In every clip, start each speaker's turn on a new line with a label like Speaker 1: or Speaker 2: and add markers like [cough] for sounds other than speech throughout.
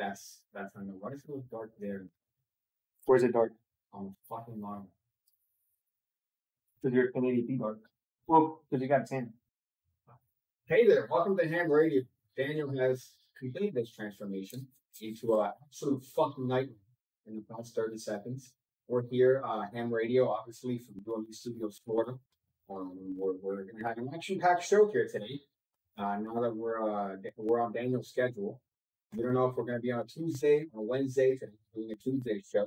Speaker 1: I'm trying to rush through dark there
Speaker 2: Where's it dark?
Speaker 1: on fucking line.
Speaker 2: Does your infinity be dark? Well, because you got ten.
Speaker 1: Hey there, welcome to Ham Radio. Daniel has completed this transformation into a absolute fucking nightmare in about 30 seconds. We're here, uh, Ham Radio, obviously from Dorothy Studios, Florida. Um, we're, we're gonna have an action-packed show here today. Uh, now that we're uh, we're on Daniel's schedule, we don't know if we're gonna be on a Tuesday or Wednesday today, doing a Tuesday show,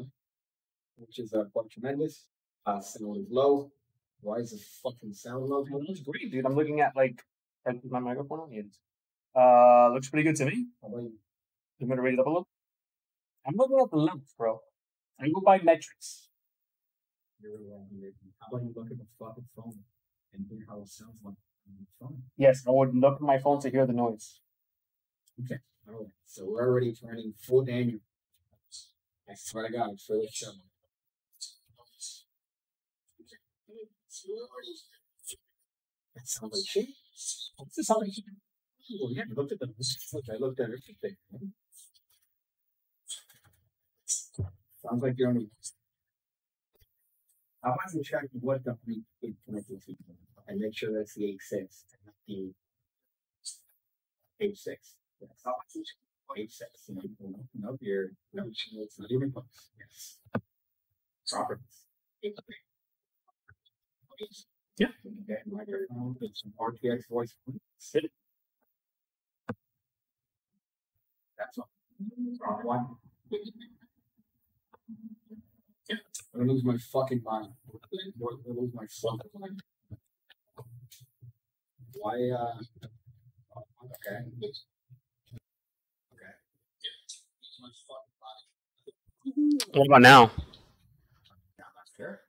Speaker 1: which is uh, quite tremendous. Uh, sound is low. Why is the fucking sound low?
Speaker 2: Well, it looks great, dude. I'm looking at like at my microphone on it. Uh, looks pretty good to me.
Speaker 1: Probably
Speaker 2: I'm gonna raise it up a little. I'm looking at the length, bro. I go by metrics.
Speaker 1: You're wrong, Nathan. How about you look at the fucking phone and hear how it sounds like on the phone?
Speaker 2: Yes, I would look at my phone to hear the noise.
Speaker 1: All right, so we're already turning full Daniel. I swear to God, it's really show. That sounds like shit. This is how I Oh, yeah, I looked at the Look, I looked at everything. man. Sounds like you're only. I want to check what the freak is connected to and make sure that's the 8 6, not the 8 6. Yes. Oh, it's each wave sets, you know, you can open up your no it's not even close. Yes. Properties.
Speaker 2: Yeah.
Speaker 1: That microphone, it's an RTX voice.
Speaker 2: Yeah.
Speaker 1: That's all. Wrong one. Yeah. I'm gonna lose my fucking mind. I'm gonna lose my fucking mind. Why, uh, okay. Okay. My fucking body.
Speaker 2: What about now?
Speaker 1: Not that's fair.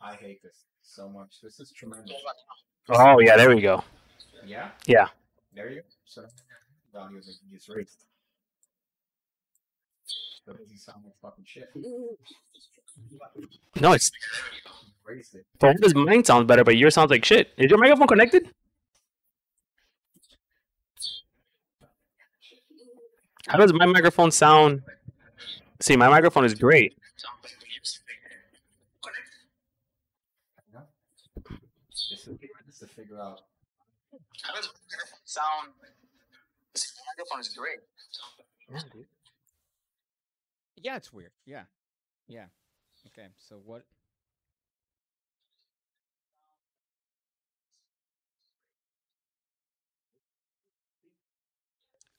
Speaker 3: I hate this so much. This is tremendous.
Speaker 2: Oh yeah, there we go.
Speaker 3: Yeah.
Speaker 2: Yeah.
Speaker 3: There you go. So value of it gets raised. So does he sound like fucking shit?
Speaker 2: No, it's
Speaker 3: Raised it.
Speaker 2: Perhaps his mine sounds better, but yours sounds like shit. Is your microphone connected? How does my microphone sound? See, my microphone is great.
Speaker 3: This is this to figure out.
Speaker 2: How does my microphone sound? See, my microphone is great.
Speaker 4: Yeah, it's weird. Yeah. Yeah. Okay. So what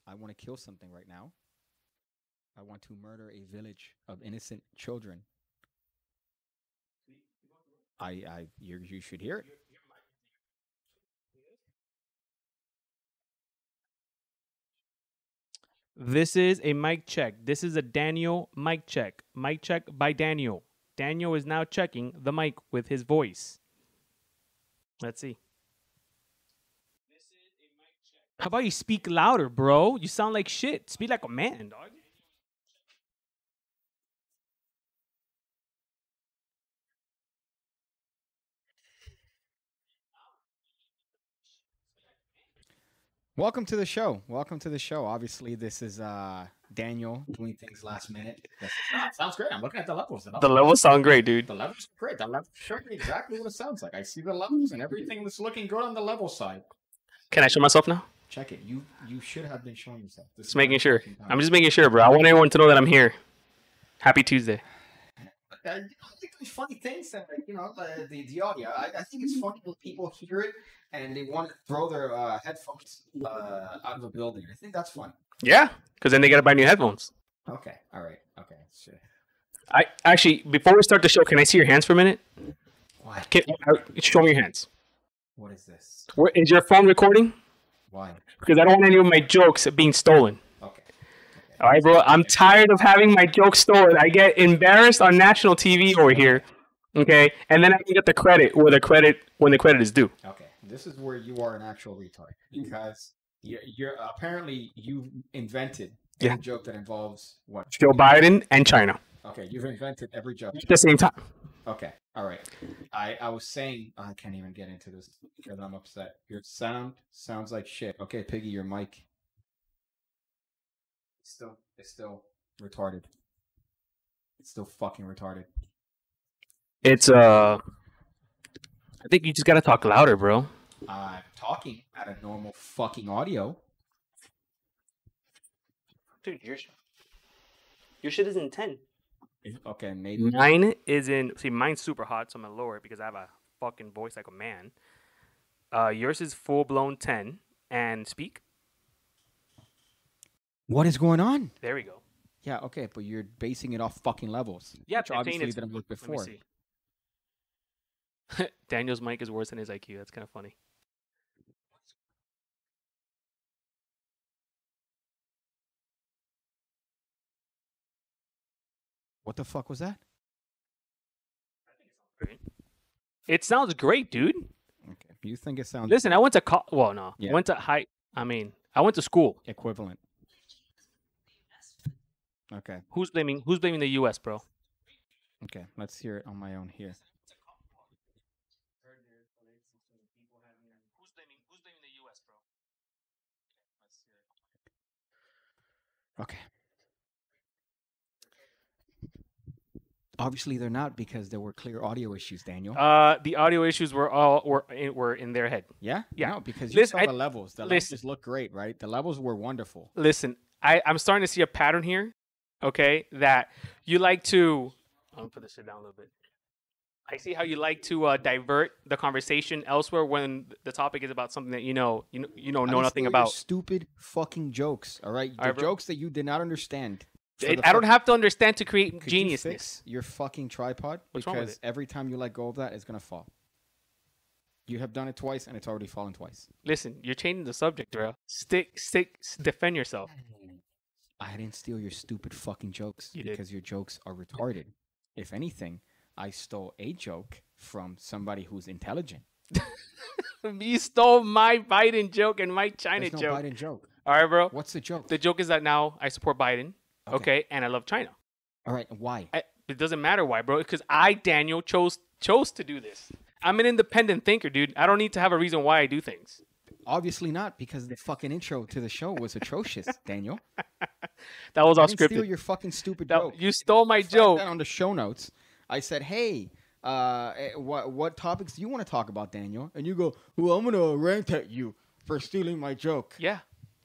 Speaker 4: I want to kill something right now. I want to murder a village of innocent children. I I you you should hear it.
Speaker 5: This is a mic check. This is a Daniel mic check. Mic check by Daniel. Daniel is now checking the mic with his voice. Let's see. How about you speak louder, bro? You sound like shit. Speak like a man, dog.
Speaker 4: Welcome to the show. Welcome to the show. Obviously, this is uh Daniel doing things last minute. That's- ah, sounds great. I'm looking at the levels. The,
Speaker 5: The
Speaker 4: level-
Speaker 5: levels sound great, dude.
Speaker 3: The levels are great. The levels show me exactly what it sounds like. I see the levels and everything that's looking good on the level side.
Speaker 5: Can I show myself now?
Speaker 3: Check it. You you should have been showing yourself. This
Speaker 5: Just
Speaker 3: is
Speaker 5: making
Speaker 3: not
Speaker 5: sure.
Speaker 3: fucking time.
Speaker 5: I'm just making sure, bro. I want everyone to know that I'm here. Happy Tuesday.
Speaker 3: I I think there's funny things that like, you know the, the the audio. I, I think it's funny when people hear it and they want to throw their uh, headphones uh, out of a building. I think that's funny.
Speaker 5: Yeah, because then they gotta buy new headphones.
Speaker 3: Okay, all right, okay. Shit.
Speaker 5: I actually, before we start the show, can I see your hands for a minute?
Speaker 3: Why?
Speaker 5: Can, uh, show me your hands.
Speaker 3: What is this?
Speaker 5: Where, is your phone recording?
Speaker 3: Why?
Speaker 5: because I don't want any of my jokes being stolen.
Speaker 3: Okay.
Speaker 5: All right, bro. I'm tired of having my jokes stolen. I get embarrassed on national TV over here. Okay, and then I can get the credit where the credit when the credit is due.
Speaker 3: Okay, this is where you are an actual retard because you're, you're apparently you've invented a
Speaker 5: Yeah.
Speaker 3: joke that involves what?
Speaker 5: Joe Biden and China
Speaker 3: Okay, you've invented every joke.
Speaker 5: at the same time.
Speaker 3: Okay, All right. I, I was saying I can't even get into this because I'm upset. Your sound sounds like shit. Okay, Piggy, your mic. It's still it's still retarded. It's still fucking retarded.
Speaker 5: It's uh, I think you just gotta talk louder, bro.
Speaker 3: I'm talking at a normal fucking audio.
Speaker 5: Dude, your sh- your shit is in ten.
Speaker 3: Okay, maybe
Speaker 5: Mine is in. See, mine's super hot, so I'm gonna lower it because I have a fucking voice like a man. Uh, yours is full blown ten and speak.
Speaker 4: What is going on?
Speaker 5: There we go.
Speaker 4: Yeah, okay, but you're basing it off fucking levels.
Speaker 5: Yeah,
Speaker 4: which
Speaker 5: I'm saying
Speaker 4: obviously
Speaker 5: it's-
Speaker 4: didn't look
Speaker 5: Let
Speaker 4: [laughs]
Speaker 5: me
Speaker 4: before.
Speaker 5: see. Daniel's mic is worse than his IQ. That's kind of funny.
Speaker 4: What the fuck was that?
Speaker 5: It sounds great, dude.
Speaker 4: Okay, you think it sounds
Speaker 5: Listen, I went to co- well, no,
Speaker 4: Yeah.
Speaker 5: went to high. I mean, I went to school.
Speaker 4: equivalent? Okay,
Speaker 5: Who's blaming? Who's blaming the U.S., bro?
Speaker 4: okay, let's hear it on my own here.
Speaker 5: Who's blaming? Who's blaming the U.S., bro?
Speaker 4: Okay. Obviously, they're not because there were clear audio issues, Daniel.
Speaker 5: Uh, the audio issues were all were in, were in their head.
Speaker 4: yeah,
Speaker 5: yeah.
Speaker 4: no, because you
Speaker 5: Listen,
Speaker 4: saw
Speaker 5: I-
Speaker 4: the levels. The
Speaker 5: listen.
Speaker 4: levels look great, right? The levels were wonderful.
Speaker 5: Listen, I I'm starting to see a pattern here. Okay, that you like to. I'm gonna put this shit down a little bit. I see how you like to uh, divert the conversation elsewhere when the topic is about something that you know you know, you know
Speaker 4: I
Speaker 5: know
Speaker 4: didn't steal
Speaker 5: nothing
Speaker 4: your
Speaker 5: about.
Speaker 4: stupid fucking jokes. All right, the
Speaker 5: All right, bro.
Speaker 4: jokes that you did not understand. for
Speaker 5: It-
Speaker 4: the
Speaker 5: I don't
Speaker 4: fuck-
Speaker 5: have to understand to create
Speaker 4: Could you
Speaker 5: geniusness.
Speaker 4: fix your fucking tripod
Speaker 5: What's wrong
Speaker 4: because
Speaker 5: with it?
Speaker 4: every time you let go of that, it's gonna fall. You have done it twice, and it's already fallen twice.
Speaker 5: Listen, you're changing the subject, bro. Stick, stick, s- defend yourself.
Speaker 4: I didn't steal your stupid fucking jokes
Speaker 5: You did.
Speaker 4: because your jokes are retarded. If anything, I stole a joke from somebody who's intelligent.
Speaker 5: [laughs] you stole my Biden joke and my China
Speaker 4: There's no
Speaker 5: joke.
Speaker 4: Biden joke.
Speaker 5: All right, bro.
Speaker 4: What's the joke?
Speaker 5: The joke is that now I support Biden, okay, and I love China.
Speaker 4: All right, why?
Speaker 5: I, it doesn't matter why, bro, because I, Daniel, chose chose to do this. I'm an independent thinker, dude. I don't need to have a reason why I do things.
Speaker 4: Obviously not because the fucking intro to the show was atrocious, Daniel.
Speaker 5: That was
Speaker 4: I
Speaker 5: all
Speaker 4: didn't steal
Speaker 5: scripted.
Speaker 4: your fucking stupid
Speaker 5: That-
Speaker 4: joke.
Speaker 5: you stole my
Speaker 4: flagged
Speaker 5: joke.
Speaker 4: that on the show notes. I said, "Hey, uh, what what topics do you want to talk about, Daniel?" And you go, "Well, I'm gonna rant at you for stealing my joke."
Speaker 5: Yeah,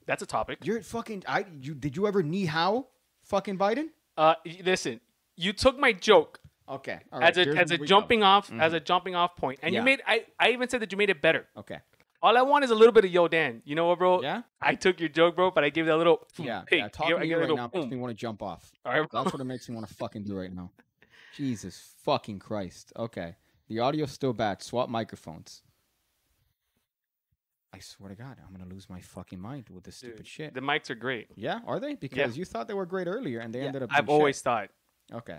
Speaker 5: that's a topic.
Speaker 4: You're fucking. I you did you ever knee how fucking Biden?
Speaker 5: Uh, y- listen, you took my joke
Speaker 4: Okay, all
Speaker 5: as a
Speaker 4: here's
Speaker 5: as a
Speaker 4: where we go. Mm-hmm.
Speaker 5: jumping off as a jumping off point, and
Speaker 4: Yeah.
Speaker 5: you made. I I even said that you made it better.
Speaker 4: Okay,
Speaker 5: All I want is a little bit of yo, Dan. You know what, bro?
Speaker 4: yeah,
Speaker 5: I took your joke, bro, but I gave that little
Speaker 4: yeah,
Speaker 5: hey,
Speaker 4: yeah. Talking to
Speaker 5: I gave
Speaker 4: you
Speaker 5: a
Speaker 4: right
Speaker 5: little
Speaker 4: now makes
Speaker 5: boom.
Speaker 4: me want to jump off.
Speaker 5: All right, bro.
Speaker 4: That's what it makes me want to fucking do right
Speaker 5: [laughs]
Speaker 4: now. Jesus fucking Christ. Okay. The audio's still bad. Swap microphones. I swear to God, I'm going to lose my fucking mind with this stupid
Speaker 5: Dude,
Speaker 4: shit.
Speaker 5: The mics are great.
Speaker 4: Yeah, are they? Because you thought they were great earlier and they
Speaker 5: Yeah,
Speaker 4: ended up
Speaker 5: I've
Speaker 4: being shit.
Speaker 5: always thought.
Speaker 4: Okay.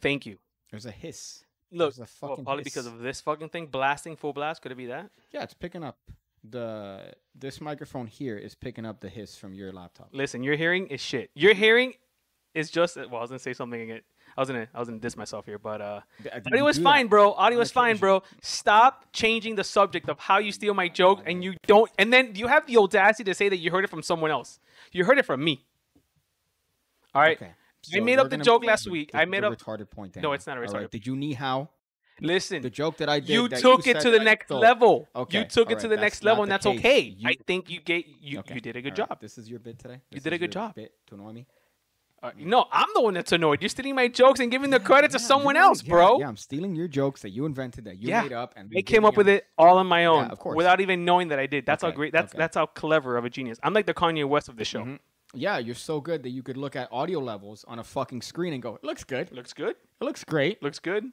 Speaker 5: Thank you.
Speaker 4: There's a hiss.
Speaker 5: Look,
Speaker 4: There's a
Speaker 5: well,
Speaker 4: fucking
Speaker 5: probably
Speaker 4: hiss.
Speaker 5: because of this fucking thing blasting full blast. Could it be that?
Speaker 4: Yeah, it's picking up the this microphone here is picking up the hiss from your laptop.
Speaker 5: Listen, your hearing is shit. Your hearing is just. Well, I was gonna say something again. I was gonna I was gonna diss myself here, but uh,
Speaker 4: Th- I
Speaker 5: audio
Speaker 4: didn't
Speaker 5: is
Speaker 4: do that.
Speaker 5: fine, bro. Audio
Speaker 4: On
Speaker 5: is fine, bro. Stop changing the subject of how you steal my joke and you don't. And then you have the audacity to say that you heard it from someone else. You heard it from me. All right.
Speaker 4: Okay.
Speaker 5: I made
Speaker 4: we're
Speaker 5: up the
Speaker 4: gonna
Speaker 5: joke
Speaker 4: move
Speaker 5: last
Speaker 4: the-
Speaker 5: week.
Speaker 4: the-
Speaker 5: I made
Speaker 4: the
Speaker 5: up-
Speaker 4: retarded point.
Speaker 5: No,
Speaker 4: Daniel.
Speaker 5: it's not a
Speaker 4: All right,
Speaker 5: retarded-
Speaker 4: Did you knee how?
Speaker 5: Listen.
Speaker 4: The joke that I did.
Speaker 5: you
Speaker 4: that
Speaker 5: took it
Speaker 4: said
Speaker 5: to the
Speaker 4: I
Speaker 5: next
Speaker 4: stole.
Speaker 5: level.
Speaker 4: Okay,
Speaker 5: You took
Speaker 4: all
Speaker 5: it
Speaker 4: right,
Speaker 5: to the
Speaker 4: that's
Speaker 5: next
Speaker 4: not the
Speaker 5: level, and that's
Speaker 4: case.
Speaker 5: okay.
Speaker 4: You-
Speaker 5: I think you get you,
Speaker 4: Okay,
Speaker 5: you did a good
Speaker 4: all right,
Speaker 5: job.
Speaker 4: This is your bit today. This
Speaker 5: did a
Speaker 4: is
Speaker 5: good
Speaker 4: your
Speaker 5: job.
Speaker 4: Bit to annoy me.
Speaker 5: All right, Uh, No, I'm the one that's annoyed. You're stealing my jokes and giving the credit to
Speaker 4: Yeah,
Speaker 5: someone
Speaker 4: you're-
Speaker 5: else,
Speaker 4: yeah,
Speaker 5: bro.
Speaker 4: Yeah, I'm stealing your jokes that you invented that you
Speaker 5: Yeah,
Speaker 4: made up, and
Speaker 5: I came up with it all on my own,
Speaker 4: of course.
Speaker 5: without even knowing that I did. That's how
Speaker 4: Okay,
Speaker 5: great. That's
Speaker 4: okay.
Speaker 5: that's how clever of a genius. I'm like the Kanye West of the show.
Speaker 4: Mhm. Yeah, you're so good that you could look at audio levels on a fucking screen and go, "It looks good.
Speaker 5: Looks good.
Speaker 4: It looks great."
Speaker 5: Looks good.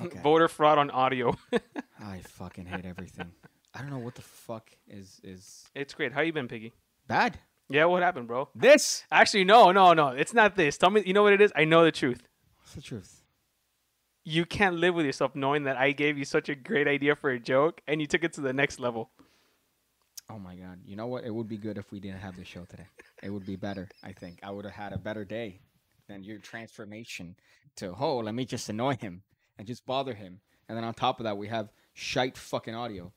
Speaker 4: Okay.
Speaker 5: Voter fraud on audio. [laughs]
Speaker 4: I fucking hate [laughs] everything. I don't know what the fuck is is
Speaker 5: it's great. How you been, Piggy?
Speaker 4: bad.
Speaker 5: Yeah, what happened, bro?
Speaker 4: This.
Speaker 5: Actually, no, no, no. It's not this. Tell me. You know what it is? I know the truth.
Speaker 4: What's the truth?
Speaker 5: you can't live with yourself knowing that I gave you such a great idea for a joke and you took it to the next level.
Speaker 4: Oh my god! You know what? It would be good if we didn't have the show today. It would be better, I think. I would have had a better day than your transformation to oh, let me just annoy him and just bother him, and then on top of that, we have shite fucking audio.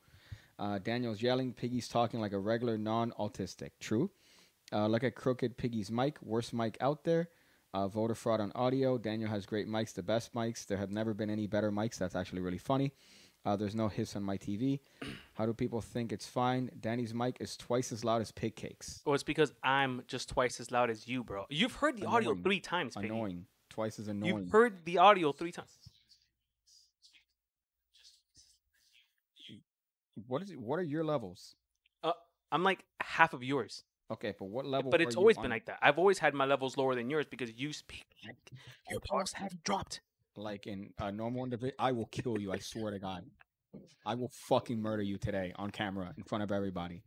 Speaker 4: Uh, Daniel's yelling. Piggy's talking like a regular non-autistic. True. Uh, look at crooked Piggy's mic. Worst mic out there. Uh, voter fraud on audio. Daniel has great mics, the best mics. There have never been any better mics. That's actually really funny. Uh, there's no hiss on my TV. How do people think it's fine? Danny's mic is twice as loud as Pig Cakes.
Speaker 5: Well, Oh, it's because I'm just twice as loud as you, bro. You've heard the audio
Speaker 4: Annoying.
Speaker 5: three times, Piggy.
Speaker 4: Annoying. Twice as annoying.
Speaker 5: You've heard the audio three times.
Speaker 4: what is it? What are your levels?
Speaker 5: I'm like half of yours,
Speaker 4: Okay, but what level?
Speaker 5: Eh, but
Speaker 4: are
Speaker 5: it's
Speaker 4: you
Speaker 5: always been
Speaker 4: on?
Speaker 5: like that. I've always had my levels lower than yours because you speak like your bars
Speaker 4: [laughs]
Speaker 5: have dropped. [laughs]
Speaker 4: like in a normal individual. I will kill you. I swear to God, I will fucking murder you today on camera in front of everybody.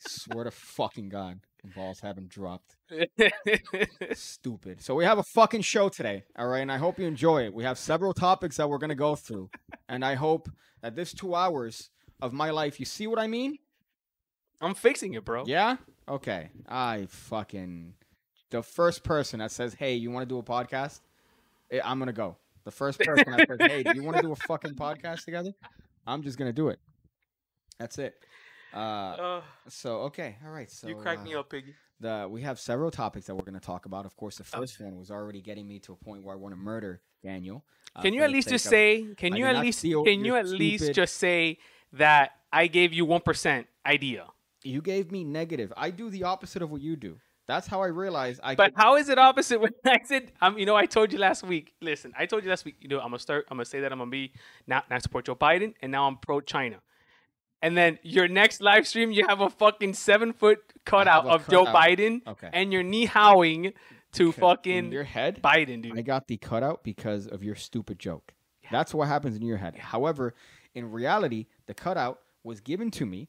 Speaker 4: swear to fucking God, balls haven't dropped. stupid. So we have a fucking show today, all right? And I hope you enjoy it. We have several topics that we're going to go through. And I hope that this 2 hours of my life, you see what I mean?
Speaker 5: I'm fixing it, bro.
Speaker 4: Yeah? Okay. I fucking the first person that says, "Hey, you want to do a podcast?" eh, I'm going to go. The first person that says, "Hey, do you want to do a fucking podcast together?" I'm just going to do it. That's it. Uh
Speaker 5: Uh,
Speaker 4: so okay. All right. So
Speaker 5: you cracked me
Speaker 4: uh,
Speaker 5: up, Piggy.
Speaker 4: the we have several topics that we're going to talk about. Of course, the
Speaker 5: Oh.
Speaker 4: first one was already getting me to a point where I want to murder Daniel. uh,
Speaker 5: Can you
Speaker 4: for
Speaker 5: at
Speaker 4: the
Speaker 5: least
Speaker 4: sake
Speaker 5: just
Speaker 4: of-
Speaker 5: say? Can
Speaker 4: I
Speaker 5: you
Speaker 4: did
Speaker 5: at
Speaker 4: not
Speaker 5: least?
Speaker 4: steal
Speaker 5: Can you
Speaker 4: your
Speaker 5: at least
Speaker 4: stupid-
Speaker 5: just say that I gave you one percent idea?
Speaker 4: you gave me negative? I do the opposite of what you do. That's how I realize I.
Speaker 5: But
Speaker 4: could-
Speaker 5: how is it opposite when [laughs] I said, um, you know, I told you last week. Listen, I told you last week. You know, I'm gonna start. I'm gonna say that I'm gonna be not not support Joe Biden, and now I'm pro China. And then your next live stream, you have a fucking seven foot cutout
Speaker 4: a
Speaker 5: of Joe
Speaker 4: cutout.
Speaker 5: Biden,
Speaker 4: Okay.
Speaker 5: and you're knee howing to
Speaker 4: Okay. in
Speaker 5: fucking
Speaker 4: your head.
Speaker 5: Biden, dude.
Speaker 4: I got the cutout because of your stupid joke. That's what happens in your head. However, in reality, the cutout was given to me,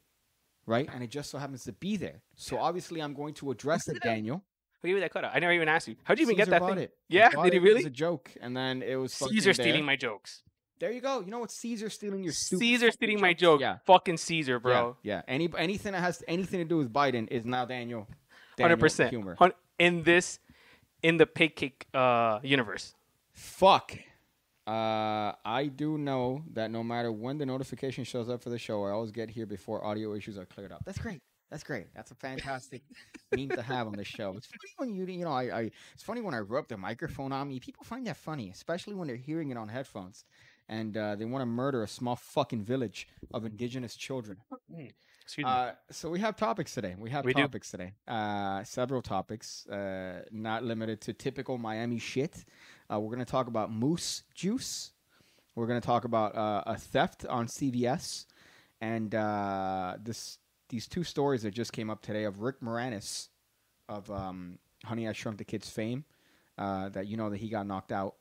Speaker 4: right? And it just so happens to be there. So obviously, I'm going to address it, Daniel.
Speaker 5: Who gave you that cutout? I never even asked you. How'd you even
Speaker 4: Caesar
Speaker 5: get that
Speaker 4: bought
Speaker 5: thing?
Speaker 4: It. He
Speaker 5: Yeah,
Speaker 4: bought
Speaker 5: did he
Speaker 4: it. It
Speaker 5: really?
Speaker 4: was a joke, and then it was fucking
Speaker 5: Caesar
Speaker 4: there.
Speaker 5: stealing my jokes.
Speaker 4: There you go. You know what? Caesar stealing your stupid.
Speaker 5: Caesar
Speaker 4: fucking
Speaker 5: stealing my
Speaker 4: jokes.
Speaker 5: joke.
Speaker 4: Yeah,
Speaker 5: Fucking Caesar, bro.
Speaker 4: Yeah, yeah. Any anything that has anything to do with Biden is now Daniel. Daniel
Speaker 5: Hundred percent.
Speaker 4: humor.
Speaker 5: In this, in the pig cake uh, universe.
Speaker 4: Fuck. Uh, I do know that no matter when the notification shows up for the show, I always get here before audio issues are cleared up. That's great. That's great. That's a [laughs] fantastic meme to have on the show. It's funny when you you know I, I it's funny when I rub the microphone on me. People find that funny, especially when they're hearing it on headphones, and uh, they want to murder a small fucking village of indigenous children.
Speaker 5: Excuse me.
Speaker 4: Uh, so we have topics today. We have
Speaker 5: We do.
Speaker 4: topics today. Uh, several topics, uh, not limited to typical Miami shit. Uh, we're going to talk about moose juice. We're going to talk about uh, a theft on CVS, and uh, this these two stories that just came up today of Rick Moranis of um, Honey I Shrunk the Kids fame. Uh, that you know that he got knocked out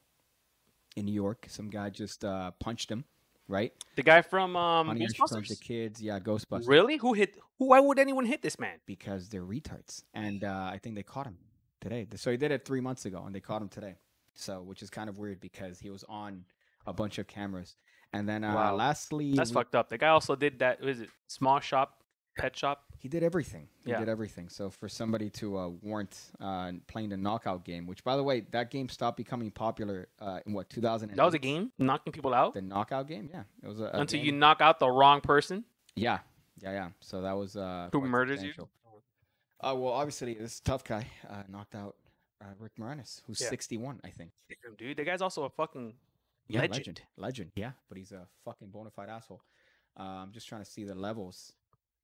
Speaker 4: in New York. Some guy just uh, punched him, right?
Speaker 5: The guy from um,
Speaker 4: Honey I Shrunk the
Speaker 5: Ghostbusters.
Speaker 4: Kids. Yeah, Ghostbusters
Speaker 5: Really? Who hit? Who? Why would anyone hit this man?
Speaker 4: because they're retards. And uh, I think they caught him today. So he did it three months ago, and they caught him today. So, which is kind of weird because he was on a bunch of cameras. And then, uh,
Speaker 5: Wow.
Speaker 4: lastly,
Speaker 5: That's
Speaker 4: we-
Speaker 5: fucked up. The guy also did that. Was it small shop, pet shop?
Speaker 4: he did everything. He
Speaker 5: Yeah.
Speaker 4: did everything. So for somebody to uh, warrant uh, playing the knockout game, which by the way, that game stopped becoming popular uh, in what 2000.
Speaker 5: That was a game knocking people out
Speaker 4: The knockout game, yeah, it was a, a
Speaker 5: until
Speaker 4: game.
Speaker 5: you knock out the wrong person.
Speaker 4: Yeah, yeah, yeah. So that was uh,
Speaker 5: Who
Speaker 4: quite
Speaker 5: murders you?
Speaker 4: substantial. Uh, well, obviously this tough guy uh, knocked out uh, Rick Moranis, who's
Speaker 5: Yeah.
Speaker 4: 61, I think.
Speaker 5: Damn, dude, the guy's also a fucking.
Speaker 4: Yeah,
Speaker 5: Legend.
Speaker 4: legend, legend. Yeah, but he's a fucking bona fide asshole. Uh, I'm just trying to see the levels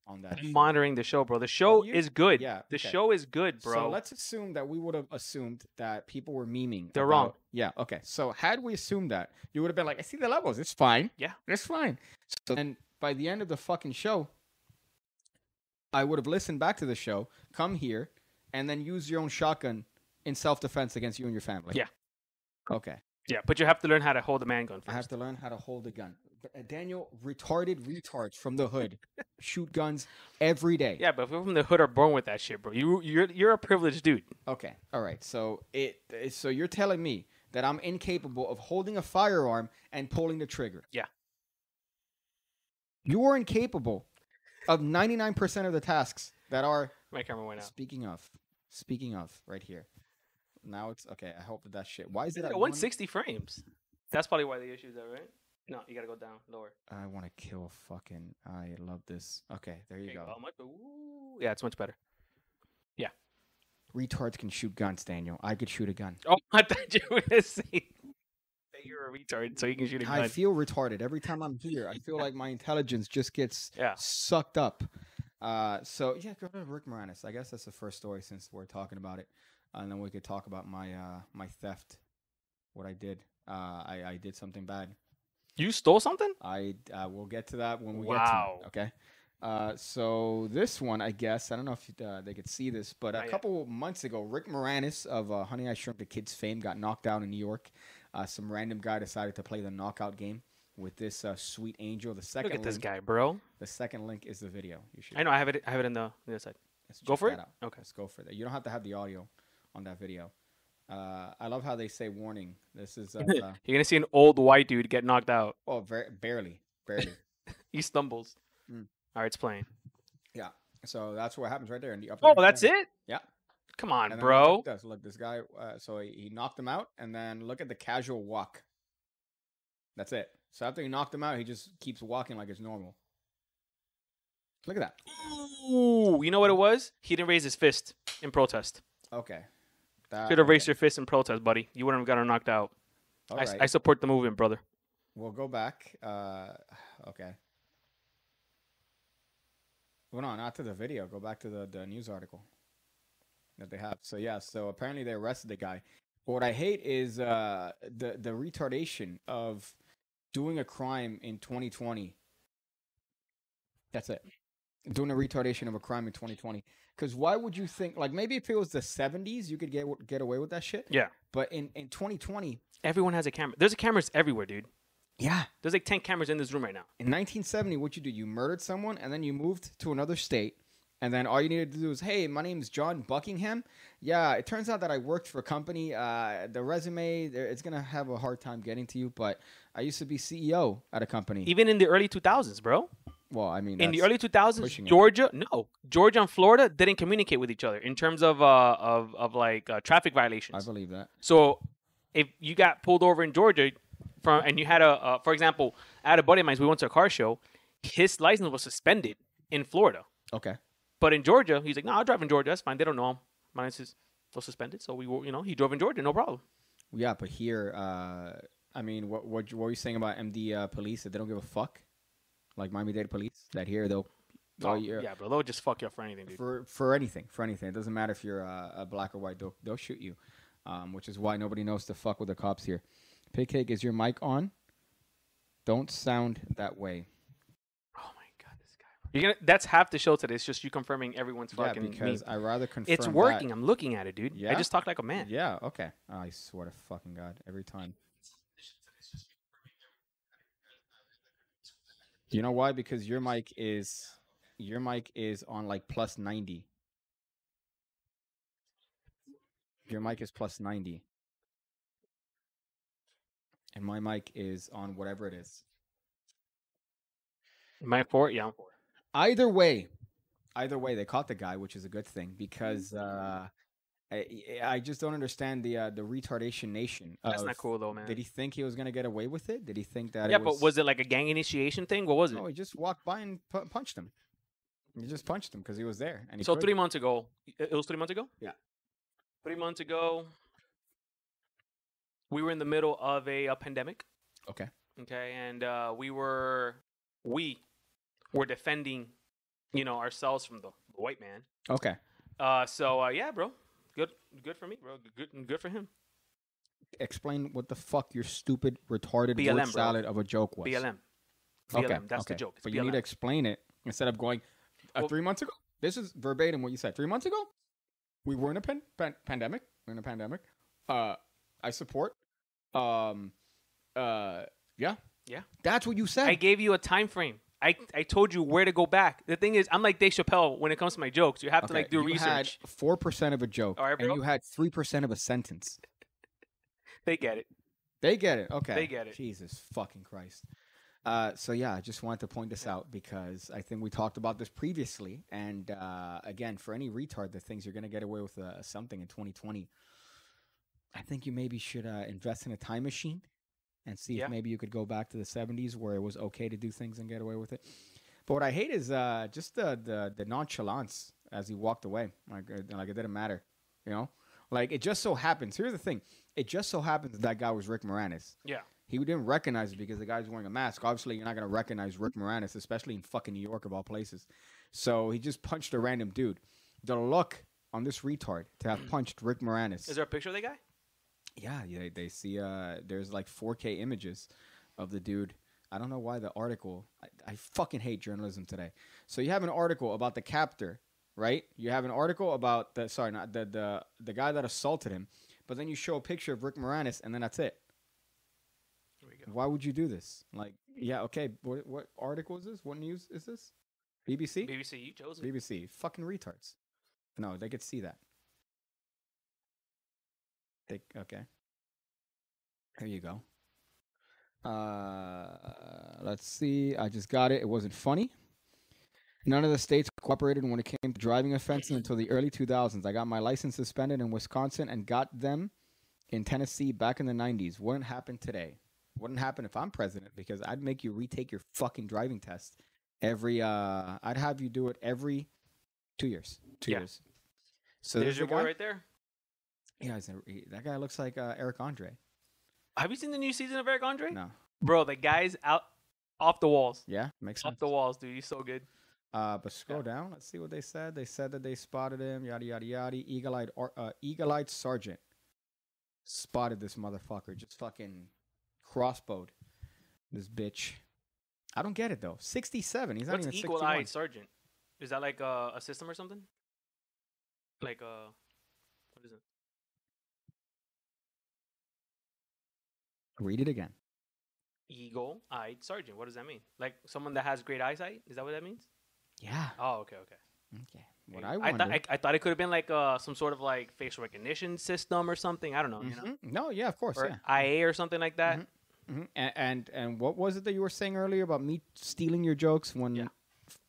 Speaker 4: on that.
Speaker 5: I'm
Speaker 4: shit.
Speaker 5: monitoring the show, bro. The show
Speaker 4: you-
Speaker 5: is good.
Speaker 4: yeah,
Speaker 5: The
Speaker 4: okay.
Speaker 5: show is good, bro.
Speaker 4: So let's assume that we would have assumed that people were memeing.
Speaker 5: They're wrong.
Speaker 4: about- Yeah. Okay. So had we assumed that, you would have been like, I see the levels. It's fine.
Speaker 5: Yeah.
Speaker 4: It's fine. So then by the end of the fucking show, I would have listened back to the show, come here, and then use your own shotgun in self defense against you and your family.
Speaker 5: Yeah.
Speaker 4: Okay.
Speaker 5: yeah, but you have to learn how to hold a man gun
Speaker 4: I
Speaker 5: first.
Speaker 4: have to learn how to hold a gun. But, uh, Daniel, retarded retards from the hood shoot guns every day.
Speaker 5: Yeah, but people from the hood are born with that shit, bro. You you're you're a privileged dude.
Speaker 4: Okay. All right. So it. it- So you're telling me that I'm incapable of holding a firearm and pulling the trigger.
Speaker 5: Yeah.
Speaker 4: You're incapable of 99% of the tasks that are
Speaker 5: My camera went out.
Speaker 4: speaking of, speaking of right here. Now it's okay. I hope that, that shit. Why is it
Speaker 5: It's
Speaker 4: at
Speaker 5: at
Speaker 4: one-
Speaker 5: 160 frames. That's probably why they issued that, right? No, you gotta go down lower.
Speaker 4: I want to kill fucking. I love this. Okay, there you
Speaker 5: Okay,
Speaker 4: go.
Speaker 5: oh, much- ooh, yeah, it's much better. [laughs]
Speaker 4: Retards can shoot guns, Daniel. I could shoot a gun.
Speaker 5: Oh, I thought you were gonna say [laughs] that you're a retard, so you can shoot a
Speaker 4: I
Speaker 5: gun.
Speaker 4: feel retarded every time I'm here. I feel like my intelligence just gets
Speaker 5: Yeah.
Speaker 4: sucked up. Uh, so yeah, go to Rick Moranis. I guess that's the first story since we're talking about it, uh, and then we could talk about my uh, my theft, what I did. Uh, I, I did something bad.
Speaker 5: You stole something?
Speaker 4: I uh, we'll get to that when we
Speaker 5: Wow.
Speaker 4: get to it. Okay. Uh, so this one, I guess, I don't know if you- uh, they could see this, but a
Speaker 5: Not yet.
Speaker 4: couple months ago, Rick Moranis of uh, Honey I Shrunk the Kids fame got knocked out in New York. Uh, some random guy decided to play the knockout game with this uh, sweet angel. The second
Speaker 5: Look at this
Speaker 4: link-
Speaker 5: guy, bro.
Speaker 4: The second link is the video. You should
Speaker 5: I know. I have it. I have it in the, the other side.
Speaker 4: Let's
Speaker 5: Go
Speaker 4: check
Speaker 5: for
Speaker 4: that
Speaker 5: it?
Speaker 4: out.
Speaker 5: Okay.
Speaker 4: Let's go for that. You don't have to have the audio on that video. Uh, I love how they say warning. This is uh,
Speaker 5: [laughs]
Speaker 4: uh,
Speaker 5: You're gonna see an old white dude get knocked out.
Speaker 4: oh, ver- barely, barely.
Speaker 5: He stumbles.
Speaker 4: Mm.
Speaker 5: All right, it's playing.
Speaker 4: so that's what happens right there in the upper.
Speaker 5: Oh,
Speaker 4: right
Speaker 5: that's
Speaker 4: corner.
Speaker 5: it.
Speaker 4: Yeah.
Speaker 5: Come on,
Speaker 4: And then
Speaker 5: bro.
Speaker 4: Look, at this, look, this guy. Uh, so he, he knocked him out, and then look at the casual walk. That's it. So after he knocked him out, he just keeps walking like it's normal. Look at that.
Speaker 5: Ooh, you know what it was? He didn't raise his fist in protest.
Speaker 4: Okay. That,
Speaker 5: Should have raised your fist in protest, buddy. You wouldn't have gotten knocked out.
Speaker 4: All
Speaker 5: I, s-
Speaker 4: right.
Speaker 5: I support the movement, brother.
Speaker 4: We'll go back. Uh, okay. Well, no, not to the video. Go back to the, the news article that they have. So yeah, so apparently they arrested the guy. But what I hate is uh, the the retardation of doing a crime in 2020. That's it. Doing a retardation of a crime in 2020. Because why would you think like maybe if it was the 70s you could get get away with that shit?
Speaker 5: Yeah.
Speaker 4: But in in 2020,
Speaker 5: Everyone has a camera. There's cameras everywhere, dude.
Speaker 4: yeah,
Speaker 5: There's like 10 cameras in this room right now.
Speaker 4: In 1970, what you do, you murdered someone and then you moved to another state. And then all you needed to do is, hey, my name's John Buckingham. Yeah, it turns out that I worked for a company. Uh, the resume, there- it's going to have a hard time getting to you, but I used to be CEO at a company.
Speaker 5: Even in the early 2000s, bro.
Speaker 4: well, I mean,
Speaker 5: in the
Speaker 4: that's-
Speaker 5: early 2000s,
Speaker 4: pushing it.
Speaker 5: Georgia, no, Georgia and Florida didn't communicate with each other in terms of uh, of of like uh, traffic
Speaker 4: I
Speaker 5: violations.
Speaker 4: believe that.
Speaker 5: So if you got pulled over in Georgia from and you had a uh, for example, I had a buddy of mine. We went to a car show. His license was suspended in Florida,
Speaker 4: Okay.
Speaker 5: but in Georgia, he's like, "No, I'll drive in Georgia. That's fine. They don't know him. My license was suspended, so we were, you know he drove in Georgia, no problem."
Speaker 4: Yeah, but here, uh, I mean, what, what, you- what were you saying about MD uh, police that they don't give a fuck? Like Miami Dade police, that here they'll.
Speaker 5: Oh,
Speaker 4: they'll- you're-
Speaker 5: yeah, bro. They'll just fuck you up for anything, dude.
Speaker 4: for for anything for anything it doesn't matter if you're uh, a black or white they'll, they'll shoot you um, which is why nobody knows to fuck with the cops here pigcake is your mic on don't sound that way
Speaker 5: Oh my god, this guy. You're gonna. That's half the show today. It's just you confirming everyone's fucking.
Speaker 4: yeah
Speaker 5: meme.
Speaker 4: because i rather confirm
Speaker 5: it's
Speaker 4: that-
Speaker 5: working. I'm looking at it, dude.
Speaker 4: Yeah?
Speaker 5: I just talk like a man.
Speaker 4: yeah okay i swear to fucking god every time you know why because your mic is your mic is on like plus 90 your mic is plus 90 and my mic is on whatever it is
Speaker 5: Am I for it? Yeah, I'm for it.
Speaker 4: either way either way they caught the guy which is a good thing because uh i, I just don't understand the uh the retardation nation
Speaker 5: That's
Speaker 4: of-
Speaker 5: not cool though, man.
Speaker 4: Uh, did he think he was gonna get away with it did he think that
Speaker 5: yeah,
Speaker 4: it
Speaker 5: but was it like a gang initiation thing? What was it?
Speaker 4: no he just walked by and pu- punched him he just punched him because he was there and he
Speaker 5: so
Speaker 4: could.
Speaker 5: three months ago, it it was three months ago.
Speaker 4: Yeah.
Speaker 5: three months ago, we were in the middle of a, uh pandemic.
Speaker 4: Okay.
Speaker 5: Okay, and uh, we were we were defending, you know, ourselves from the white man.
Speaker 4: okay
Speaker 5: Uh, so uh, yeah, bro, good, good for me, bro. Good, good for him.
Speaker 4: explain what the fuck your stupid retarded
Speaker 5: BLM,
Speaker 4: word
Speaker 5: bro.
Speaker 4: salad of a joke was
Speaker 5: BLM, BLM.
Speaker 4: okay
Speaker 5: that's
Speaker 4: okay.
Speaker 5: the joke. It's
Speaker 4: but
Speaker 5: BLM.
Speaker 4: you need to explain it instead of going uh,
Speaker 5: Well-
Speaker 4: three months ago this is verbatim what you said three months ago we were in a pan- pan- pandemic we're in a pandemic uh i support um uh yeah
Speaker 5: Yeah.
Speaker 4: that's what you said
Speaker 5: I gave you a time frame. I, I told you where to go back. The thing is, I'm like Dave Chappelle when it comes to my jokes. You have to like do research.
Speaker 4: Four percent of a joke,
Speaker 5: All right,
Speaker 4: and
Speaker 5: bro.
Speaker 4: you had three percent of a sentence.
Speaker 5: They get it.
Speaker 4: They get it. Okay,
Speaker 5: They get it.
Speaker 4: Jesus fucking Christ. Uh, so yeah, I just wanted to point this out because I think we talked about this previously, and uh, again, for any retard that thinks you're gonna get away with uh, something in 2020, I think you maybe should uh, invest in a time machine and see
Speaker 5: Yeah.
Speaker 4: if maybe you could go back to the 70s where it was okay to do things and get away with it. But what I hate is uh, just the, the the nonchalance as he walked away, like uh, like it didn't matter, you know. Like it just so happens. Here's the thing: it just so happens that, that guy was Rick Moranis.
Speaker 5: Yeah.
Speaker 4: He didn't recognize it because the guy's wearing a mask. Obviously, you're not gonna recognize Rick Moranis, especially in fucking New York of all places. So he just punched a random dude. The luck on this retard to have punched Rick Moranis.
Speaker 5: Is there a picture of that guy?
Speaker 4: yeah, they, they see. Uh, there's like 4K images of the dude. I don't know why the article. I, I fucking hate journalism today. So you have an article about the captor, right? You have an article about the sorry, not the the the guy that assaulted him, but then you show a picture of Rick Moranis, and then that's it.
Speaker 5: Here we go.
Speaker 4: Why would you do this? Like, yeah, okay. What what article is this? What news is this? BBC.
Speaker 5: BBC, you chose it.
Speaker 4: BBC. Fucking retards. No, they could see that. They, okay. There you go. Uh, let's see. I just got it. It wasn't funny. None of the states cooperated when it came to driving offenses until the early 2000s. I got my license suspended in Wisconsin and got them in Tennessee back in the 90s. Wouldn't happen today. Wouldn't happen if I'm president because I'd make you retake your fucking driving test every uh I'd have you do it every two years. Two
Speaker 5: Yeah.
Speaker 4: years. So
Speaker 5: There's
Speaker 4: there's
Speaker 5: your
Speaker 4: your
Speaker 5: guy
Speaker 4: one.
Speaker 5: right there.
Speaker 4: Yeah, he's a, he- that guy looks like uh, Eric Andre.
Speaker 5: Have you seen the new season of Eric Andre?
Speaker 4: No.
Speaker 5: Bro, the guy's out off the walls.
Speaker 4: Yeah, makes sense.
Speaker 5: Off the walls, dude. He's so good.
Speaker 4: Uh, but scroll down. Let's see what they said. They said that they spotted him. Yada yada yada. Eagle-eyed, ar- uh, eagle-eyed sergeant spotted this motherfucker. Just fucking crossbowed this bitch. I don't get it though. Sixty-seven. He's not
Speaker 5: What's
Speaker 4: even
Speaker 5: equal
Speaker 4: sixty-one.
Speaker 5: eyed sergeant? Is that like uh, a system or something? Like uh, what is it?
Speaker 4: Read it again.
Speaker 5: Eagle eyed sergeant. What does that mean? Like someone that has great eyesight? Is that what that means?
Speaker 4: Yeah.
Speaker 5: Oh, okay, okay.
Speaker 4: Okay. What
Speaker 5: Okay.
Speaker 4: I
Speaker 5: I
Speaker 4: wonder.
Speaker 5: thought I, I thought it could have been like uh some sort of like facial recognition system or something. I don't know, you know,
Speaker 4: Mhm. No. Yeah. Of course.
Speaker 5: or
Speaker 4: yeah.
Speaker 5: IA or something like that.
Speaker 4: Mhm. And, and and what was it that you were saying earlier about me stealing your jokes when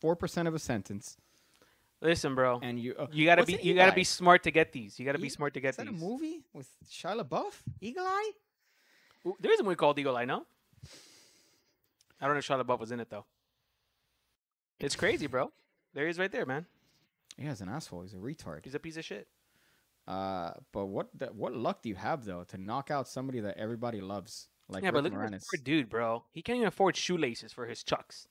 Speaker 4: four percent of a sentence
Speaker 5: Listen, bro,
Speaker 4: and you uh,
Speaker 5: you gotta
Speaker 4: what's
Speaker 5: be
Speaker 4: it,
Speaker 5: you gotta be
Speaker 4: Eli?
Speaker 5: smart to get these. You gotta be
Speaker 4: E-
Speaker 5: smart to
Speaker 4: Is
Speaker 5: get
Speaker 4: that a
Speaker 5: these.
Speaker 4: movie with Shia LaBeouf? Eagle Eye?
Speaker 5: Ooh, There is a movie called Eagle Eye, no? I don't know if Shia LaBeouf was in it though. It's crazy, bro. There he is, right there, man.
Speaker 4: Yeah, he's an asshole. He's a retard.
Speaker 5: He's a piece of shit.
Speaker 4: Uh, but what the, what luck do you have though to knock out somebody that everybody loves like
Speaker 5: yeah,
Speaker 4: Rick
Speaker 5: but look at
Speaker 4: Moranis?
Speaker 5: this poor dude, bro. He can't even afford shoelaces for his chucks.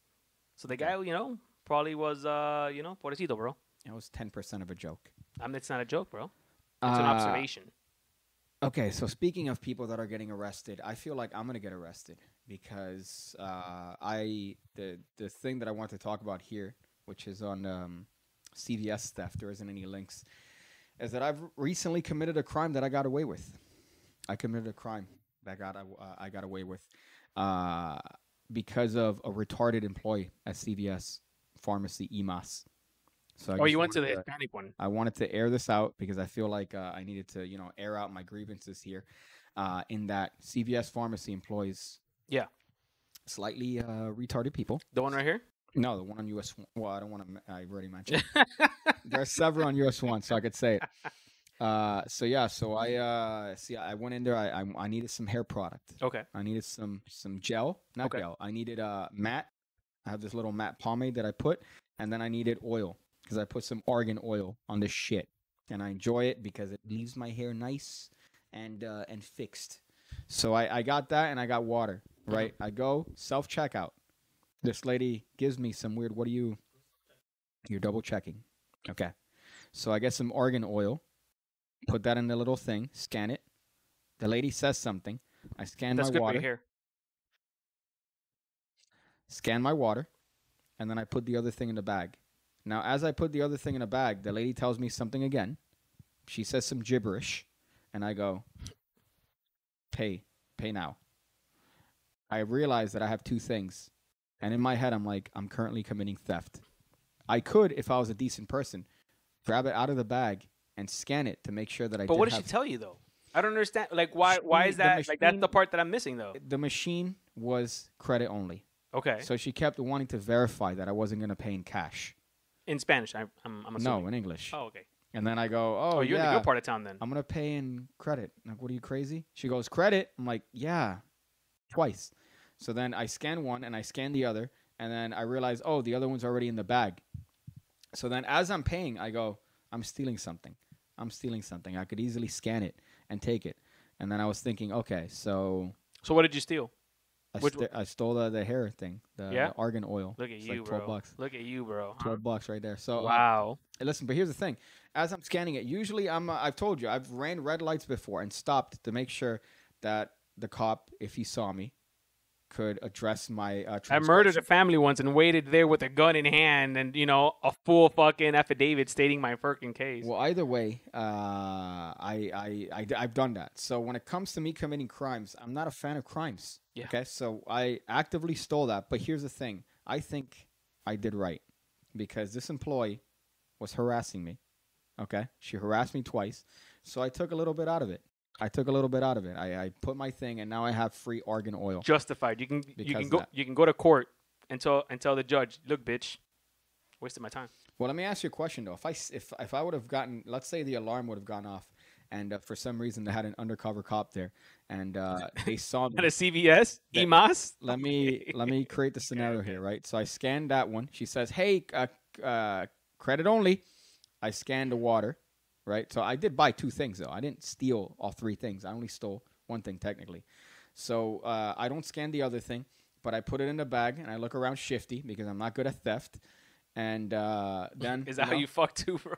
Speaker 5: So the guy, you know, probably was, uh, you know, pobrecito, bro.
Speaker 4: That was ten percent of a joke.
Speaker 5: I mean, it's not a joke, bro. It's an
Speaker 4: Uh,
Speaker 5: observation.
Speaker 4: Okay, so speaking of people that are getting arrested, I feel like I'm gonna get arrested because uh, I the the thing that I want to talk about here, which is on um, CVS theft. There isn't any links. Is that I've recently committed a crime that I got away with. I committed a crime that got I, uh, I got away with uh, because of a retarded employee at CVS pharmacy E EMAS. So I
Speaker 5: Oh,
Speaker 4: just
Speaker 5: you went to the
Speaker 4: wanted
Speaker 5: Hispanic one.
Speaker 4: I wanted to air this out because I feel like uh, I needed to, you know, air out my grievances here. Uh, in that CVS pharmacy employs,
Speaker 5: Yeah.
Speaker 4: slightly uh, retarded people.
Speaker 5: The one right here?
Speaker 4: No, the one on US. one- Well, I don't want to. I
Speaker 5: [laughs]
Speaker 4: already mentioned. there are several on US one, so I could say it. Uh, so yeah, so I uh, see. I went in there. I, I I needed some hair product.
Speaker 5: Okay.
Speaker 4: I needed some some gel, not
Speaker 5: Okay.
Speaker 4: gel. I needed uh matte. I have this little matte pomade that I put, and then I needed oil because I put some argan oil on this shit, and I enjoy it because it leaves my hair nice and uh, and fixed. So I I got that, and I got water. Right, I go self checkout. This lady gives me some weird. What are you? You're double checking. Okay, so I get some argan oil, put that in the little thing, scan it. The lady says something. I scan
Speaker 5: That's
Speaker 4: my
Speaker 5: good
Speaker 4: water
Speaker 5: right here.
Speaker 4: scan my water, and then I put the other thing in the bag. Now, as I put the other thing in a bag, the lady tells me something again. She says some gibberish, and I go, pay, pay now. I realize that I have two things, and in my head, I'm like, I'm currently committing theft. I could, if I was a decent person, grab it out of the bag and scan it to make sure that I.
Speaker 5: But
Speaker 4: did
Speaker 5: what did she
Speaker 4: have-
Speaker 5: tell you though? I don't understand. Like, why? Why
Speaker 4: Machine-
Speaker 5: is
Speaker 4: the
Speaker 5: that? Like, that's the
Speaker 4: machine-
Speaker 5: part that I'm missing though.
Speaker 4: The machine was credit only.
Speaker 5: Okay.
Speaker 4: So she kept wanting to verify that I wasn't gonna pay in cash.
Speaker 5: in Spanish, I, I'm, I'm assuming.
Speaker 4: No, in English.
Speaker 5: Oh, okay.
Speaker 4: And then I go, "Oh,
Speaker 5: Oh, you're in
Speaker 4: yeah,
Speaker 5: the good part of town then.
Speaker 4: I'm gonna pay in credit." I'm like, what are you crazy? She goes, "Credit." I'm like, "Yeah, twice." So then I scan one and I scan the other, and then I realize, oh, the other one's already in the bag. So then as I'm paying, I go, "I'm stealing something. I'm stealing something. I could easily scan it and take it." And then I was thinking, okay, so
Speaker 5: So what did you steal?
Speaker 4: I,
Speaker 5: Which
Speaker 4: st- I stole the, the hair thing, the,
Speaker 5: Yeah?
Speaker 4: the argan oil.
Speaker 5: Look at
Speaker 4: It's
Speaker 5: you,
Speaker 4: like twelve
Speaker 5: bro.
Speaker 4: bucks.
Speaker 5: Look at you, bro.
Speaker 4: 12 bucks right there. So uh,
Speaker 5: Wow.
Speaker 4: listen, but here's the thing. As I'm scanning it, usually I'm uh, I've told you, I've ran red lights before and stopped to make sure that the cop if he saw me could address my uh,
Speaker 5: I murdered a
Speaker 4: transgression.
Speaker 5: family once and waited there with a gun in hand and, you know, a full fucking affidavit stating my fucking case.
Speaker 4: Well, either way, uh, I, I, I, have done that. So when it comes to me committing crimes, I'm not a fan of crimes.
Speaker 5: Yeah.
Speaker 4: Okay. So I actively stole that. But here's the thing I think I did right because this employee was harassing me. Okay. She harassed me twice. So I took a little bit out of it. I took a little bit out of it. I, I put my thing and now I have free argan oil.
Speaker 5: Justified. You can you
Speaker 4: Because
Speaker 5: can
Speaker 4: of
Speaker 5: go
Speaker 4: that.
Speaker 5: you can go to court and tell and tell the judge, look, bitch, wasted my time.
Speaker 4: Well, let me ask you a question though. If I s- if if I would have gotten, let's say the alarm would have gone off, and uh, for some reason they had an undercover cop there, and uh,
Speaker 5: [laughs]
Speaker 4: they saw
Speaker 5: At a
Speaker 4: me.
Speaker 5: CVS,
Speaker 4: That-
Speaker 5: EMAS.
Speaker 4: Let me let me create the scenario here, right? So I scanned that one. She says, "Hey, uh, uh, credit only." I scanned the water, right? So I did buy two things though. I didn't steal all three things. I only stole one thing technically. So uh, I don't scan the other thing, but I put it in the bag and I look around shifty because I'm not good at theft. And uh, then
Speaker 5: [laughs] Is that
Speaker 4: know,
Speaker 5: how you fuck too, bro?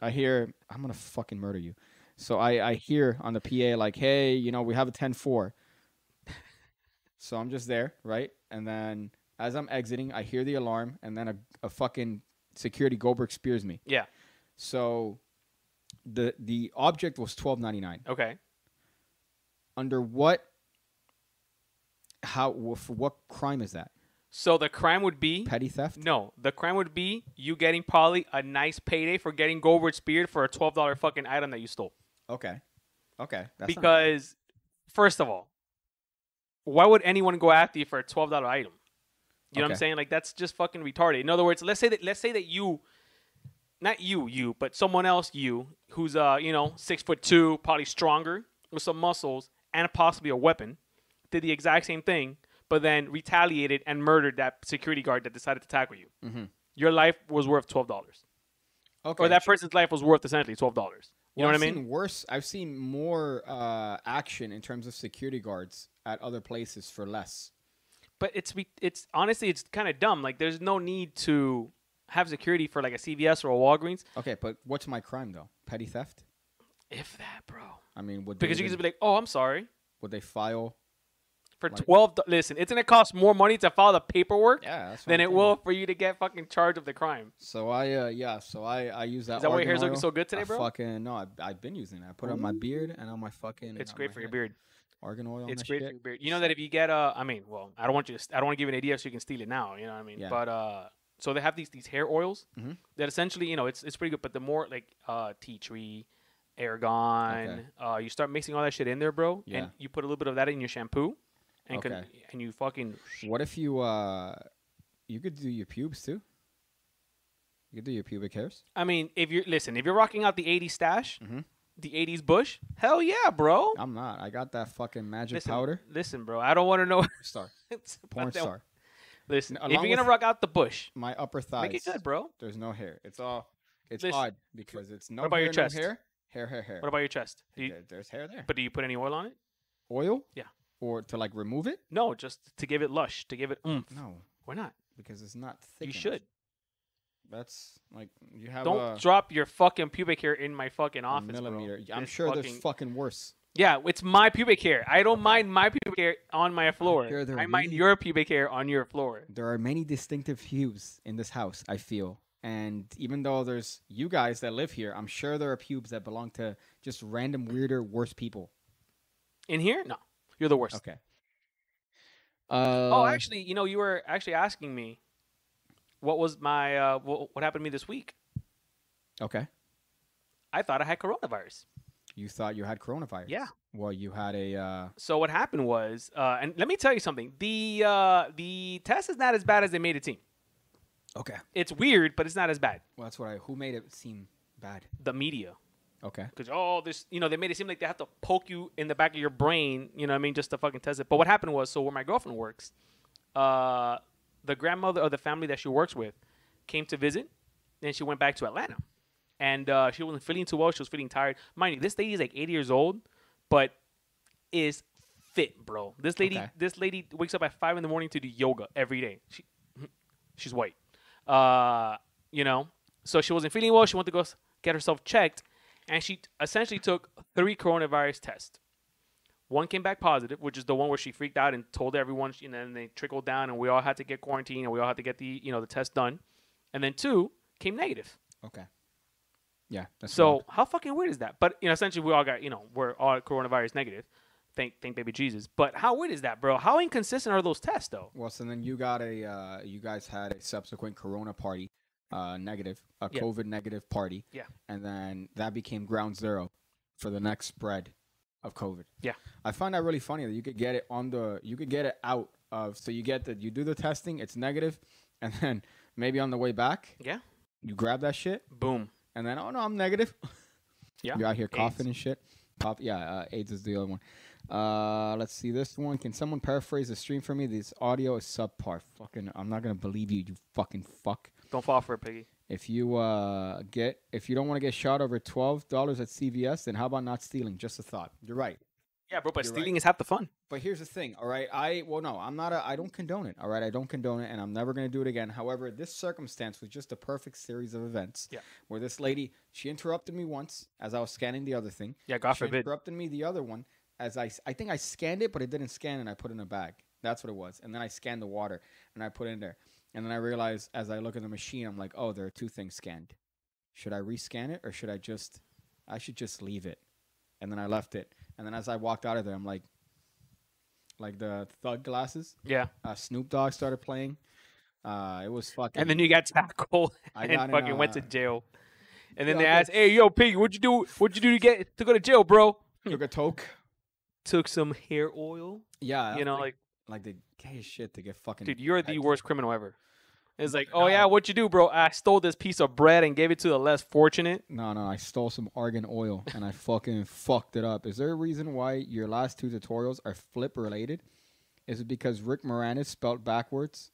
Speaker 4: I hear, I'm gonna fucking murder you. So I, I hear on the PA like, hey, you know, we have a 10-4. so I'm just there, right? And then as I'm exiting, I hear the alarm, and then a, a fucking security Goldberg spears me.
Speaker 5: Yeah.
Speaker 4: So the the object was twelve ninety nine.
Speaker 5: Okay.
Speaker 4: Under what? How? wh- For what crime is that?
Speaker 5: So the crime would be
Speaker 4: Petty theft?
Speaker 5: no. The crime would be you getting probably a nice payday for getting Goldberg speared for a twelve dollar fucking item that you stole.
Speaker 4: Okay. Okay. That's not-
Speaker 5: because first of all, why would anyone go after you for a twelve dollar item? You know what I'm
Speaker 4: Okay.
Speaker 5: saying? Like that's just fucking retarded. In other words, let's say that let's say that you, not you, you, but someone else, you, who's uh, you know, six foot two, probably stronger, with some muscles and possibly a weapon, did the exact same thing, but then retaliated and murdered that security guard that decided to tackle you.
Speaker 4: Mhm.
Speaker 5: Your life was worth twelve dollars,
Speaker 4: okay.
Speaker 5: or that person's life was worth essentially twelve dollars. You know
Speaker 4: Well,
Speaker 5: what I mean?
Speaker 4: I've Seen worse, I've seen more uh, action in terms of security guards at other places for less.
Speaker 5: but it's re- it's honestly it's kind of dumb. Like there's no need to have security for like a CVS or a Walgreens
Speaker 4: Okay, but what's my crime though? Petty theft?
Speaker 5: if that, bro.
Speaker 4: I mean, would they
Speaker 5: Because you can
Speaker 4: even-
Speaker 5: just be like, "Oh, I'm sorry."
Speaker 4: would they file?
Speaker 5: For
Speaker 4: Like-
Speaker 5: 12 do- Listen, it's going to cost more money to file the paperwork
Speaker 4: Yeah, that's what
Speaker 5: than
Speaker 4: I'm
Speaker 5: it
Speaker 4: thinking.
Speaker 5: will for you to get fucking charged of the crime.
Speaker 4: So I uh, yeah, so I I use that.
Speaker 5: Is that why your
Speaker 4: argan
Speaker 5: hair's looking
Speaker 4: oil.
Speaker 5: so good today,
Speaker 4: I
Speaker 5: bro?
Speaker 4: Fucking no, I, I've been using it. I put it on my beard and on my fucking.
Speaker 5: It's
Speaker 4: on
Speaker 5: great
Speaker 4: my
Speaker 5: for your
Speaker 4: head.
Speaker 5: beard.
Speaker 4: Argan oil. on
Speaker 5: It's
Speaker 4: that
Speaker 5: great
Speaker 4: shit.
Speaker 5: for your beard. You know that if you get uh I mean, well, I don't want you to st- I don't want to give you an idea so you can steal it now, you know what I mean?
Speaker 4: Yeah.
Speaker 5: But uh so they have these these hair oils
Speaker 4: Mhm.
Speaker 5: that essentially, you know, it's it's pretty good, but the more like uh tea tree, argon,
Speaker 4: Okay.
Speaker 5: uh you start mixing all that shit in there, bro,
Speaker 4: Yeah.
Speaker 5: and you put a little bit of that in your shampoo and con-
Speaker 4: Okay.
Speaker 5: and you fucking
Speaker 4: What if you uh, you could do your pubes too. You could do your pubic hairs.
Speaker 5: I mean, if you're listen, if you're rocking out the 80s stash,
Speaker 4: Mhm.
Speaker 5: the 80s bush, hell yeah, bro.
Speaker 4: I'm not. I got that fucking magic
Speaker 5: listen,
Speaker 4: powder.
Speaker 5: Listen, bro, I don't want to know [laughs]
Speaker 4: Star.
Speaker 5: it's about
Speaker 4: Porn
Speaker 5: that-
Speaker 4: star.
Speaker 5: Listen,
Speaker 4: No,
Speaker 5: if
Speaker 4: along
Speaker 5: you're going to
Speaker 4: with-
Speaker 5: rock out the bush,
Speaker 4: my upper thighs.
Speaker 5: make it good, bro.
Speaker 4: There's no hair. It's all. It's
Speaker 5: Listen,
Speaker 4: odd because it's no
Speaker 5: about
Speaker 4: hair,
Speaker 5: your chest?
Speaker 4: no hair, hair, hair, hair.
Speaker 5: What about your chest? Do you-
Speaker 4: There- There's hair there.
Speaker 5: But do you put any oil on it?
Speaker 4: Oil?
Speaker 5: Yeah.
Speaker 4: Or to like remove it?
Speaker 5: No, just to give it lush, to give it oomph.
Speaker 4: No,
Speaker 5: Why not?
Speaker 4: because it's not thick.
Speaker 5: you
Speaker 4: enough.
Speaker 5: should.
Speaker 4: That's like you have
Speaker 5: Don't
Speaker 4: a,
Speaker 5: drop your fucking pubic hair in my fucking
Speaker 4: a
Speaker 5: office, bro.
Speaker 4: millimeter. I'm
Speaker 5: This
Speaker 4: sure
Speaker 5: fucking-
Speaker 4: there's fucking worse.
Speaker 5: yeah, it's my pubic hair. I don't mind my pubic hair on my floor.
Speaker 4: sure they're
Speaker 5: I mind
Speaker 4: really-
Speaker 5: your pubic hair on your floor.
Speaker 4: There are many distinctive hues in this house. I feel. And even though there's you guys that live here, I'm sure there are pubes that belong to just random weirder, worse people.
Speaker 5: In here? No, you're the worst.
Speaker 4: Okay. Uh,
Speaker 5: oh, actually, you know, you were actually asking me what was my uh, what, what happened to me this week.
Speaker 4: okay.
Speaker 5: I thought I had coronavirus.
Speaker 4: You thought you had coronavirus.
Speaker 5: Yeah.
Speaker 4: Well, you had a. Uh,
Speaker 5: So what happened was, uh, and let me tell you something. The uh, the test is not as bad as they made it seem.
Speaker 4: okay.
Speaker 5: It's weird, but it's not as bad.
Speaker 4: Well, that's what I. Who made it seem bad?
Speaker 5: The media,
Speaker 4: Okay.
Speaker 5: because all this, you know, they made it seem like they have to poke you in the back of your brain, you know, what I mean, just to fucking test it. But what happened was, so where my girlfriend works, uh, the grandmother of the family that she works with came to visit, and she went back to Atlanta, and uh, she wasn't feeling too well. She was feeling tired. Mind you, this lady is like 80 years old, but is fit, bro. This lady,
Speaker 4: Okay.
Speaker 5: this lady wakes up at five in the morning to do yoga every day. She, [clears throat] she's white, uh, you know. So she wasn't feeling well. She went to go s- get herself checked, and she essentially took three coronavirus tests. One came back positive, which is the one where she freaked out and told everyone, she- and then they trickled down, and we all had to get quarantined, and we all had to get the you know the test done. And then two came negative.
Speaker 4: Okay. Yeah. That's
Speaker 5: so
Speaker 4: wild.
Speaker 5: how fucking weird is that? But you know, essentially we all got you know we're all coronavirus negative. Thank thank baby Jesus. But how weird is that, bro? How inconsistent are those tests though?
Speaker 4: Well, so then you got a. Uh, you guys had a subsequent Corona party, uh, negative, a
Speaker 5: Yeah.
Speaker 4: COVID negative party.
Speaker 5: Yeah.
Speaker 4: And then that became ground zero for the next spread of COVID.
Speaker 5: Yeah.
Speaker 4: I find that really funny that you could get it on the. You could get it out of. So you get that you do the testing, it's negative, and then maybe on the way back.
Speaker 5: Yeah.
Speaker 4: You grab that shit,
Speaker 5: Boom.
Speaker 4: and then oh no, I'm negative. [laughs]
Speaker 5: Yeah,
Speaker 4: you're out here
Speaker 5: AIDS.
Speaker 4: coughing and shit. Cough, yeah, uh, AIDS is the other one. Uh, let's see this one. Can someone paraphrase the stream for me? This audio is subpar. Fucking, I'm not gonna believe you. You fucking fuck.
Speaker 5: Don't fall for it, piggy.
Speaker 4: If you uh get if you don't want to get shot over twelve dollars at CVS, then how about not stealing? Just a thought. You're right.
Speaker 5: Yeah, bro. But
Speaker 4: You're right.
Speaker 5: stealing is half the fun.
Speaker 4: But here's the thing, all right? I well no, I'm not a I don't condone it. All right, I don't condone it and I'm never going to do it again. However, this circumstance was just a perfect series of events
Speaker 5: Yeah.
Speaker 4: where this lady, she interrupted me once as I was scanning the other thing.
Speaker 5: Yeah, God
Speaker 4: she
Speaker 5: forbid.
Speaker 4: interrupted me the other one as I s- I think I scanned it, but it didn't scan and I put it in a bag. That's what it was. And then I scanned the water and I put it in there. And then I realized as I look at the machine, I'm like, "Oh, there are two things scanned. Should I rescan it or should I just I should just leave it?" And then I left it. And then as I walked out of there, I'm like like the thug glasses.
Speaker 5: Yeah.
Speaker 4: Uh, Snoop Dogg started playing. Uh, it was fucking.
Speaker 5: And then you got tackled
Speaker 4: I
Speaker 5: and
Speaker 4: got in,
Speaker 5: fucking went to
Speaker 4: uh,
Speaker 5: jail. And then
Speaker 4: yeah,
Speaker 5: they
Speaker 4: I
Speaker 5: asked, "Hey, yo, piggy, what'd you do? What'd you do to get to go to jail, bro?"
Speaker 4: took a toke.
Speaker 5: Took some hair oil.
Speaker 4: Yeah,
Speaker 5: [laughs] You know, like,
Speaker 4: like the gay shit to get fucking.
Speaker 5: dude, you're the
Speaker 4: hyped.
Speaker 5: worst criminal ever. It's like,
Speaker 4: No.
Speaker 5: oh yeah, what you do, bro? I stole this piece of bread and gave it to the less fortunate.
Speaker 4: No, no, I stole some argan oil and I fucking fucked it up. Is there a reason why your last two tutorials are flip related? Is it because Rick Moranis spelled backwards?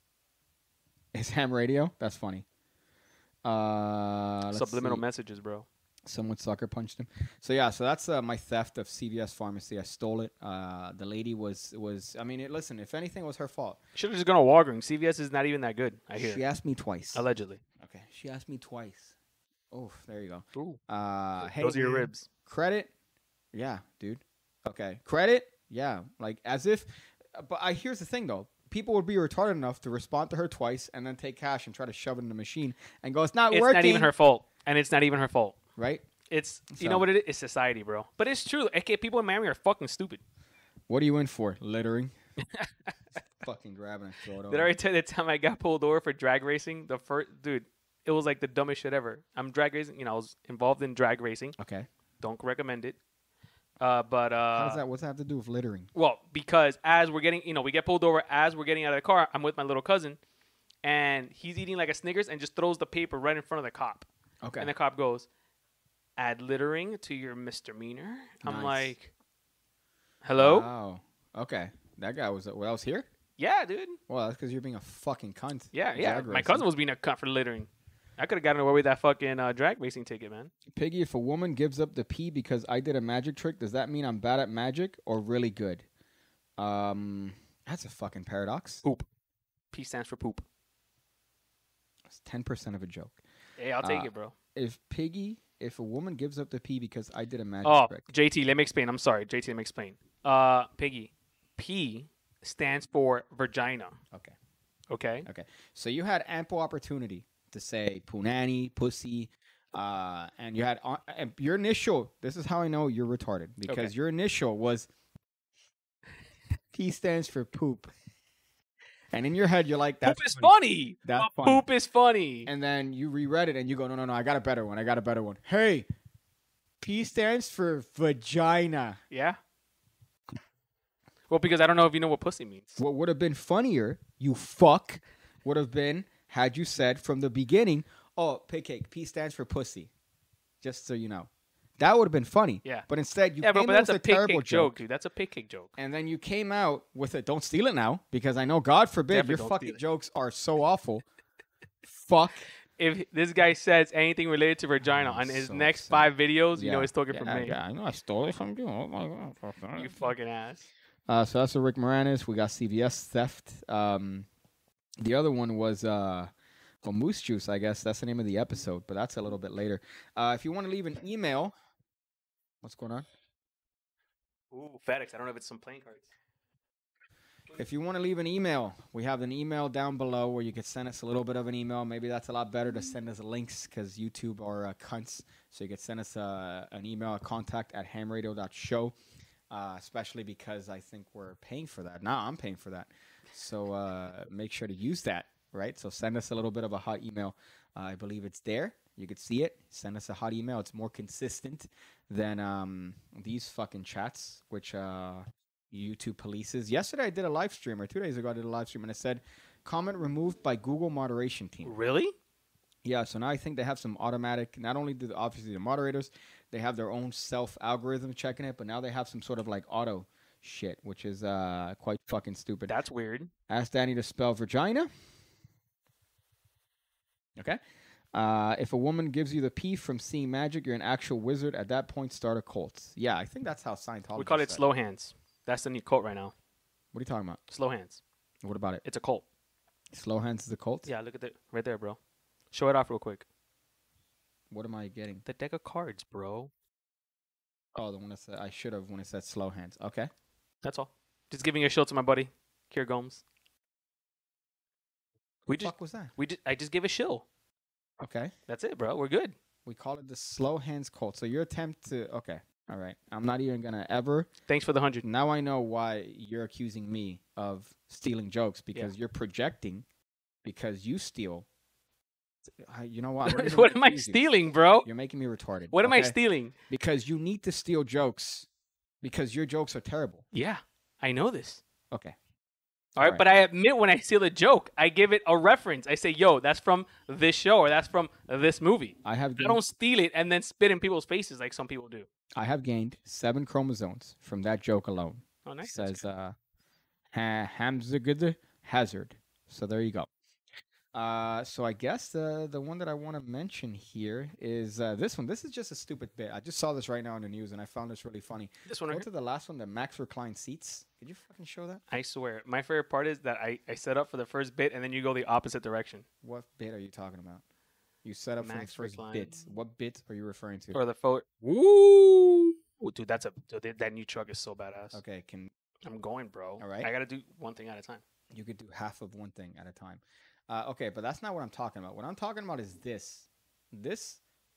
Speaker 4: Is ham radio? That's funny. Uh, let's
Speaker 5: Subliminal
Speaker 4: see.
Speaker 5: messages, bro.
Speaker 4: Someone sucker punched him. So yeah, so that's uh, my theft of CVS pharmacy. I stole it. Uh, the lady was was. I mean, it, listen, if anything, it was her fault.
Speaker 5: Should have just gone to Walgreens. CVS is not even that good. I hear.
Speaker 4: She asked me twice.
Speaker 5: Allegedly.
Speaker 4: okay, she asked me twice. Oh, there you go.
Speaker 5: Ooh.
Speaker 4: Uh, hey,
Speaker 5: Those are your
Speaker 4: man.
Speaker 5: ribs.
Speaker 4: Credit, yeah, dude. Okay, credit, yeah. Like as if, but I here's the thing though. People would be retarded enough to respond to her twice and then take cash and try to shove it in the machine and go, "It's not
Speaker 5: It's
Speaker 4: working."
Speaker 5: not even her fault, and it's not even her fault.
Speaker 4: right?
Speaker 5: It's you
Speaker 4: So-
Speaker 5: know what it is? It's society, bro. But it's true. Okay, people in Miami are fucking stupid.
Speaker 4: What are you in for?
Speaker 5: [laughs]
Speaker 4: Littering. Fucking grab it and throw it over.
Speaker 5: Did I already tell you the time I got pulled over for drag racing? The first dude, it was like the dumbest shit ever. I'm drag racing, you know, I was involved in drag racing.
Speaker 4: okay.
Speaker 5: Don't recommend it. Uh, but
Speaker 4: How
Speaker 5: uh,
Speaker 4: does that? What's that have to do with littering?
Speaker 5: well, because as we're getting, you know, we get pulled over as we're getting out of the car. I'm with my little cousin, and he's eating like a Snickers and just throws the paper right in front of the cop.
Speaker 4: Okay.
Speaker 5: And the cop goes, "Add littering to your misdemeanor." I'm
Speaker 4: Nice.
Speaker 5: like, "Hello?
Speaker 4: Wow. Okay. That guy was. Well, I was here.
Speaker 5: yeah, dude.
Speaker 4: Well, that's because you're being a fucking cunt.
Speaker 5: Yeah, yeah.
Speaker 4: Drag
Speaker 5: My
Speaker 4: racing.
Speaker 5: cousin was being a cunt for littering. I could have gotten away with that fucking uh, drag racing ticket, man.
Speaker 4: Piggy, if a woman gives up the pee because I did a magic trick, does that mean I'm bad at magic or really good? Um, that's a fucking paradox.
Speaker 5: P stands for poop.
Speaker 4: It's ten percent of a joke.
Speaker 5: Hey, I'll take
Speaker 4: Uh,
Speaker 5: it, bro.
Speaker 4: If Piggy, if a woman gives up the pee because I did a magic
Speaker 5: Oh,
Speaker 4: trick,
Speaker 5: JT, let me explain. I'm sorry, JT, let me explain. Uh, Piggy, P stands for vagina.
Speaker 4: okay.
Speaker 5: Okay.
Speaker 4: So you had ample opportunity to say punani, pussy, uh, and you had uh, and your initial. This is how I know you're retarded because
Speaker 5: Okay.
Speaker 4: your initial was P stands for poop, and in your head you're like, "That's
Speaker 5: poop is
Speaker 4: funny.
Speaker 5: funny.
Speaker 4: That's
Speaker 5: But
Speaker 4: funny.
Speaker 5: Poop is funny.
Speaker 4: and then you reread it and you go, no, no, no, I got a better one. I got a better one. Hey, P stands for vagina.
Speaker 5: Yeah. Well, because I don't know if you know what pussy means.
Speaker 4: What would have been funnier, you fuck, would have been had you said from the beginning, "Oh, pigcake, P stands for pussy," just so you know. That would have been funny.
Speaker 5: Yeah.
Speaker 4: But instead, you
Speaker 5: Yeah, bro,
Speaker 4: came
Speaker 5: but
Speaker 4: in
Speaker 5: that's
Speaker 4: with
Speaker 5: a pig
Speaker 4: terrible
Speaker 5: cake joke, dude. That's a pig cake joke.
Speaker 4: and then you came out with a "Don't steal it now," because I know, God forbid,
Speaker 5: Definitely don't
Speaker 4: your
Speaker 5: steal
Speaker 4: fucking
Speaker 5: it.
Speaker 4: jokes are so awful. Fuck.
Speaker 5: If this guy says anything related to vagina
Speaker 4: I'm
Speaker 5: on his
Speaker 4: so
Speaker 5: next
Speaker 4: upset.
Speaker 5: five videos, you know
Speaker 4: Yeah.
Speaker 5: he's talking from me.
Speaker 4: I know I stole it from you. Oh my god.
Speaker 5: You fucking ass.
Speaker 4: Uh, so that's the Rick Moranis. We got CVS theft. Um, the other one was uh, well, Moose Juice, I guess. That's the name of the episode, but that's a little bit later. Uh, if you want to leave an email, what's going on?
Speaker 5: Ooh, FedEx. I don't know if it's some playing cards.
Speaker 4: If you want to leave an email, we have an email down below where you could send us a little bit of an email. Maybe that's a lot better to send us links because YouTube are uh, cunts. So you could send us uh, an email at contact at hamradio.show, uh, especially because I think we're paying for that. Now I'm paying for that. So uh, make sure to use that, right? So send us a little bit of a hot email. Uh, I believe it's there. You could see it. Send us a hot email. It's more consistent than um, these fucking chats, which. Uh, YouTube polices. Yesterday I did a live stream, or two days ago I did a live stream, and I said, comment removed by Google moderation team.
Speaker 5: Really?
Speaker 4: Yeah, so now I think they have some automatic, not only do the, obviously the moderators, they have their own self algorithm checking it, but now they have some sort of like auto shit, which is uh, quite fucking stupid.
Speaker 5: That's weird.
Speaker 4: Ask Danny to spell vagina. Okay. Uh, if a woman gives you the P from seeing magic, you're an actual wizard. At that point, start a cult. Yeah, I think that's how Scientology.
Speaker 5: we call it
Speaker 4: said.
Speaker 5: slow hands. That's the new cult right now.
Speaker 4: What are you talking about?
Speaker 5: Slow hands.
Speaker 4: What about it?
Speaker 5: It's a cult.
Speaker 4: Slow hands is a cult.
Speaker 5: Yeah, look at that right there, bro. Show it off real quick.
Speaker 4: What am I getting?
Speaker 5: The deck of cards, bro.
Speaker 4: Oh, the one that said I should have when it said slow hands. Okay.
Speaker 5: That's all. Just giving a show to my buddy, Kier Gomes. We just,
Speaker 4: fuck was that?
Speaker 5: we just, I just give a shill.
Speaker 4: Okay.
Speaker 5: That's it, bro. We're good.
Speaker 4: We call it the slow hands cult. So your attempt to okay. All right. I'm not even gonna ever.
Speaker 5: Thanks for the hundred.
Speaker 4: Now I know why you're accusing me of stealing jokes because you're projecting because you steal. I- You know
Speaker 5: [laughs]
Speaker 4: what? I'm not even
Speaker 5: [laughs] what
Speaker 4: gonna
Speaker 5: am I
Speaker 4: accuse you.
Speaker 5: stealing, bro?
Speaker 4: You're making me retarded.
Speaker 5: What am I
Speaker 4: okay?
Speaker 5: stealing?
Speaker 4: Because you need to steal jokes because your jokes are terrible.
Speaker 5: Yeah, I know this.
Speaker 4: Okay.
Speaker 5: All right,
Speaker 4: Alright.
Speaker 5: but I admit when I steal a joke, I give it a reference. I say, "Yo, that's from this show or that's from this movie."
Speaker 4: I have
Speaker 5: I
Speaker 4: gained,
Speaker 5: don't steal it and then spit in people's faces like some people do.
Speaker 4: I have gained seven chromosomes from that joke alone.
Speaker 5: Oh, nice.
Speaker 4: says uh, ha- Hamzagud uh, Hazard. So there you go. Uh, so I guess the the one that I want to mention here is uh, this one. This is just a stupid bit. I just saw this right now in the news, and I found this really funny.
Speaker 5: This one, right
Speaker 4: Go
Speaker 5: here.
Speaker 4: to the last one, the Max Recline seats. Could you fucking show that?
Speaker 5: I swear, my favorite part is that I, I set up for the first bit and then you go the opposite direction
Speaker 4: What bit are you talking about? You set up
Speaker 5: Max
Speaker 4: for the first
Speaker 5: Recline.
Speaker 4: bit. What bit are you referring to?
Speaker 5: or the forward. Woo! Ooh, dude, that's a dude, that- that new truck is so badass.
Speaker 4: Okay, can
Speaker 5: I'm going, bro.
Speaker 4: All right.
Speaker 5: I gotta do one thing at a time.
Speaker 4: You could do half of one thing at a time. Uh, okay, but that's not what I'm talking about. What I'm talking about is this. This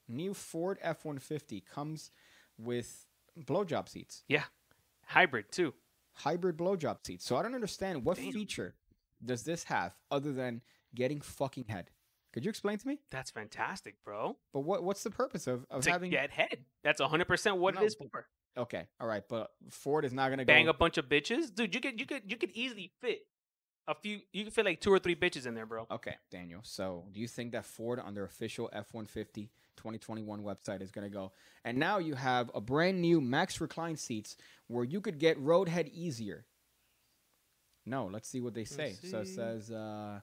Speaker 4: new Ford F 150 comes with blowjob seats,
Speaker 5: Hybrid too.
Speaker 4: hybrid blowjob seats. So I don't understand what
Speaker 5: Damn.
Speaker 4: feature does this have other than getting fucking head? Could you explain to me?
Speaker 5: That's fantastic, bro.
Speaker 4: But what, what's the purpose of, of
Speaker 5: to
Speaker 4: having.
Speaker 5: get head. That's 100 percent what
Speaker 4: No,
Speaker 5: it is for.
Speaker 4: Okay, all right, but Ford is not going to
Speaker 5: Bang
Speaker 4: go.
Speaker 5: a bunch of bitches, dude. You could you could you could easily fit a few. You could fit like two or three bitches in there, bro.
Speaker 4: Okay, Daniel. So, do you think that Ford on their official F-150 2021 website is going to go? And now you have a brand new max recline seats where you could get roadhead easier. No, let's see what they say. So it
Speaker 5: see.
Speaker 4: says uh,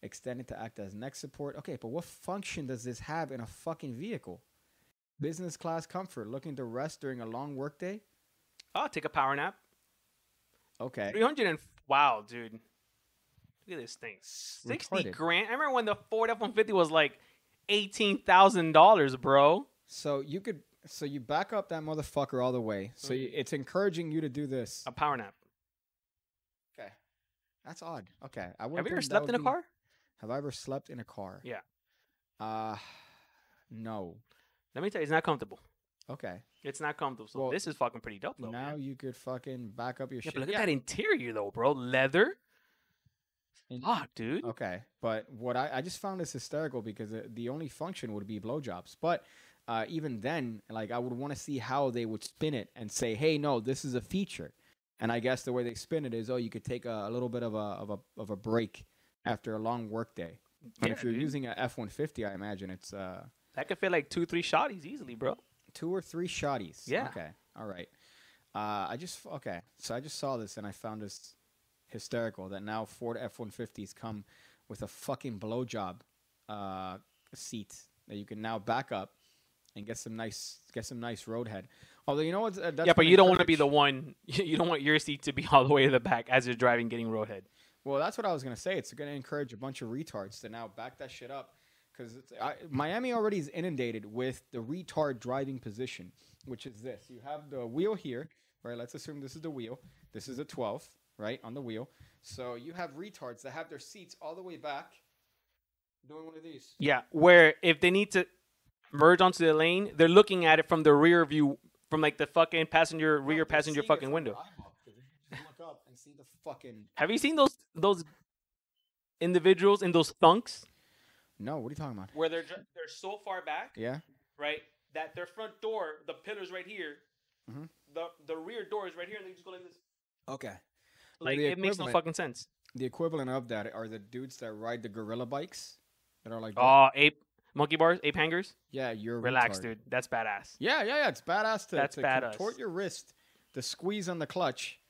Speaker 4: extended to act as neck support. Okay, but what function does this have in a fucking vehicle? Business class comfort, looking to rest during a long workday.
Speaker 5: I'll take a power nap.
Speaker 4: Okay,
Speaker 5: 300 and wow, dude. Look at this thing. 60
Speaker 4: retarded.
Speaker 5: grand. I remember when the Ford F-150 was like $18,000, bro.
Speaker 4: so you could so you back up that motherfucker all the way. So you, it's encouraging you to do this.
Speaker 5: A power nap.
Speaker 4: Okay. That's odd. Okay. I
Speaker 5: Have
Speaker 4: wouldn't
Speaker 5: you ever
Speaker 4: think that
Speaker 5: slept
Speaker 4: would
Speaker 5: in a
Speaker 4: be-
Speaker 5: car?
Speaker 4: Have I ever slept in a car?
Speaker 5: Yeah.
Speaker 4: Uh no.
Speaker 5: Let me tell you, it's not comfortable.
Speaker 4: Okay.
Speaker 5: It's not comfortable. So
Speaker 4: Well,
Speaker 5: this is fucking pretty dope, though.
Speaker 4: now
Speaker 5: man.
Speaker 4: you could fucking back up your
Speaker 5: Yeah,
Speaker 4: shit.
Speaker 5: but look at that interior, though, bro. Leather.
Speaker 4: And-
Speaker 5: Fuck, dude.
Speaker 4: uh, Okay, but what I, I just found this hysterical because the, the only function would be blowjobs. But uh, even then, like I would want to see how they would spin it and say, "Hey, no, this is a feature." And I guess the way they spin it is, "Oh, you could take a, a little bit of a of a of a break after a long work day." And if
Speaker 5: Yeah,
Speaker 4: you're
Speaker 5: dude.
Speaker 4: using a F one fifty, I imagine it's uh,
Speaker 5: That could fit like two, three shotties easily, bro.
Speaker 4: two or three shotties.
Speaker 5: Yeah.
Speaker 4: Okay. All right. Uh, I just okay. So I just saw this and I found this hysterical that now Ford F one fifties come with a fucking blowjob uh, seat that you can now back up and get some nice get some nice roadhead. Although you know what? Uh, that's
Speaker 5: yeah, but
Speaker 4: been
Speaker 5: you don't want to be the
Speaker 4: encouraged.
Speaker 5: one. [laughs] You don't want your seat to be [laughs] all the way to the back as you're driving, getting roadhead.
Speaker 4: Well, that's what I was gonna say. It's gonna encourage a bunch of retards to now back that shit up, because Miami already is inundated with the retard driving position, which is this: you have the wheel here, right? Let's assume this is the wheel. This is a 12, right, on the wheel. So you have retards that have their seats all the way back, doing one of these.
Speaker 5: Yeah, where if they need to merge onto the lane, they're looking at it from the rear view, from like the fucking passenger
Speaker 4: No,
Speaker 5: rear
Speaker 4: they're
Speaker 5: passenger
Speaker 4: seeing it
Speaker 5: fucking
Speaker 4: from their
Speaker 5: window.
Speaker 4: eyeball, 'cause they can just Look up and see the fucking.
Speaker 5: Have you seen those those individuals in those thunks
Speaker 4: No, what are you talking about?
Speaker 5: where they're dr- they're so far back,
Speaker 4: Yeah.
Speaker 5: right, that their front door, the pillars right here,
Speaker 4: Mhm.
Speaker 5: the the rear door is right here, and they just go like this.
Speaker 4: Okay. Or
Speaker 5: Like
Speaker 4: the
Speaker 5: it makes no
Speaker 4: equivalent.
Speaker 5: fucking sense.
Speaker 4: The equivalent of that are the dudes that ride the gorilla bikes, that are like.
Speaker 5: Oh, ape monkey bars, ape hangers.
Speaker 4: Yeah, you're a
Speaker 5: Relax,
Speaker 4: retard.
Speaker 5: dude. That's badass.
Speaker 4: Yeah, yeah, yeah. It's badass to,
Speaker 5: That's
Speaker 4: to
Speaker 5: badass.
Speaker 4: contort your wrist, to squeeze on the clutch.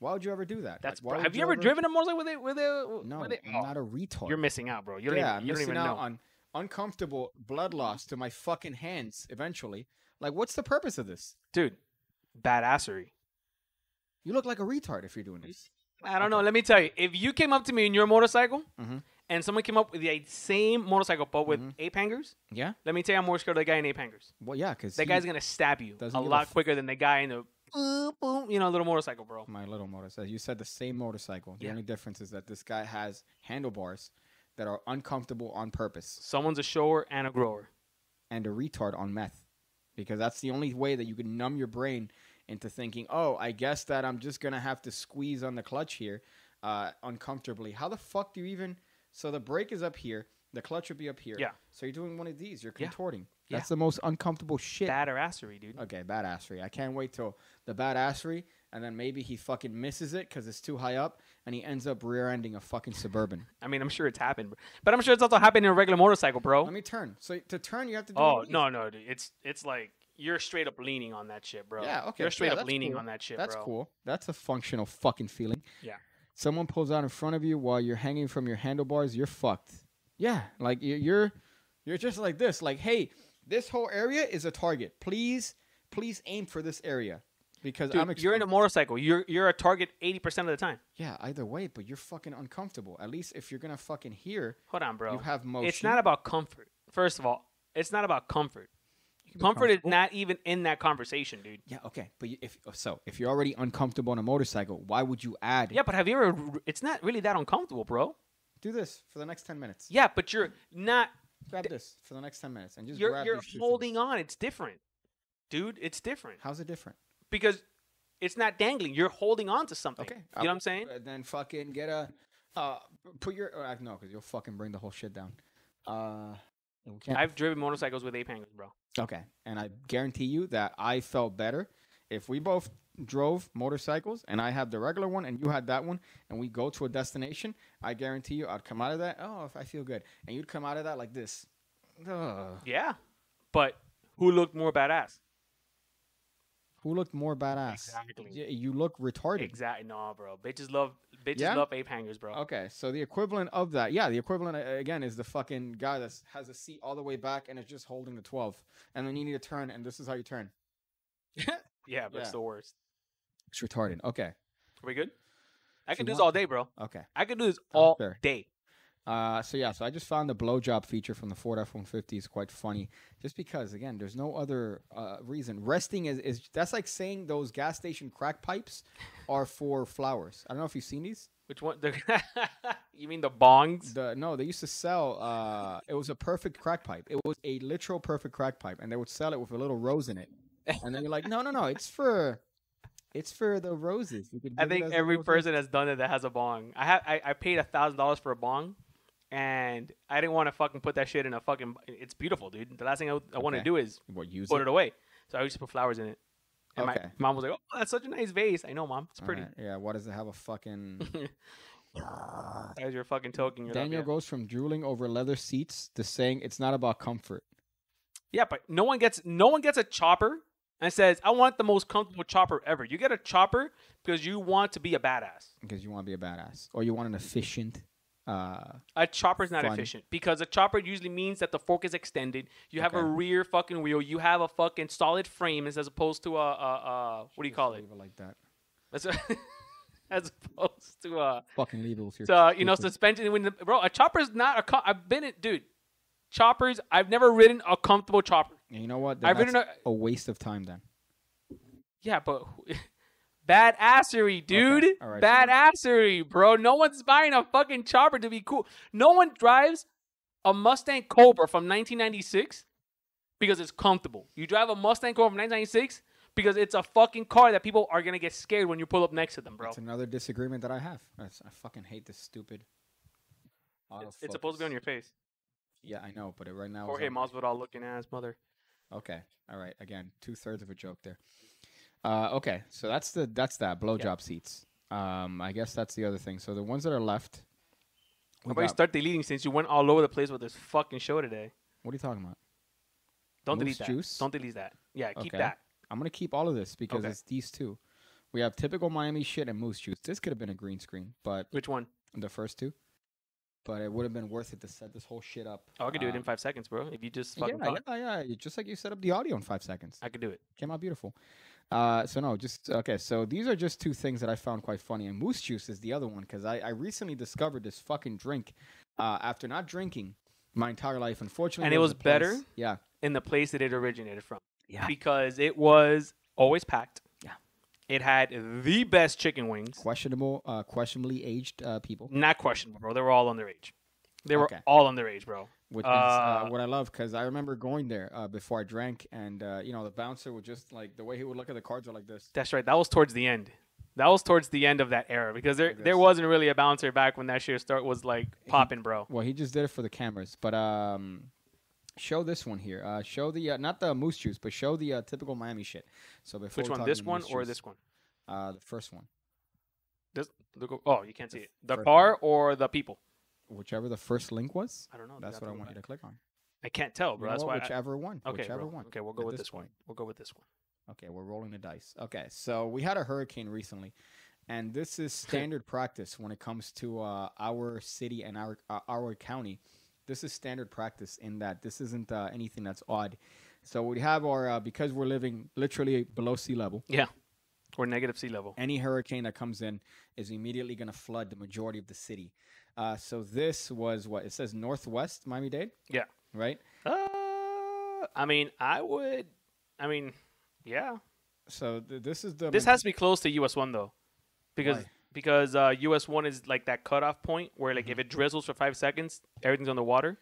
Speaker 4: Why would you ever do that?
Speaker 5: That's
Speaker 4: Like, why
Speaker 5: bra-
Speaker 4: would
Speaker 5: have you ever
Speaker 4: ever-
Speaker 5: driven a motorcycle with it? With it?
Speaker 4: No,
Speaker 5: with it?
Speaker 4: I'm
Speaker 5: Oh,
Speaker 4: not a retard.
Speaker 5: you're missing out, bro. You don't
Speaker 4: yeah,
Speaker 5: even,
Speaker 4: I'm
Speaker 5: you don't
Speaker 4: missing
Speaker 5: even
Speaker 4: out
Speaker 5: know.
Speaker 4: on uncomfortable blood loss to my fucking hands eventually. Like, what's the purpose of this?
Speaker 5: dude, badassery.
Speaker 4: You look like a retard if you're doing this.
Speaker 5: I don't know. Let me tell you. If you came up to me in your motorcycle
Speaker 4: Mhm.
Speaker 5: and someone came up with the same motorcycle but with ape hangers,
Speaker 4: Yeah.
Speaker 5: let me tell you, I'm more scared of the guy in ape hangers.
Speaker 4: Well, yeah, because
Speaker 5: That guy's gonna stab you
Speaker 4: doesn't
Speaker 5: a
Speaker 4: give a
Speaker 5: lot
Speaker 4: f-
Speaker 5: quicker than the guy in the boom, boom, you know, little motorcycle, bro.
Speaker 4: my little motorcycle. You said the same motorcycle. The
Speaker 5: Yeah.
Speaker 4: only difference is that this guy has handlebars that are uncomfortable on purpose,
Speaker 5: Someone's a shower and a grower.
Speaker 4: and a retard on meth because that's the only way that you can numb your brain into thinking, oh, I guess that I'm just gonna have to squeeze on the clutch here uh, uncomfortably. How the fuck do you even? So the brake is up here, the clutch would be up here.
Speaker 5: Yeah.
Speaker 4: So you're doing one of these. You're
Speaker 5: Yeah.
Speaker 4: contorting.
Speaker 5: Yeah.
Speaker 4: That's the most uncomfortable shit.
Speaker 5: Badassery, dude.
Speaker 4: okay, badassery. I can't wait till the badassery, and then maybe he fucking misses it because it's too high up, and he ends up rear-ending a fucking suburban.
Speaker 5: I mean, I'm sure it's happened, bro. but I'm sure it's also happened in a regular motorcycle, bro.
Speaker 4: Let me turn. So to turn, you have to. Do one
Speaker 5: Oh
Speaker 4: of these.
Speaker 5: no, no, dude. It's it's like you're straight up leaning on that shit, bro.
Speaker 4: Yeah, okay.
Speaker 5: You're straight
Speaker 4: Yeah,
Speaker 5: up
Speaker 4: that's
Speaker 5: leaning
Speaker 4: cool.
Speaker 5: on that shit,
Speaker 4: That's
Speaker 5: bro.
Speaker 4: cool. That's a functional fucking feeling.
Speaker 5: Yeah.
Speaker 4: Someone pulls out in front of you while you're hanging from your handlebars, you're fucked. Yeah, like y- you're you're just like this. Like, hey, this whole area is a target. Please, please aim for this area because
Speaker 5: Dude,
Speaker 4: I'm.
Speaker 5: you're in a
Speaker 4: exposed.
Speaker 5: motorcycle. You're you're a target 80% of the time.
Speaker 4: yeah, either way, but you're fucking uncomfortable. At least if you're gonna fucking hear,
Speaker 5: Hold on, bro.
Speaker 4: you have oh, motion.
Speaker 5: It's not about comfort. First of all, it's not about comfort.
Speaker 4: You can be
Speaker 5: Comfort is
Speaker 4: comfortable.
Speaker 5: not even in that conversation, dude.
Speaker 4: Yeah, okay, but you- if oh, so, if you're already uncomfortable on a motorcycle, why would you add?
Speaker 5: Yeah, but have you ever? It's not really that uncomfortable, bro.
Speaker 4: Do this for the next ten minutes.
Speaker 5: Yeah, but you're not.
Speaker 4: Grab this for the next ten minutes and just
Speaker 5: You're
Speaker 4: grab
Speaker 5: you're
Speaker 4: these two things.
Speaker 5: holding on. It's different, dude. It's different
Speaker 4: How's it different?
Speaker 5: because it's not dangling. You're holding on to something.
Speaker 4: Okay,
Speaker 5: you know what I'm saying?
Speaker 4: Uh, Then fucking get a, uh, put your uh, no, because you'll fucking bring the whole shit down. Uh, and we can't-
Speaker 5: I've driven motorcycles with ape hangers, bro.
Speaker 4: okay, and I guarantee you that I felt better if we both drove motorcycles and I had the regular one and you had that one and we go to a destination. I guarantee you, I'd come out of that. Oh, if I feel good, and you'd come out of that like this. Ugh.
Speaker 5: Yeah, but who looked more badass?
Speaker 4: Who looked more badass?
Speaker 5: Exactly.
Speaker 4: Y- You look retarded.
Speaker 5: Exactly. No, bro. Bitches love bitches
Speaker 4: Yeah? Oh,
Speaker 5: love ape hangers, bro.
Speaker 4: Okay, so the equivalent of that, yeah, the equivalent uh, again is the fucking guy that has a seat all the way back and is just holding the twelve, and then you need to turn, and this is how you turn.
Speaker 5: Yeah, but it's
Speaker 4: Yeah.
Speaker 5: the worst.
Speaker 4: It's retarded. Okay,
Speaker 5: Are we good? I
Speaker 4: If
Speaker 5: can
Speaker 4: you
Speaker 5: do this
Speaker 4: want-
Speaker 5: all day, bro.
Speaker 4: okay.
Speaker 5: I could do this
Speaker 4: I'm
Speaker 5: all
Speaker 4: sure.
Speaker 5: day.
Speaker 4: Uh, so yeah, so I just found the blowjob feature from the Ford F one fifty is quite funny, just because again, there's no other uh, reason. Resting is is that's like saying those gas station crack pipes are for flowers. I don't know if you've seen these.
Speaker 5: Which one? [laughs] The, you mean the bongs?
Speaker 4: The no, they used to sell. Uh, it was a perfect crack pipe. It was a literal perfect crack pipe, and they would sell it with a little rose in it. And then you're like, no, no, no, it's for, it's for the roses. You could
Speaker 5: I
Speaker 4: give it
Speaker 5: think
Speaker 4: as a
Speaker 5: every
Speaker 4: rose-
Speaker 5: person has done it that has a bong. I have. I, I paid a thousand dollars for a bong, and I didn't want to fucking put that shit in a fucking. It's beautiful, dude. The last thing I, want to
Speaker 4: Okay.
Speaker 5: do is
Speaker 4: What use
Speaker 5: put
Speaker 4: it?
Speaker 5: it away. So I just put flowers in it. And my
Speaker 4: Okay.
Speaker 5: mom was like, "Oh, that's such a nice vase." I know, mom. It's
Speaker 4: All
Speaker 5: pretty.
Speaker 4: right, Yeah. What does it have a
Speaker 5: [laughs]
Speaker 4: fucking?
Speaker 5: As you're fucking toking it
Speaker 4: Daniel
Speaker 5: up, yeah.
Speaker 4: goes from drooling over leather seats to saying it's not about comfort.
Speaker 5: yeah, but no one gets no one gets a chopper and says, "I want the most comfortable chopper ever." You get a chopper because you want to be a badass.
Speaker 4: because you want to be a badass or you want an efficient uh
Speaker 5: A chopper's not
Speaker 4: Fun.
Speaker 5: efficient because a chopper usually means that the fork is extended. You have a
Speaker 4: Okay.
Speaker 5: rear fucking wheel. You have a fucking solid frame as as opposed to a, a, a what do you
Speaker 4: just
Speaker 5: call it?
Speaker 4: leave like that
Speaker 5: That's a, [laughs] as opposed to a
Speaker 4: fucking leave it with your
Speaker 5: so you know
Speaker 4: stupid-
Speaker 5: suspension. When the, bro, a chopper's not a. Com- I've been it, dude. Choppers. I've never ridden a comfortable chopper.
Speaker 4: you know what
Speaker 5: I've
Speaker 4: Then that's
Speaker 5: ridden a.
Speaker 4: a waste of time then
Speaker 5: Yeah, but [laughs] who- badassery, dude.
Speaker 4: all right.
Speaker 5: Badassery, bro. No one's buying a fucking chopper to be cool. No one drives a Mustang Cobra from 1996 because it's comfortable. You drive a Mustang Cobra from 1996 because it's a fucking car that people are gonna get scared when you pull up next to them, bro.
Speaker 4: that's another disagreement that i have That's- i fucking hate this stupid
Speaker 5: It's, it's supposed to be on
Speaker 4: autofocus.
Speaker 5: your face.
Speaker 4: yeah i know but it right now is
Speaker 5: Jorge
Speaker 4: on my-
Speaker 5: Masvidal looking ass mother.
Speaker 4: okay all right again two-thirds of a joke there uh okay so that's the that's that blowjob seats um i guess that's the other thing so the ones that are left we
Speaker 5: How about you
Speaker 4: got-
Speaker 5: start deleting since you went all over the place with this fucking show today?
Speaker 4: what are you talking about
Speaker 5: Don't
Speaker 4: Moose
Speaker 5: delete that.
Speaker 4: juice?
Speaker 5: Don't delete that. Yeah, keep
Speaker 4: Okay.
Speaker 5: that.
Speaker 4: I'm gonna keep all of this because
Speaker 5: Okay.
Speaker 4: it's these two. We have typical Miami shit and moose juice. This could have been a green screen, but
Speaker 5: Which one?
Speaker 4: the first two. But it would have been worth it to set this whole shit up.
Speaker 5: Oh, I could do it in
Speaker 4: um,
Speaker 5: five seconds, bro. If you just
Speaker 4: Yeah,
Speaker 5: fucking
Speaker 4: yeah,
Speaker 5: talk.
Speaker 4: yeah, yeah. Just like you set up the audio in five seconds.
Speaker 5: I could do it.
Speaker 4: Came out beautiful. Uh, so no, just okay. So these are just two things that I found quite funny, and moose juice is the other one because I, I recently discovered this fucking drink uh, after not drinking my entire life. Unfortunately,
Speaker 5: And
Speaker 4: there
Speaker 5: it
Speaker 4: a
Speaker 5: was better?
Speaker 4: place- Yeah,
Speaker 5: in the place that it originated from.
Speaker 4: Yeah.
Speaker 5: Because it was always packed.
Speaker 4: Yeah.
Speaker 5: It had the best chicken wings.
Speaker 4: questionable, uh, questionably aged uh, people.
Speaker 5: Not questionable, bro. They were all underage. They were
Speaker 4: Okay.
Speaker 5: all underage, bro.
Speaker 4: which is uh,
Speaker 5: Uh,
Speaker 4: what I love because I remember going there uh, before I drank, and uh, you know the bouncer would just like the way he would look at the cards are like this.
Speaker 5: That's right. That was towards the end. That was towards the end of that era because there,
Speaker 4: Like
Speaker 5: there
Speaker 4: this.
Speaker 5: wasn't really a bouncer back when that shit start was like popping, bro.
Speaker 4: Well, he just did it for the cameras, but um, show this one here. Uh, show the uh, not the moose juice, but show the uh, typical Miami shit. So before
Speaker 5: Which
Speaker 4: we
Speaker 5: one?
Speaker 4: talk
Speaker 5: This
Speaker 4: about
Speaker 5: one
Speaker 4: moose
Speaker 5: or
Speaker 4: juice,
Speaker 5: this one?
Speaker 4: Uh, the first one,
Speaker 5: This look, o- oh, you can't see it. The
Speaker 4: first
Speaker 5: bar or the people?
Speaker 4: whichever the first link was.
Speaker 5: I don't know.
Speaker 4: That's what I want you to click on.
Speaker 5: I can't tell,
Speaker 4: You
Speaker 5: Oh, bro.
Speaker 4: know
Speaker 5: That's
Speaker 4: what?
Speaker 5: why. I-
Speaker 4: whichever one.
Speaker 5: okay,
Speaker 4: whichever
Speaker 5: bro.
Speaker 4: one.
Speaker 5: Okay, we'll go
Speaker 4: at
Speaker 5: with
Speaker 4: this
Speaker 5: this one.
Speaker 4: point.
Speaker 5: We'll go with this one.
Speaker 4: Okay, we're rolling the dice. Okay, so we had a hurricane recently, and this
Speaker 5: [laughs]
Speaker 4: is standard practice when it comes to uh, our city and our uh, our county. This is standard practice in that this isn't uh, anything that's odd. So we have our uh, because we're living literally below sea level.
Speaker 5: Or negative sea level.
Speaker 4: Any hurricane that comes in is immediately going to flood the majority of the city. Uh, so this was what it says northwest Miami Dade.
Speaker 5: Yeah.
Speaker 4: Right.
Speaker 5: Uh, I mean, I would. I mean, yeah.
Speaker 4: So th- this is the
Speaker 5: This has to be close to US one though, because
Speaker 4: Why?
Speaker 5: because uh, US one is like that cutoff point where like if it drizzles for five seconds, everything's on the water.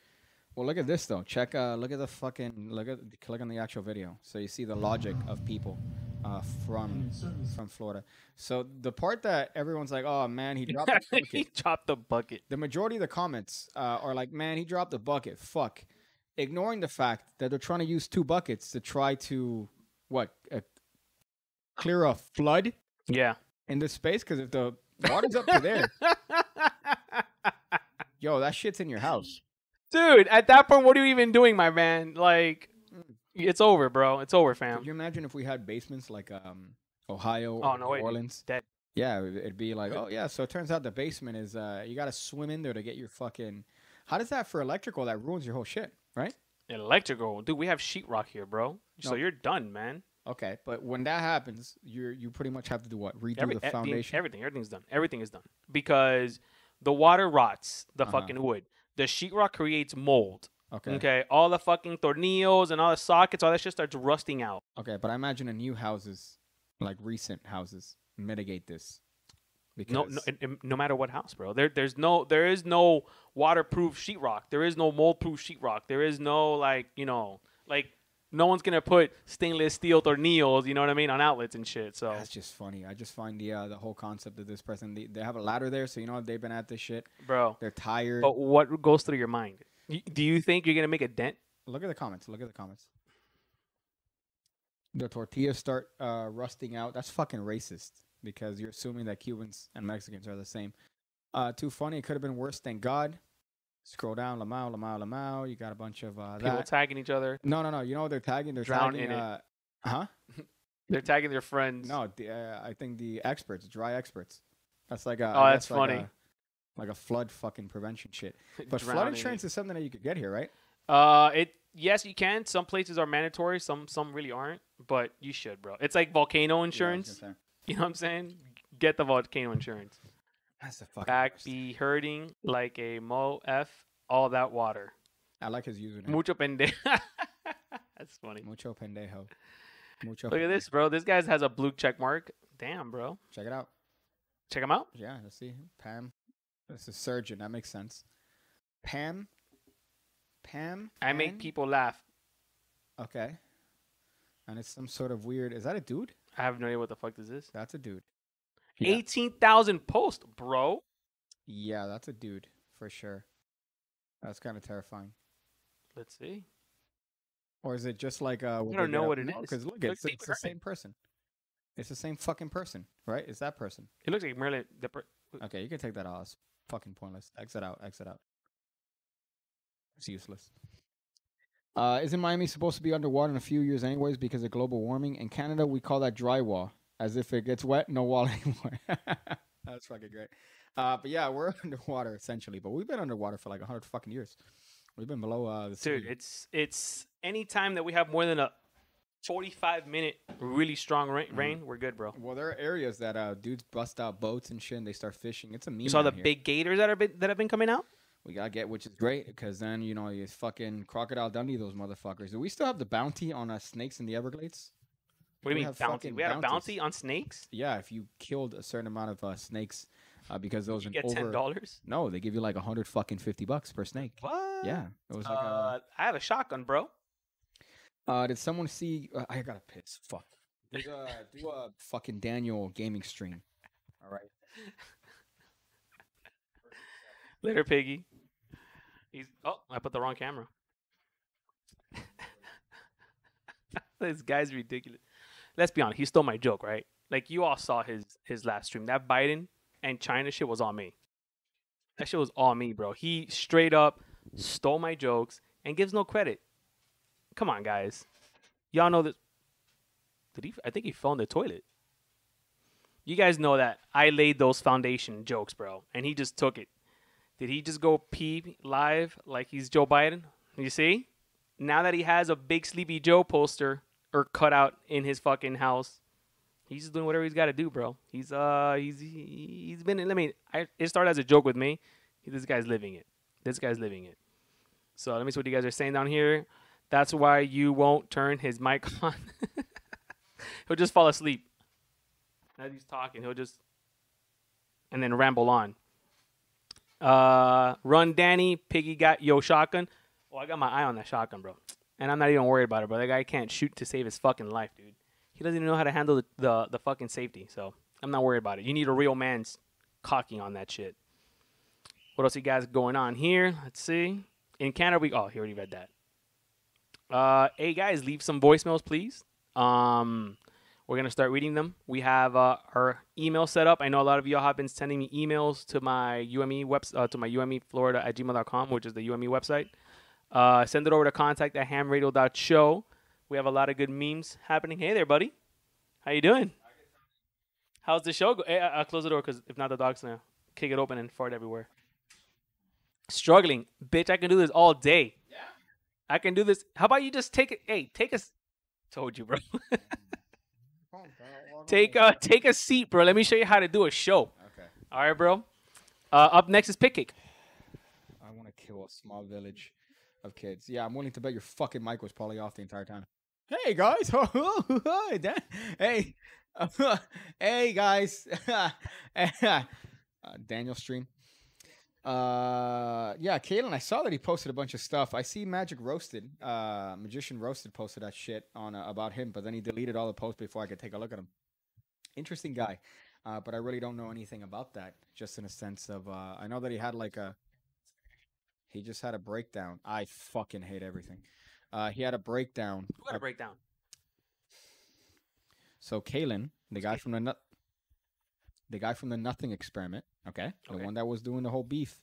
Speaker 4: Well, look at this though. Check. Uh, look at the fucking. Look at. Click on the actual video. So you see the logic of people uh, from from Florida. So the part that everyone's like, "Oh man, he dropped the
Speaker 5: [laughs] he
Speaker 4: bucket."
Speaker 5: dropped the bucket.
Speaker 4: The majority of the comments uh, are like, "Man, he dropped the bucket." Fuck, ignoring the fact that they're trying to use two buckets to try to what uh, clear a flood
Speaker 5: Yeah.
Speaker 4: in this space because if the water's up to there, yo, that shit's in your house.
Speaker 5: Dude, at that point, what are you even doing, my man? Like, it's over, bro. It's over,
Speaker 4: Could
Speaker 5: fam.
Speaker 4: you imagine if we had basements like um Ohio
Speaker 5: Oh,
Speaker 4: or
Speaker 5: no,
Speaker 4: New
Speaker 5: it'd be
Speaker 4: Orleans?
Speaker 5: dead.
Speaker 4: Yeah, it- it'd be like, oh yeah. So it turns out the basement is uh you gotta swim in there to get your fucking. How does that for electrical? That ruins your whole shit, right?
Speaker 5: Electrical, dude. We have sheetrock here, bro. So
Speaker 4: No.
Speaker 5: you're done, man.
Speaker 4: Okay, but when that happens, you you pretty much have to do what? Redo
Speaker 5: Every-
Speaker 4: the
Speaker 5: e- being-
Speaker 4: foundation.
Speaker 5: everything, everything's done. Everything is done because the water rots the
Speaker 4: Uh-huh.
Speaker 5: fucking wood. The sheetrock creates mold.
Speaker 4: okay.
Speaker 5: Okay.
Speaker 4: okay,
Speaker 5: all the fucking tornillos and all the sockets, all that shit starts rusting out.
Speaker 4: but I imagine in new houses, like recent houses, mitigate this. Because
Speaker 5: No, no, and- and no matter what house, bro. There, there's no, there is no waterproof sheetrock. There is no mold-proof sheetrock. There is no like, you know, like No one's gonna put stainless steel tornillos, you know what I mean, on outlets and shit. So
Speaker 4: That's just funny. I just find the uh, the whole concept of this person. They, they have a ladder there, so you know they've been at this shit.
Speaker 5: bro,
Speaker 4: They're tired.
Speaker 5: but what goes through your mind? Y- Do you think you're gonna make a dent?
Speaker 4: Look at the comments. Look at the comments. The tortillas start uh, rusting out. That's fucking racist because you're assuming that Cubans and Mexicans are the same. Uh, too funny. It could have been worse. Thank God. Scroll down. Lamau, Lamau, Lamau. You got a bunch of uh,
Speaker 5: People
Speaker 4: that.
Speaker 5: tagging each other.
Speaker 4: no, no, no. You know what they're tagging? They're
Speaker 5: Drown
Speaker 4: tagging.
Speaker 5: in it.
Speaker 4: uh, huh?
Speaker 5: They're tagging their friends.
Speaker 4: No, the, uh, I think the experts, dry experts. That's like a.
Speaker 5: Oh,
Speaker 4: I
Speaker 5: that's
Speaker 4: guess like
Speaker 5: funny.
Speaker 4: a- like a flood fucking prevention
Speaker 5: [laughs]
Speaker 4: shit. But
Speaker 5: Drown
Speaker 4: flood
Speaker 5: in it.
Speaker 4: insurance is something that you could get here, right?
Speaker 5: Uh, it yes, you can. Some places are mandatory. Some some really aren't. But you should, bro. It's like volcano insurance. [laughs] you know what I'm saying? Get the volcano insurance.
Speaker 4: That's the fucking.
Speaker 5: Back
Speaker 4: worst.
Speaker 5: be hurting like a mo f all that water.
Speaker 4: I like his username.
Speaker 5: Mucho pendejo. [laughs] That's funny.
Speaker 4: Mucho pendejo. Mucho.
Speaker 5: Look at
Speaker 4: pendejo.
Speaker 5: this, bro. This guy has a blue check mark. Damn, bro.
Speaker 4: Check it out.
Speaker 5: Check him out.
Speaker 4: Yeah, let's see. Pam. This is surgeon. That makes sense. Pam. Pam.
Speaker 5: I make
Speaker 4: Pan?
Speaker 5: people laugh.
Speaker 4: Okay. And it's some sort of weird. Is that a dude?
Speaker 5: I have no idea what the fuck this is.
Speaker 4: That's a dude. Yeah.
Speaker 5: Eighteen thousand posts, bro.
Speaker 4: Yeah, that's a dude for sure. That's kind of terrifying.
Speaker 5: Let's see.
Speaker 4: Or is it just like uh?
Speaker 5: don't know what it is.
Speaker 4: Because look, it's,
Speaker 5: Look,
Speaker 4: it's the
Speaker 5: David Herman.
Speaker 4: same person. It's the same fucking person, right? It's that person.
Speaker 5: It looks like Merlin. The per-
Speaker 4: Okay, you can take that out. It's fucking pointless. Exit out. Exit out. It's useless. Uh, isn't Miami supposed to be underwater in a few years, anyways, because of global warming? In Canada, we call that dry wall. As if it gets wet, no wall [laughs] anymore. That's fucking great. Uh, but yeah, we're [laughs] underwater essentially, but we've been underwater for like hundred fucking years. We've been below uh, the sea.
Speaker 5: dude it's it's any time that we have more than a 45 minute really strong rain,
Speaker 4: Mm-hmm.
Speaker 5: rain we're good bro
Speaker 4: Well, there are areas that uh, dudes bust out boats and shit, and they start fishing. It's a meme.
Speaker 5: you saw the
Speaker 4: down here.
Speaker 5: big gators that are been, that have been coming out
Speaker 4: We gotta get, which is great, because then you know you fucking crocodile Dundee those motherfuckers. Do we still have the bounty on uh, snakes in the Everglades?
Speaker 5: what
Speaker 4: We
Speaker 5: do you mean
Speaker 4: have
Speaker 5: bounty
Speaker 4: fucking
Speaker 5: we had a
Speaker 4: bounties.
Speaker 5: bounty on snakes
Speaker 4: Yeah, if you killed a certain amount of uh, snakes, uh, because those
Speaker 5: you
Speaker 4: an
Speaker 5: get
Speaker 4: over.
Speaker 5: ten dollars
Speaker 4: No, they give you like a hundred fucking fifty bucks per snake.
Speaker 5: what
Speaker 4: Yeah, it was
Speaker 5: uh,
Speaker 4: like. Uh,
Speaker 5: i have a shotgun bro
Speaker 4: uh, did someone see? Uh, I gotta piss. Fuck. There's a- do a fucking Daniel gaming stream. All right.
Speaker 5: later piggy he's oh i put the wrong camera [laughs] this guy's ridiculous let's be honest he stole my joke right like you all saw his his last stream that biden and china shit was on me that shit was all me bro he straight up stole my jokes and gives no credit come on guys y'all know that did he i think he fell in the toilet you guys know that i laid those foundation jokes bro and he just took it did he just go pee live like he's Joe Biden? You see? Now that he has a big Sleepy Joe poster or cutout in his fucking house, he's just doing whatever he's got to do, bro. He's uh he's he- he's been let me I it started as a joke with me. This guy's living it. This guy's living it. So let me see what you guys are saying down here. That's why you won't turn his mic [laughs] on. he'll just fall asleep. As he's talking, he'll just and then ramble on. Uh, run, Danny. Piggy got yo shotgun. Oh, I got my eye on that shotgun, bro. And I'm not even worried about it, bro. That guy can't shoot to save his fucking life, dude. He doesn't even know how to handle the, the, the fucking safety. So I'm not worried about it. You need a real man's cocking on that shit. What else you guys going on here? Let's see. In Canada, we oh, he already read that. Uh, hey guys, leave some voicemails, please. Um, we're gonna start reading them. We have uh, our email set up. I know a lot of y'all have been sending me emails to my UME webs uh, to my UME Florida at gmail.com, which is the UME website. Uh, send it over to contact at hamradio.show. We have a lot of good memes happening. Hey there, buddy. How you doing? How's the show? Go- hey, I- I'll close the door because if not, the dog's gonna kick it open and fart everywhere. Struggling, bitch. I can do this all day. Yeah. I can do this. How about you just take it? Hey, take us. Told you, bro. Take a take a seat, bro. Let me show you how to do a show.
Speaker 4: Okay.
Speaker 5: All right, bro. Uh, up next is Pick Kick.
Speaker 4: I want to kill a small village of kids. Yeah, I'm willing to bet your fucking mic was probably off the entire time. Hey guys, [laughs] Oh, Hi, Dan. hey, [laughs] hey guys, Uh, Daniel stream. Uh, yeah, Kalen, I saw that he posted a bunch of stuff. I see Magic Roasted, uh, Magician Roasted posted that shit on uh, about him, but then he deleted all the posts before I could take a look at him. Interesting guy, uh, but I really don't know anything about that. Just in a sense of, uh, I know that he had like a, he just had a breakdown. I fucking hate everything. Uh, he had a breakdown.
Speaker 5: Who got
Speaker 4: ab-
Speaker 5: a breakdown?
Speaker 4: so Kalen, the guy from the nut, the guy from the Nothing Experiment, okay, the
Speaker 5: Okay.
Speaker 4: one that was doing the whole beef,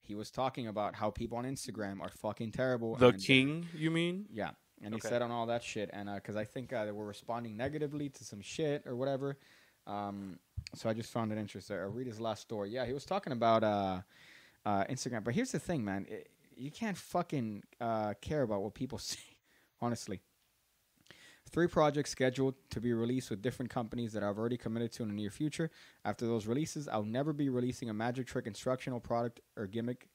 Speaker 4: he was talking about how people on Instagram are fucking terrible.
Speaker 5: The
Speaker 4: and-
Speaker 5: king, you mean?
Speaker 4: Yeah, and
Speaker 5: Okay.
Speaker 4: he said on all that shit, and because I think uh, they were responding negatively to some shit or whatever. Um, so I just found it interesting. I'll read his last story. Yeah, he was talking about uh, uh, Instagram, but here's the thing, man, it, you can't fucking uh, care about what people [laughs] say, honestly. Three projects scheduled to be released with different companies that I've already committed to in the near future. After those releases, I'll never be releasing a magic trick instructional product or gimmick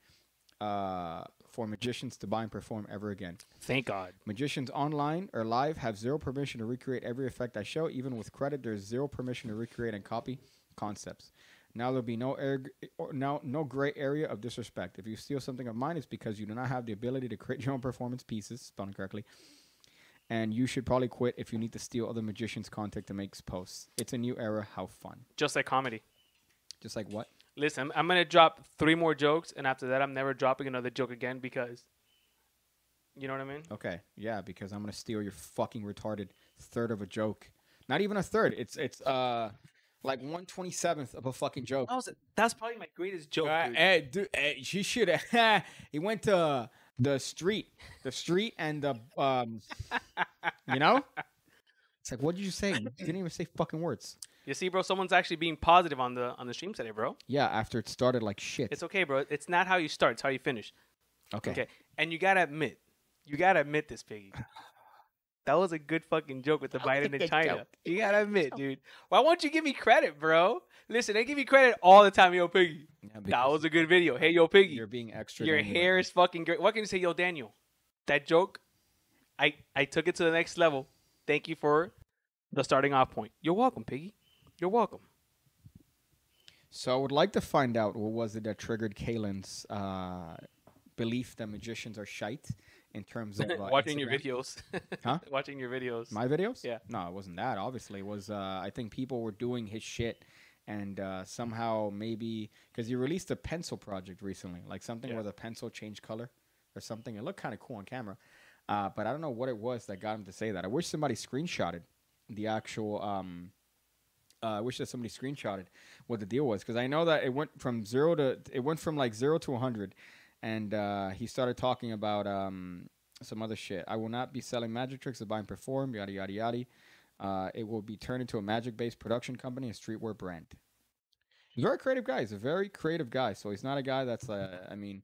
Speaker 4: uh, for magicians to buy and perform ever again.
Speaker 5: Thank God.
Speaker 4: Magicians online or live have zero permission to recreate every effect I show. Even with credit, there's zero permission to recreate and copy concepts. Now there'll be no air, or now no gray area of disrespect. If you steal something of mine, it's because you do not have the ability to create your own performance pieces, spelled correctly. And you should probably quit if you need to steal other magicians' content to make posts. It's a new era. How fun!
Speaker 5: Just like comedy.
Speaker 4: Just like what?
Speaker 5: Listen, I'm gonna drop three more jokes, and after that, I'm never dropping another joke again because, you know what I mean?
Speaker 4: Okay, yeah, because I'm gonna steal your fucking retarded third of a joke. Not even a third. It's it's uh like one twenty seventh of a fucking joke.
Speaker 5: That was that's probably my greatest joke.
Speaker 4: Uh,
Speaker 5: dude.
Speaker 4: eh, Oh, dude, eh, she should. have [laughs] he went to the street, the street, and the [laughs] um, you know. It's like, what did you say? You didn't even say fucking words.
Speaker 5: You see, bro, someone's actually being positive on the on the stream today, bro.
Speaker 4: Yeah, after it started like shit.
Speaker 5: It's okay, bro. It's not how you start; it's how you finish.
Speaker 4: okay.
Speaker 5: Okay, and you gotta admit, you gotta admit this, Piggy. That was a good fucking joke with the Biden and China. You gotta admit, dude. Why won't you give me credit, bro? Listen, they give me credit all the time, yo, Piggy.
Speaker 4: Yeah,
Speaker 5: That
Speaker 4: because
Speaker 5: was a good video. Hey, yo, Piggy.
Speaker 4: You're being extra.
Speaker 5: Your
Speaker 4: than you were.
Speaker 5: hair is fucking great. What can you say, yo, Daniel? That joke, I I took it to the next level. Thank you for the starting off point. You're welcome, Piggy. You're welcome.
Speaker 4: So I would like to find out what was it that triggered Kalen's uh, belief that magicians are shite in terms of uh,
Speaker 5: [laughs] Watching your
Speaker 4: Instagram.
Speaker 5: videos.
Speaker 4: Huh?
Speaker 5: Watching your videos.
Speaker 4: My videos?
Speaker 5: Yeah.
Speaker 4: No, it wasn't that. Obviously, it was uh, I think people were doing his shit, and uh, somehow maybe because he released a pencil project recently, like something
Speaker 5: Yeah.
Speaker 4: where the pencil changed color or something. It looked kind of cool on camera, uh, but I don't know what it was that got him to say that. I wish somebody screenshotted the actual. Um, uh, I wish that somebody screenshotted what the deal was because I know that it went from zero to it went from like zero to hundred, and uh, he started talking about um, some other shit. I will not be selling magic tricks to buy and perform. Yada yada yada. Uh, it will be turned into a magic-based production company and streetwear brand. He's a very creative guy. He's a very creative guy. So he's not a guy that's. Uh, I mean,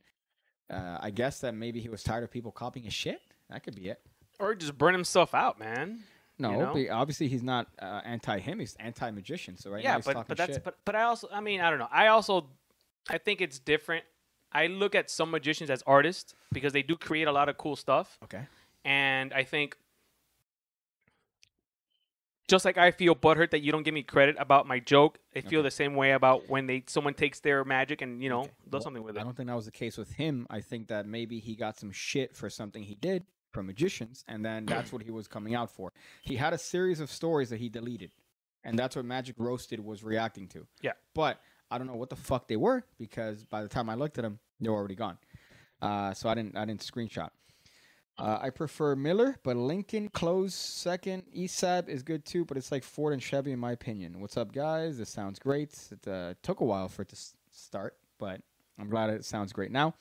Speaker 4: uh, I guess that maybe he was tired of people copying his shit. That could be it.
Speaker 5: Or just burn himself out, man.
Speaker 4: No,
Speaker 5: know?
Speaker 4: be- obviously he's not uh, anti him. He's anti magician. So right now
Speaker 5: yeah,
Speaker 4: he's
Speaker 5: but
Speaker 4: talking
Speaker 5: but that's
Speaker 4: shit.
Speaker 5: but but I also I mean I don't know. I also I think it's different. I look at some magicians as artists because they do create a lot of cool stuff.
Speaker 4: okay.
Speaker 5: And I think just like I feel butthurt that you don't give me credit about my joke, I feel
Speaker 4: Okay.
Speaker 5: the same way about when they someone takes their magic and you know
Speaker 4: Okay.
Speaker 5: does
Speaker 4: Well,
Speaker 5: something with
Speaker 4: I
Speaker 5: it.
Speaker 4: don't think that was the case with him. I think that maybe he got some shit for something he did from magicians, and then
Speaker 5: [clears throat]
Speaker 4: that's what he was coming out for. He had a series of stories that he deleted, and that's what Magic Roasted was reacting to.
Speaker 5: Yeah.
Speaker 4: But I don't know what the fuck they were because by the time I looked at them, they were already gone. Uh, so I didn't. I didn't screenshot. Uh, I prefer Miller, but Lincoln close second. ESAB is good too, but it's like Ford and Chevy in my opinion. What's up, guys? This sounds great. It uh, took a while for it to s- start, but I'm glad it sounds great now.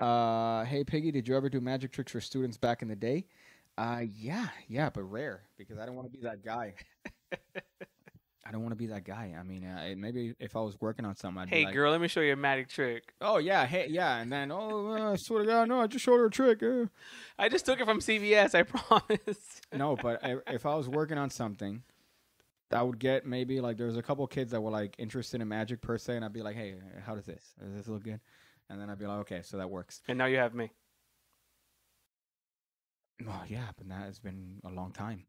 Speaker 4: Uh, hey, Piggy, did you ever do magic tricks for students back in the day? Uh, yeah, yeah, but rare because I don't want to be that guy. [laughs] I don't want to be that guy. I mean, uh, it- maybe if I was working on something, I'd
Speaker 5: Hey
Speaker 4: be like,
Speaker 5: girl, let me show you a magic trick.
Speaker 4: "Oh yeah, hey yeah," and then, "Oh, uh, I swear to God, no, I just showed her a trick." uh."
Speaker 5: I just took it from CVS, I [laughs] promise.
Speaker 4: no, but I, if I was working on something, I would get maybe like there was a couple kids that were like interested in magic per se, and I'd be like, "Hey, how does this? Does this look good?" And then I'd be like, "Okay, so that works."
Speaker 5: and now you have me.
Speaker 4: Oh yeah, but that has been a long time.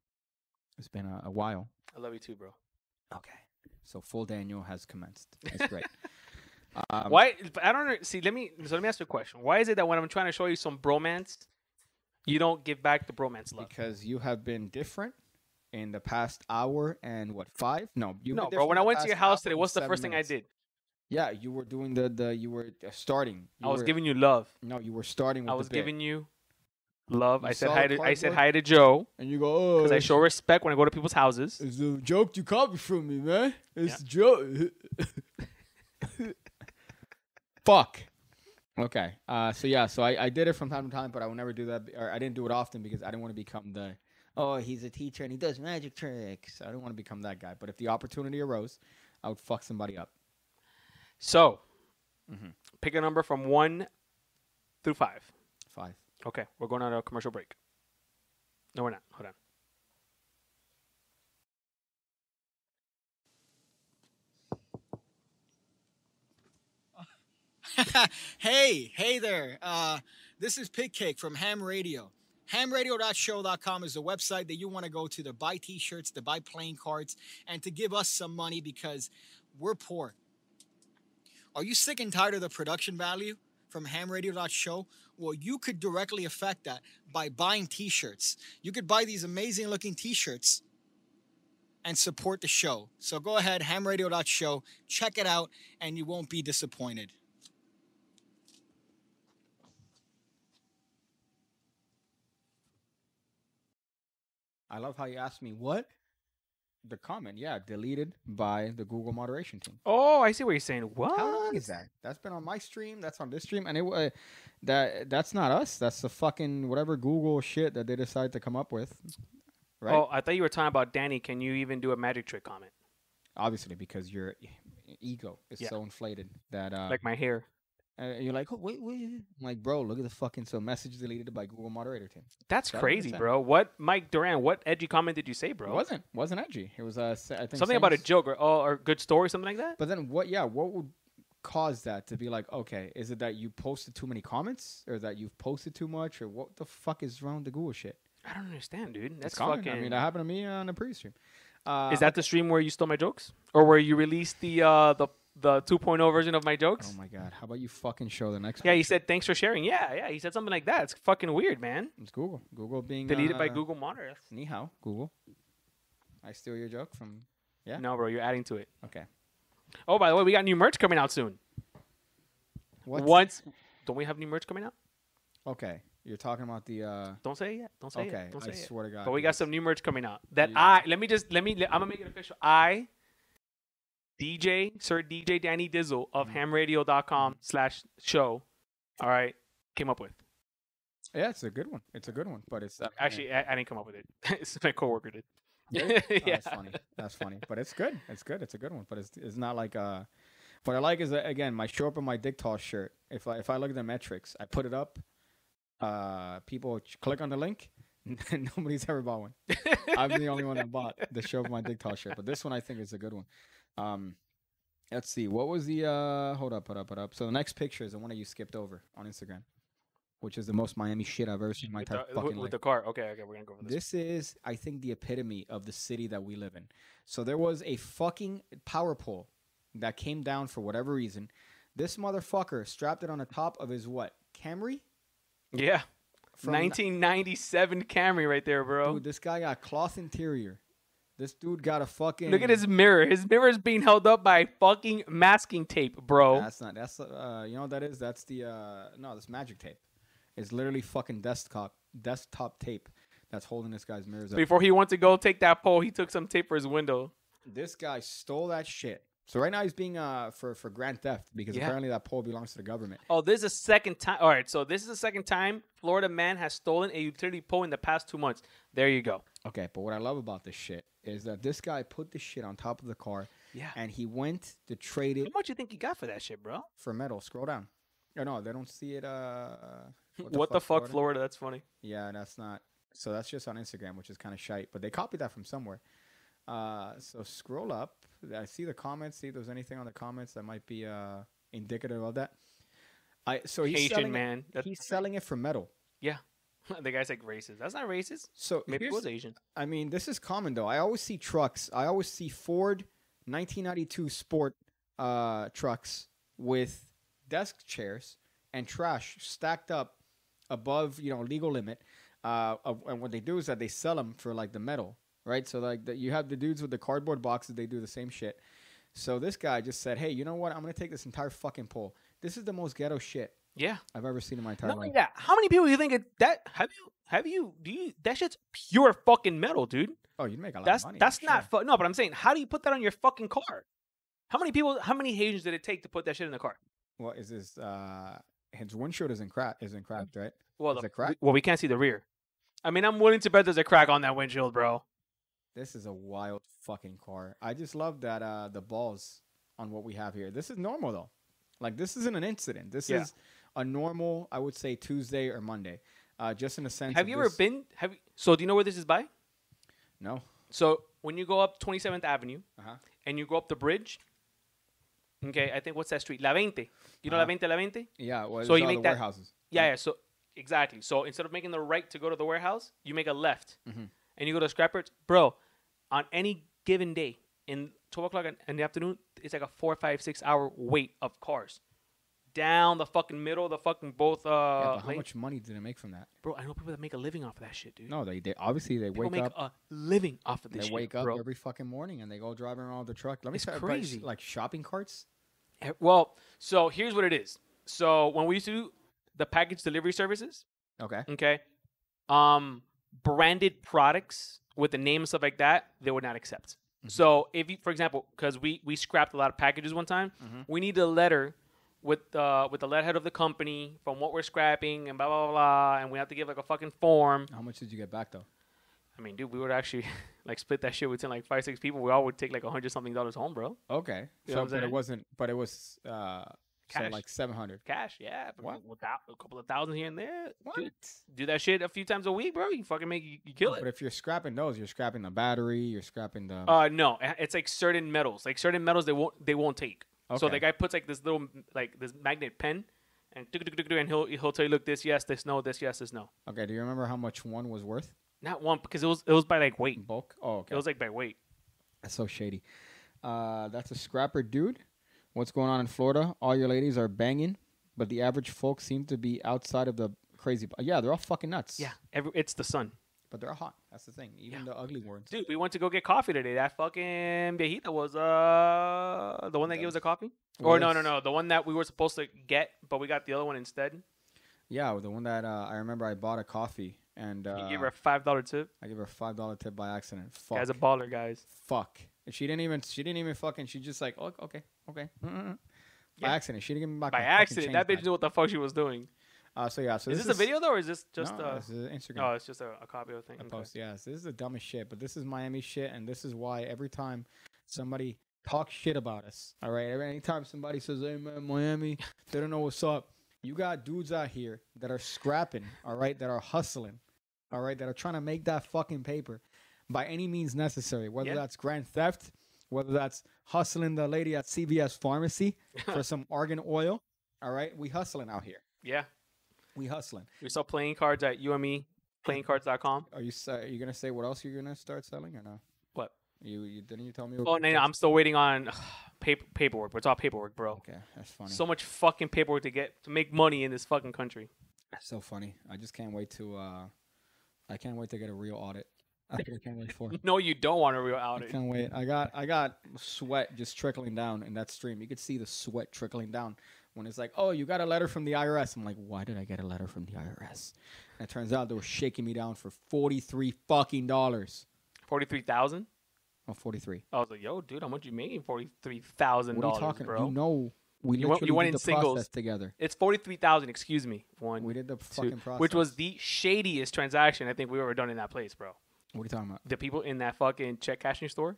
Speaker 4: It's been a, a while.
Speaker 5: I love you too, bro.
Speaker 4: Okay. So full Daniel has commenced. That's great. Um,
Speaker 5: [laughs] Why? but I don't know- see. Let me. So let me ask you a question. Why is it that when I'm trying to show you some bromance, you don't give back the bromance love?
Speaker 4: Because you have been different in the past hour and what five? No, you.
Speaker 5: no, bro. When I went to your house today, what's the first thing I did?
Speaker 4: Yeah, you were doing the the you were uh, starting.
Speaker 5: I
Speaker 4: You
Speaker 5: was
Speaker 4: were-
Speaker 5: giving you love.
Speaker 4: No, you were starting. With
Speaker 5: I
Speaker 4: the
Speaker 5: was
Speaker 4: bit,
Speaker 5: giving you love.
Speaker 4: You
Speaker 5: I said
Speaker 4: saw
Speaker 5: hi
Speaker 4: the
Speaker 5: to. I said
Speaker 4: cardboard?
Speaker 5: hi to Joe
Speaker 4: and you go oh,
Speaker 5: because I
Speaker 4: it's-
Speaker 5: show respect when I go to people's houses.
Speaker 4: It's a joke you copied from me, man. It's a joke. [laughs] Fuck. Okay. Uh, so yeah, so I, I did it from time to time, but I would never do that, or I didn't do it often because I didn't want to become the, oh, he's a teacher and he does magic tricks. I didn't want to become that guy. But if the opportunity arose, I would fuck somebody up.
Speaker 5: So,
Speaker 4: Mhm.
Speaker 5: pick a number from one through five.
Speaker 4: Five.
Speaker 5: Okay, we're going on a commercial break. No, we're not. Hold on.
Speaker 6: hey, hey there. Uh, this is Pigcake from Ham Radio. HamRadio.show.com is the website that you want to go to to buy t shirts, to buy playing cards, and to give us some money because we're poor. Are you sick and tired of the production value from HamRadio.show? Well, you could directly affect that by buying t shirts. You could buy these amazing looking t shirts and support the show. So go ahead, HamRadio.show, check it out, and you won't be disappointed.
Speaker 4: I love how you asked me what? The comment, yeah, deleted by the Google moderation team.
Speaker 5: Oh, I see what you're saying. What?
Speaker 4: How long is that? That's been on my stream. That's on this stream, and it wa- uh, that that's not us. That's the fucking whatever Google shit that they decide to come up with, right?
Speaker 5: Oh, I thought you were talking about Danny. Can you even do a magic trick comment?
Speaker 4: Obviously, because your e- ego is
Speaker 5: Yeah.
Speaker 4: so inflated that uh,
Speaker 5: Like my hair.
Speaker 4: uh, you're like, oh wait, wait, I'm like bro, look at the fucking so message deleted by Google moderator team.
Speaker 5: That's
Speaker 4: that what it
Speaker 5: crazy,
Speaker 4: said?
Speaker 5: bro. What, Mike Duran? What edgy comment did you say, bro?
Speaker 4: It wasn't wasn't edgy. It was uh, sa- I think
Speaker 5: something about a
Speaker 4: Samus-
Speaker 5: joke or, oh, or good story, something like that.
Speaker 4: But then what? Yeah, what would cause that to be like? Okay, is it that you posted too many comments, or that you've posted too much, or what the fuck is wrong with the Google shit?
Speaker 5: I don't understand, dude. That's
Speaker 4: It's common.
Speaker 5: fucking.
Speaker 4: I mean, that happened to me on a pre-stream. Uh,
Speaker 5: is that the stream where you stole my jokes, or where you released the uh, the the 2.0 version of my jokes?
Speaker 4: Oh my god! How about you fucking show the next?
Speaker 5: yeah,
Speaker 4: one?
Speaker 5: he said thanks for sharing. Yeah, yeah, he said something like that. It's fucking weird, man.
Speaker 4: it's Google. Google being
Speaker 5: Deleted by
Speaker 4: uh,
Speaker 5: Google Monitor.
Speaker 4: Ni hao, Google. I steal your joke from. Yeah.
Speaker 5: No, bro, you're adding to it.
Speaker 4: Okay.
Speaker 5: Oh, by the way, we got new merch coming out soon.
Speaker 4: What?
Speaker 5: Once, don't we have new merch coming out?
Speaker 4: Okay, you're talking about the. uh
Speaker 5: Don't say it yet. Don't say it.
Speaker 4: Okay,
Speaker 5: Don't say
Speaker 4: I
Speaker 5: it.
Speaker 4: swear to God.
Speaker 5: But we got some new merch coming out. That
Speaker 4: Yeah.
Speaker 5: I let me just let me. I'm gonna make it official. I, DJ Sir DJ Danny Dizzle of
Speaker 4: Mm-hmm.
Speaker 5: HamRadio.com slash show, all right, came up with.
Speaker 4: Yeah, it's a good one. It's a good one, but it's uh,
Speaker 5: Actually, I, I didn't come up with it. [laughs] it's my coworker did. [laughs]
Speaker 4: Oh, That's funny. That's funny. But it's good. It's good. It's a good one. But it's it's not like uh what I like is that, again my show up in my dick toss shirt. If I if I look at the metrics, I put it up. Uh, people ch- click on the link. [laughs] and Nobody's ever bought one. I'm the only one that bought the show up my dick toss shirt. But this one I think is a good one. Um, let's see. What was the uh? Hold up, hold up, hold up. So the next picture is the one that you skipped over on Instagram, which is the most Miami shit I've ever seen in my
Speaker 5: with, the,
Speaker 4: entire
Speaker 5: with-
Speaker 4: fucking
Speaker 5: with
Speaker 4: life
Speaker 5: the car. Okay, okay, we're gonna go for this.
Speaker 4: this is i think the epitome of the city that we live in so there was a fucking power pole that came down for whatever reason this motherfucker strapped it on the top of his what camry
Speaker 5: Yeah,
Speaker 4: From-
Speaker 5: 1997 Camry right there, bro.
Speaker 4: dude this guy got cloth interior this dude got a fucking
Speaker 5: Look at his mirror. His mirror is being held up by fucking masking tape, bro.
Speaker 4: that's not that's uh you know what that is that's the uh no that's magic tape it's literally fucking desktop desktop tape that's holding this guy's mirrors up
Speaker 5: Before he went to go take that pole, he took some tape for his window.
Speaker 4: this guy stole that shit so right now he's being uh for for grand theft because
Speaker 5: Yeah.
Speaker 4: apparently that pole belongs to the government
Speaker 5: Oh, this is the second time. All right, so this is the second time Florida man has stolen a utility pole in the past two months. There you go.
Speaker 4: Okay, but what I love about this shit is that this guy put this shit on top of the car
Speaker 5: Yeah.
Speaker 4: and he went to trade
Speaker 5: How
Speaker 4: it
Speaker 5: much you think he got for that shit, bro?
Speaker 4: for metal. Scroll down. No, no, they don't see it. Uh,
Speaker 5: What the, fuck, Florida? That's funny.
Speaker 4: Yeah, that's not. So that's just on Instagram, which is kind of shite, but they copied that from somewhere. Uh, so scroll up. I see the comments. See if there's anything on the comments that might be uh, indicative of that. I so he's
Speaker 5: Haitian
Speaker 4: selling
Speaker 5: man.
Speaker 4: It,
Speaker 5: That,
Speaker 4: he's selling it for metal.
Speaker 5: [laughs] the guy's like racist. That's not racist.
Speaker 4: So
Speaker 5: Maybe it
Speaker 4: here's-
Speaker 5: was Asian.
Speaker 4: I mean, this is common though. I always see trucks. I always see Ford 1992 Sport uh, trucks with desk chairs and trash stacked up above you know legal limit. Uh, of, and what they do is that they sell them for like the metal, right? So like the, you have the dudes with the cardboard boxes, they do the same shit. So this guy just said, "Hey, you know what? I'm gonna take this entire fucking pole. This is the most ghetto shit
Speaker 5: Yeah.
Speaker 4: I've ever seen in my entire
Speaker 5: Not
Speaker 4: life."
Speaker 5: only that, how many people you think it, that have you have you do you that shit's pure fucking metal, dude.
Speaker 4: Oh, you'd make a lot
Speaker 5: That's
Speaker 4: of money.
Speaker 5: that's
Speaker 4: sure.
Speaker 5: not fu- no, but I'm saying, how do you put that on your fucking car? How many people? How many Haitians did it take to put that shit in the car?
Speaker 4: Well, is this? Uh, his windshield isn't cracked. Isn't cracked, right?
Speaker 5: Well,
Speaker 4: Is
Speaker 5: the,
Speaker 4: it cracked?
Speaker 5: we- well, we can't see the rear. I mean, I'm willing to bet there's a crack on that windshield, bro.
Speaker 4: This is a wild fucking car. I just love that uh the balls on what we have here. This is normal though. Like this isn't an incident. This
Speaker 5: Yeah.
Speaker 4: is a normal, I would say Tuesday or Monday. Uh just in a sense.
Speaker 5: Have
Speaker 4: of
Speaker 5: you ever
Speaker 4: this-
Speaker 5: been? Have you, so? Do you know where this is by?
Speaker 4: No.
Speaker 5: So when you go up 27th Avenue
Speaker 4: Uh-huh.
Speaker 5: and you go up the bridge, okay, I think what's that street? La 20. You know La
Speaker 4: Uh-huh.
Speaker 5: 20, La 20?
Speaker 4: Yeah, well,
Speaker 5: So
Speaker 4: it's
Speaker 5: you
Speaker 4: all
Speaker 5: make
Speaker 4: the
Speaker 5: that-
Speaker 4: warehouses.
Speaker 5: Yeah, yeah. So exactly. So instead of making the right to go to the warehouse, you make a left,
Speaker 4: Mhm.
Speaker 5: and you go to Scrapper's. Bro, on any given day in twelve o'clock in- in the afternoon, it's like a four, five, six hour wait of cars down the fucking middle, of the fucking both. Uh,
Speaker 4: Yeah, but how
Speaker 5: lanes.
Speaker 4: much money did it make from that?
Speaker 5: bro, I know people that make a living off of that shit, dude.
Speaker 4: No, they, they obviously they
Speaker 5: people
Speaker 4: wake
Speaker 5: make
Speaker 4: up
Speaker 5: a living off of
Speaker 4: they
Speaker 5: this. shit,
Speaker 4: wake up
Speaker 5: bro.
Speaker 4: every fucking morning and they go driving around with the truck. Let me
Speaker 5: It's
Speaker 4: tell you, but
Speaker 5: crazy.
Speaker 4: like shopping carts.
Speaker 5: Eh, Well, so here's what it is. So when we used to do the package delivery services,
Speaker 4: Okay.
Speaker 5: okay um branded products with the name and stuff like that they would not accept
Speaker 4: Mm-hmm.
Speaker 5: so if you for example because we we scrapped a lot of packages one time
Speaker 4: Mhm.
Speaker 5: we need a letter with uh with the letterhead of the company from what we're scrapping and blah blah blah, blah and we have to give like a fucking form
Speaker 4: How much did you get back though?
Speaker 5: i mean dude we would actually [laughs] like split that shit between like five six people we all would take like a hundred something dollars home bro
Speaker 4: Okay.
Speaker 5: You know what
Speaker 4: so
Speaker 5: I'm
Speaker 4: but it
Speaker 5: saying?
Speaker 4: wasn't but it was uh so
Speaker 5: Cash.
Speaker 4: like seven hundred.
Speaker 5: cash yeah but
Speaker 4: What?
Speaker 5: with thou- a couple of thousand here and there
Speaker 4: What?
Speaker 5: Dude, do that shit a few times a week bro you fucking make you, you kill
Speaker 4: No,
Speaker 5: it
Speaker 4: But if you're scrapping those, you're scrapping the battery, you're scrapping the.
Speaker 5: Uh, no, it- it's like certain metals. Like certain metals, they won't they won't take. So
Speaker 4: Okay.
Speaker 5: the guy puts like this little like this magnet pen, and tuk- tuk- tuk- tuk, and he'll he'll tell you, look, this yes, this no, this yes, this no.
Speaker 4: okay, do you remember how much one was worth
Speaker 5: Not one because it was it was by like
Speaker 4: in
Speaker 5: weight.
Speaker 4: bulk? Oh,
Speaker 5: It
Speaker 4: okay.
Speaker 5: was like by weight.
Speaker 4: That's so shady. Uh, that's a scrapper dude. What's going on in Florida? All your ladies are banging, but the average folk seem to be outside of the crazy. bu- Yeah, they're all fucking nuts.
Speaker 5: Yeah, every, it's the sun,
Speaker 4: But they're hot. That's the thing. Even
Speaker 5: Yeah.
Speaker 4: the ugly ones.
Speaker 5: dude. We went to go get coffee today. That fucking viejita was uh the one that
Speaker 4: Yeah.
Speaker 5: gave us the coffee.
Speaker 4: Well,
Speaker 5: or no, no,
Speaker 4: that's-
Speaker 5: no, the one that we were supposed to get, but we got the other one instead.
Speaker 4: Yeah, the one that uh, I remember I bought a coffee and uh,
Speaker 5: he gave her a five dollar tip.
Speaker 4: I gave her a five dollar tip by accident. Fuck.
Speaker 5: Guy's a baller, guys.
Speaker 4: fuck. And she didn't even she didn't even fucking she just like oh, okay okay Mm-mm-mm. by
Speaker 5: Yeah.
Speaker 4: accident she didn't give me back
Speaker 5: By
Speaker 4: my fucking
Speaker 5: accident, that
Speaker 4: change
Speaker 5: bitch knew what the fuck she was doing.
Speaker 4: back. Uh, so yeah, so
Speaker 5: is this, a video though, or is this just
Speaker 4: no,
Speaker 5: uh?
Speaker 4: this is Instagram.
Speaker 5: Oh, it's just a, a copy of the thing.
Speaker 4: I
Speaker 5: okay.
Speaker 4: post. Yes, this is the dumbest shit, but this is Miami shit, and this is why every time somebody talks shit about us, all right, every anytime somebody says, "Hey man, Miami," they don't know what's up. You got dudes out here that are scrapping, all right, that are hustling, all right, that are trying to make that fucking paper by any means necessary, whether
Speaker 5: Yeah.
Speaker 4: that's grand theft, whether that's hustling the lady at CVS
Speaker 5: [laughs]
Speaker 4: pharmacy for some argan oil, all right, we hustling out here,
Speaker 5: Yeah,
Speaker 4: we hustling.
Speaker 5: we sell playing cards at E, UME, playingcards.com.
Speaker 4: Are you s- are you gonna say what else you're gonna start selling or no?
Speaker 5: What?
Speaker 4: You, you didn't you tell me?
Speaker 5: Oh no, no, I'm still waiting on [sighs] paper, paperwork. But it's all paperwork, bro.
Speaker 4: Okay, that's funny.
Speaker 5: So
Speaker 4: So,
Speaker 5: much fucking paperwork to get to make money in this fucking country.
Speaker 4: funny. I just can't wait to. uh I can't wait to get a real audit. [laughs] That's what I can't wait
Speaker 5: [laughs]
Speaker 4: for.
Speaker 5: No, you don't want a real
Speaker 4: I
Speaker 5: outage.
Speaker 4: can't wait. I got I got sweat just trickling down in that stream. You could see the sweat trickling down when it's like, oh, you got a letter from the IRS. I'm like, why did I get a letter from the IRS? And it turns out they were shaking me down for forty three fucking dollars.
Speaker 5: Forty-three thousand.
Speaker 4: Oh, 43.
Speaker 5: I was like, yo, dude, how much you making? Forty-three thousand
Speaker 4: What are you
Speaker 5: dollars,
Speaker 4: talking?
Speaker 5: bro.
Speaker 4: You know, we
Speaker 5: You went-
Speaker 4: literally
Speaker 5: you went
Speaker 4: did
Speaker 5: in
Speaker 4: the
Speaker 5: singles.
Speaker 4: process together.
Speaker 5: It's forty-three thousand. Excuse me. One,
Speaker 4: We did the
Speaker 5: two,
Speaker 4: fucking process.
Speaker 5: which was the shadiest transaction I think we ever done in that place, bro.
Speaker 4: what are you talking about?
Speaker 5: The people in that fucking check cashing store.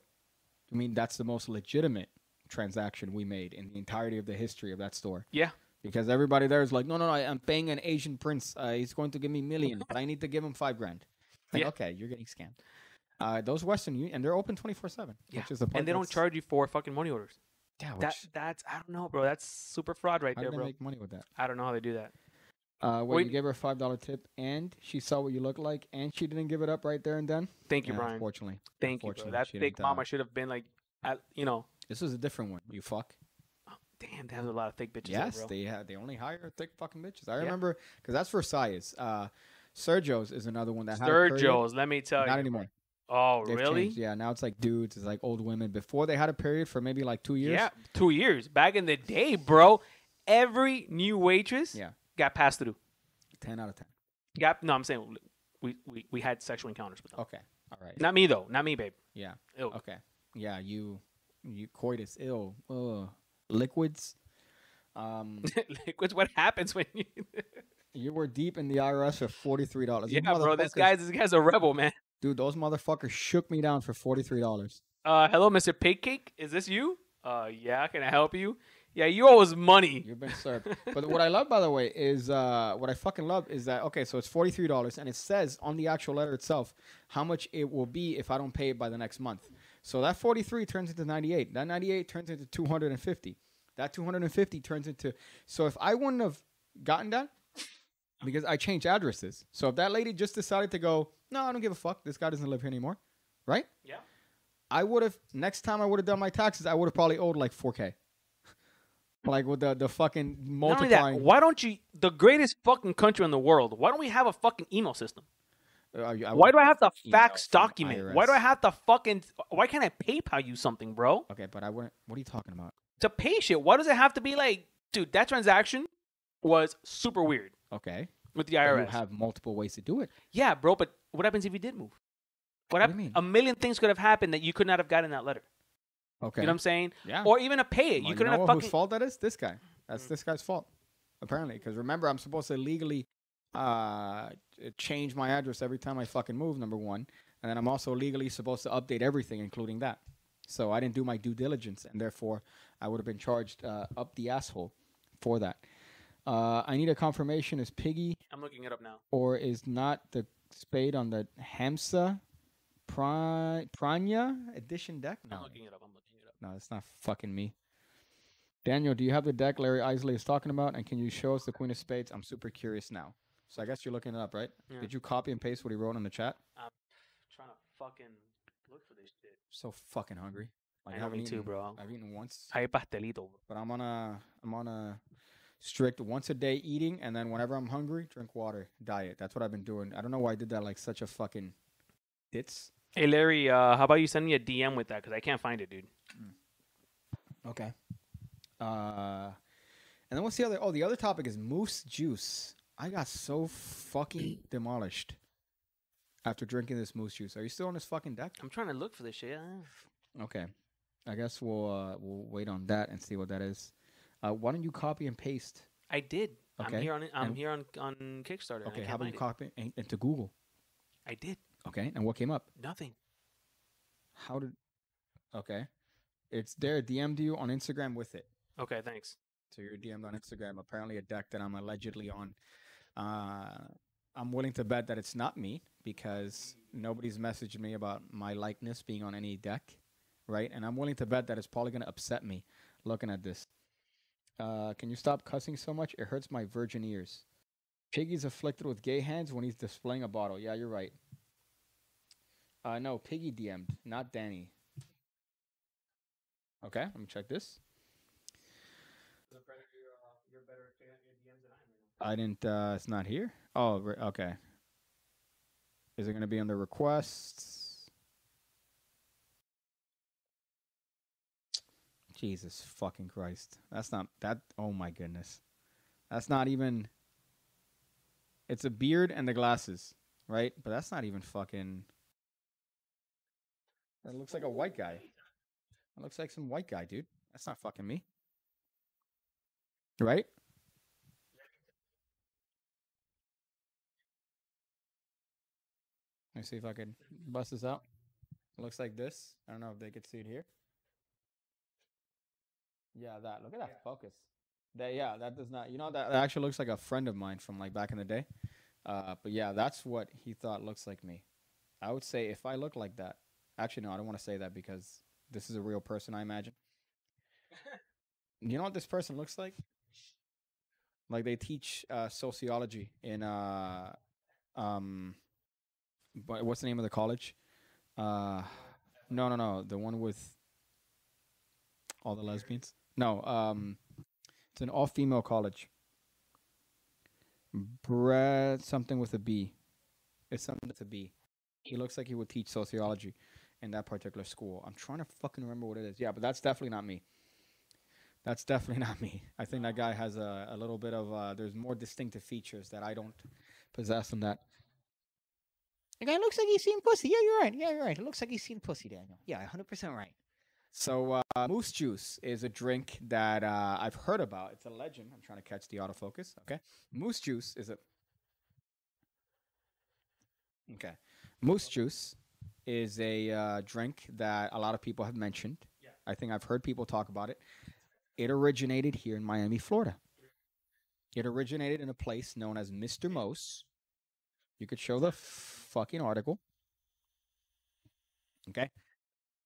Speaker 4: I mean, that's the most legitimate transaction we made in the entirety of the history of that store.
Speaker 5: Yeah.
Speaker 4: Because everybody there is like, no, no, no, I- I'm paying an Asian prince. Uh, he's going to give me million, but I need to give him five grand. Like,
Speaker 5: Yeah.
Speaker 4: okay, you're getting scammed. Uh, those Western Union, and they're open 24 7,
Speaker 5: Yeah.
Speaker 4: which is the part
Speaker 5: and they don't
Speaker 4: that's-
Speaker 5: charge you for fucking money orders.
Speaker 4: Yeah, which,
Speaker 5: That that's I don't know, bro. That's super fraud right
Speaker 4: how
Speaker 5: there,
Speaker 4: do they
Speaker 5: bro.
Speaker 4: make money with that?
Speaker 5: I don't know how they do that.
Speaker 4: Uh, well,
Speaker 5: Wait.
Speaker 4: you gave her a $5 tip, and she saw what you look like, and she didn't give it up right there and then?
Speaker 5: Thank you,
Speaker 4: Yeah,
Speaker 5: Brian.
Speaker 4: Unfortunately.
Speaker 5: Thank you, bro.
Speaker 4: unfortunately,
Speaker 5: That
Speaker 4: she didn't uh,
Speaker 5: thick
Speaker 4: tell
Speaker 5: mama
Speaker 4: us.
Speaker 5: should have been like, at, you know,
Speaker 4: This was a different one, you fuck.
Speaker 5: Damn, they have a lot of thick bitches. there,
Speaker 4: Yes,
Speaker 5: bro.
Speaker 4: they ha- they only hire thick fucking bitches. I
Speaker 5: Yeah.
Speaker 4: remember because that's Versailles. Uh, Sergio's is another one that had a period.
Speaker 5: Sturgills, let me tell
Speaker 4: Not
Speaker 5: you.
Speaker 4: anymore.
Speaker 5: Oh,
Speaker 4: They've
Speaker 5: really?
Speaker 4: changed. Yeah, now it's like dudes. It's like old women. Before they had a period for maybe like two years.
Speaker 5: Yeah, two years. Back in the day, bro, every new waitress
Speaker 4: Yeah.
Speaker 5: got passed through.
Speaker 4: ten out of ten.
Speaker 5: Got no, I'm saying we, we, we had sexual encounters with them.
Speaker 4: Okay, all right.
Speaker 5: Not me though. Not me, babe.
Speaker 4: Yeah.
Speaker 5: Ew. [laughs]
Speaker 4: Okay. Yeah, you, you coitus ill. Ugh. Liquids.
Speaker 5: [laughs]
Speaker 4: Um,
Speaker 5: Liquids. What happens when you?
Speaker 4: you were deep in the IRS for forty three dollars.
Speaker 5: [laughs] yeah, bro. This guy's this guy's a rebel, man.
Speaker 4: dude. Those motherfuckers shook me down for forty three dollars.
Speaker 5: Uh, hello, Mr. Pigcake. Is this you? Uh, yeah. Can I help you? Yeah, you owe us money.
Speaker 4: You've been served. but what I love, by the way, is uh, what I fucking love is that okay, so it's forty three dollars, and it says on the actual letter itself how much it will be if I don't pay it by the next month. So that forty three turns into ninety eight. That ninety eight turns into two hundred and fifty. That two hundred and fifty turns into. So if I wouldn't have gotten that, because I changed addresses. So if that lady just decided to go, no, I don't give a fuck. This guy doesn't live here anymore, right?
Speaker 5: Yeah.
Speaker 4: I would have next time I would have done my taxes, I would have probably owed like four k. [laughs] Like with the the fucking
Speaker 5: Not only
Speaker 4: multiplying.
Speaker 5: that, why don't you? The greatest fucking country in the world. Why don't we have a fucking email system?
Speaker 4: Uh, you- I
Speaker 5: Why
Speaker 4: would-
Speaker 5: do I have to
Speaker 4: email
Speaker 5: fax
Speaker 4: from
Speaker 5: document? Why do I
Speaker 4: IRS.
Speaker 5: have to fucking? Why can't I PayPal you something, bro?
Speaker 4: Okay, but I wouldn't. What are you talking about?
Speaker 5: to pay shit. Why does it have to be like, dude, that transaction was super weird
Speaker 4: Okay,
Speaker 5: with the
Speaker 4: but
Speaker 5: IRS?
Speaker 4: you have multiple ways to do it.
Speaker 5: yeah, bro, but what happens if you did move? What,
Speaker 4: do you
Speaker 5: hap-
Speaker 4: mean?
Speaker 5: A million things could have happened that you could not have gotten that letter.
Speaker 4: Okay,
Speaker 5: You know what I'm saying?
Speaker 4: yeah.
Speaker 5: Or even a pay it.
Speaker 4: Well,
Speaker 5: you couldn't
Speaker 4: know
Speaker 5: have
Speaker 4: whose
Speaker 5: fucking. Mm.
Speaker 4: fault that is. This guy. That's this guy's fault, apparently. Because remember, I'm supposed to legally uh change my address every time I fucking move. Number one, and then I'm also legally supposed to update everything, including that. So I didn't do my due diligence, and therefore I would have been charged uh, up the asshole for that. Uh, I need a confirmation. Is Piggy
Speaker 5: I'm looking it up now.
Speaker 4: or is not the spade on the Hamsa Pra- Pranya edition deck?
Speaker 5: I'm
Speaker 4: No,
Speaker 5: looking it up. I'm looking it up.
Speaker 4: no, that's not fucking me. Daniel, do you have the deck Larry Isley is talking about? And can you show us the Queen of Spades? I'm super curious now. So I guess you're looking it up, right?
Speaker 5: Yeah.
Speaker 4: Did you copy and paste what he wrote in the chat?
Speaker 5: trying to fucking look for this shit.
Speaker 4: So fucking hungry.
Speaker 5: I know me too,
Speaker 4: eaten,
Speaker 5: bro.
Speaker 4: I've eaten once,
Speaker 5: Hay pastelito, bro.
Speaker 4: but I'm on a I'm on a strict once a day eating, and then whenever I'm hungry, drink water diet. That's what I've been doing. I don't know why I did that like such a fucking ditz.
Speaker 5: Hey, Larry, uh, how about you send me a DM with that? Because I can't find it, dude.
Speaker 4: Okay. Uh, and then what's the other? Oh, the other topic is moose juice. I got so
Speaker 5: [clears throat]
Speaker 4: fucking demolished after drinking this moose juice. Are you still on this fucking deck?
Speaker 5: I'm trying to look for this shit. Uh,
Speaker 4: Okay. I guess we'll uh, we'll wait on that and see what that is. Uh, why don't you copy and paste?
Speaker 5: I did.
Speaker 4: Okay,
Speaker 5: I'm here on it- I'm
Speaker 4: and-
Speaker 5: here on on Kickstarter. and I
Speaker 4: Okay,
Speaker 5: can't
Speaker 4: how about
Speaker 5: find
Speaker 4: you
Speaker 5: it.
Speaker 4: copy and, into Google?
Speaker 5: I did
Speaker 4: Okay, and what came up?
Speaker 5: nothing.
Speaker 4: How did? Okay, it's there. DM'd you on Instagram with it.
Speaker 5: Okay, thanks.
Speaker 4: So you're DM'd on Instagram. Apparently, a deck that I'm allegedly on. Uh, I'm willing to bet that it's not me because nobody's messaged me about my likeness being on any deck, right? And I'm willing to bet that it's probably going to upset me looking at this. Uh, can you stop cussing so much? It hurts my virgin ears. Piggy's afflicted with gay hands when he's displaying a bottle. Yeah, you're right. Uh, no, Piggy DM'd, not Danny. Okay, let me check this. I didn't. uh It's not here. Oh, re- okay. Is it going to be under requests? Jesus fucking Christ! That's not that. Oh my goodness, that's not even. It's a beard and the glasses, right? But that's not even fucking. That looks like a white guy. That looks like some white guy, dude. That's not fucking me. Right? Let me see if I could bust this out. It looks like this. I don't know if they could see it here. Yeah, that. Look at that focus. That yeah, that does not. You know that, that actually looks like a friend of mine from like back in the day. Uh, but yeah, that's what he thought looks like me. I would say if I look like that. Actually, no, I don't want to say that because this is a real person. I imagine. you know what this person looks like? Like they teach uh, sociology in uh, um, but what's the name of the college? Uh, no, no, no, the one with all the lesbians. No, um, it's an all-female college. Brett something with a B. It's something with a B. He looks like he would teach sociology in that particular school. I'm trying to fucking remember what it is. Yeah, but that's definitely not me. That's definitely [laughs] not me. I think that guy has a, a little bit of uh, there's more distinctive features that I don't possess in that. The guy looks like he's seen pussy. Yeah, you're right. Yeah, you're right. It looks like he's seen pussy, Daniel. Yeah, 100% right. So, uh, moose juice is a drink that uh, I've heard about. It's a legend. I'm trying to catch the autofocus. Okay. Moose juice is a. Okay. Moose juice is a uh, drink that a lot of people have mentioned. I think I've heard people talk about it. It originated here in Miami, Florida. It originated in a place known as Mr. Mose. You could show the fucking article. Okay.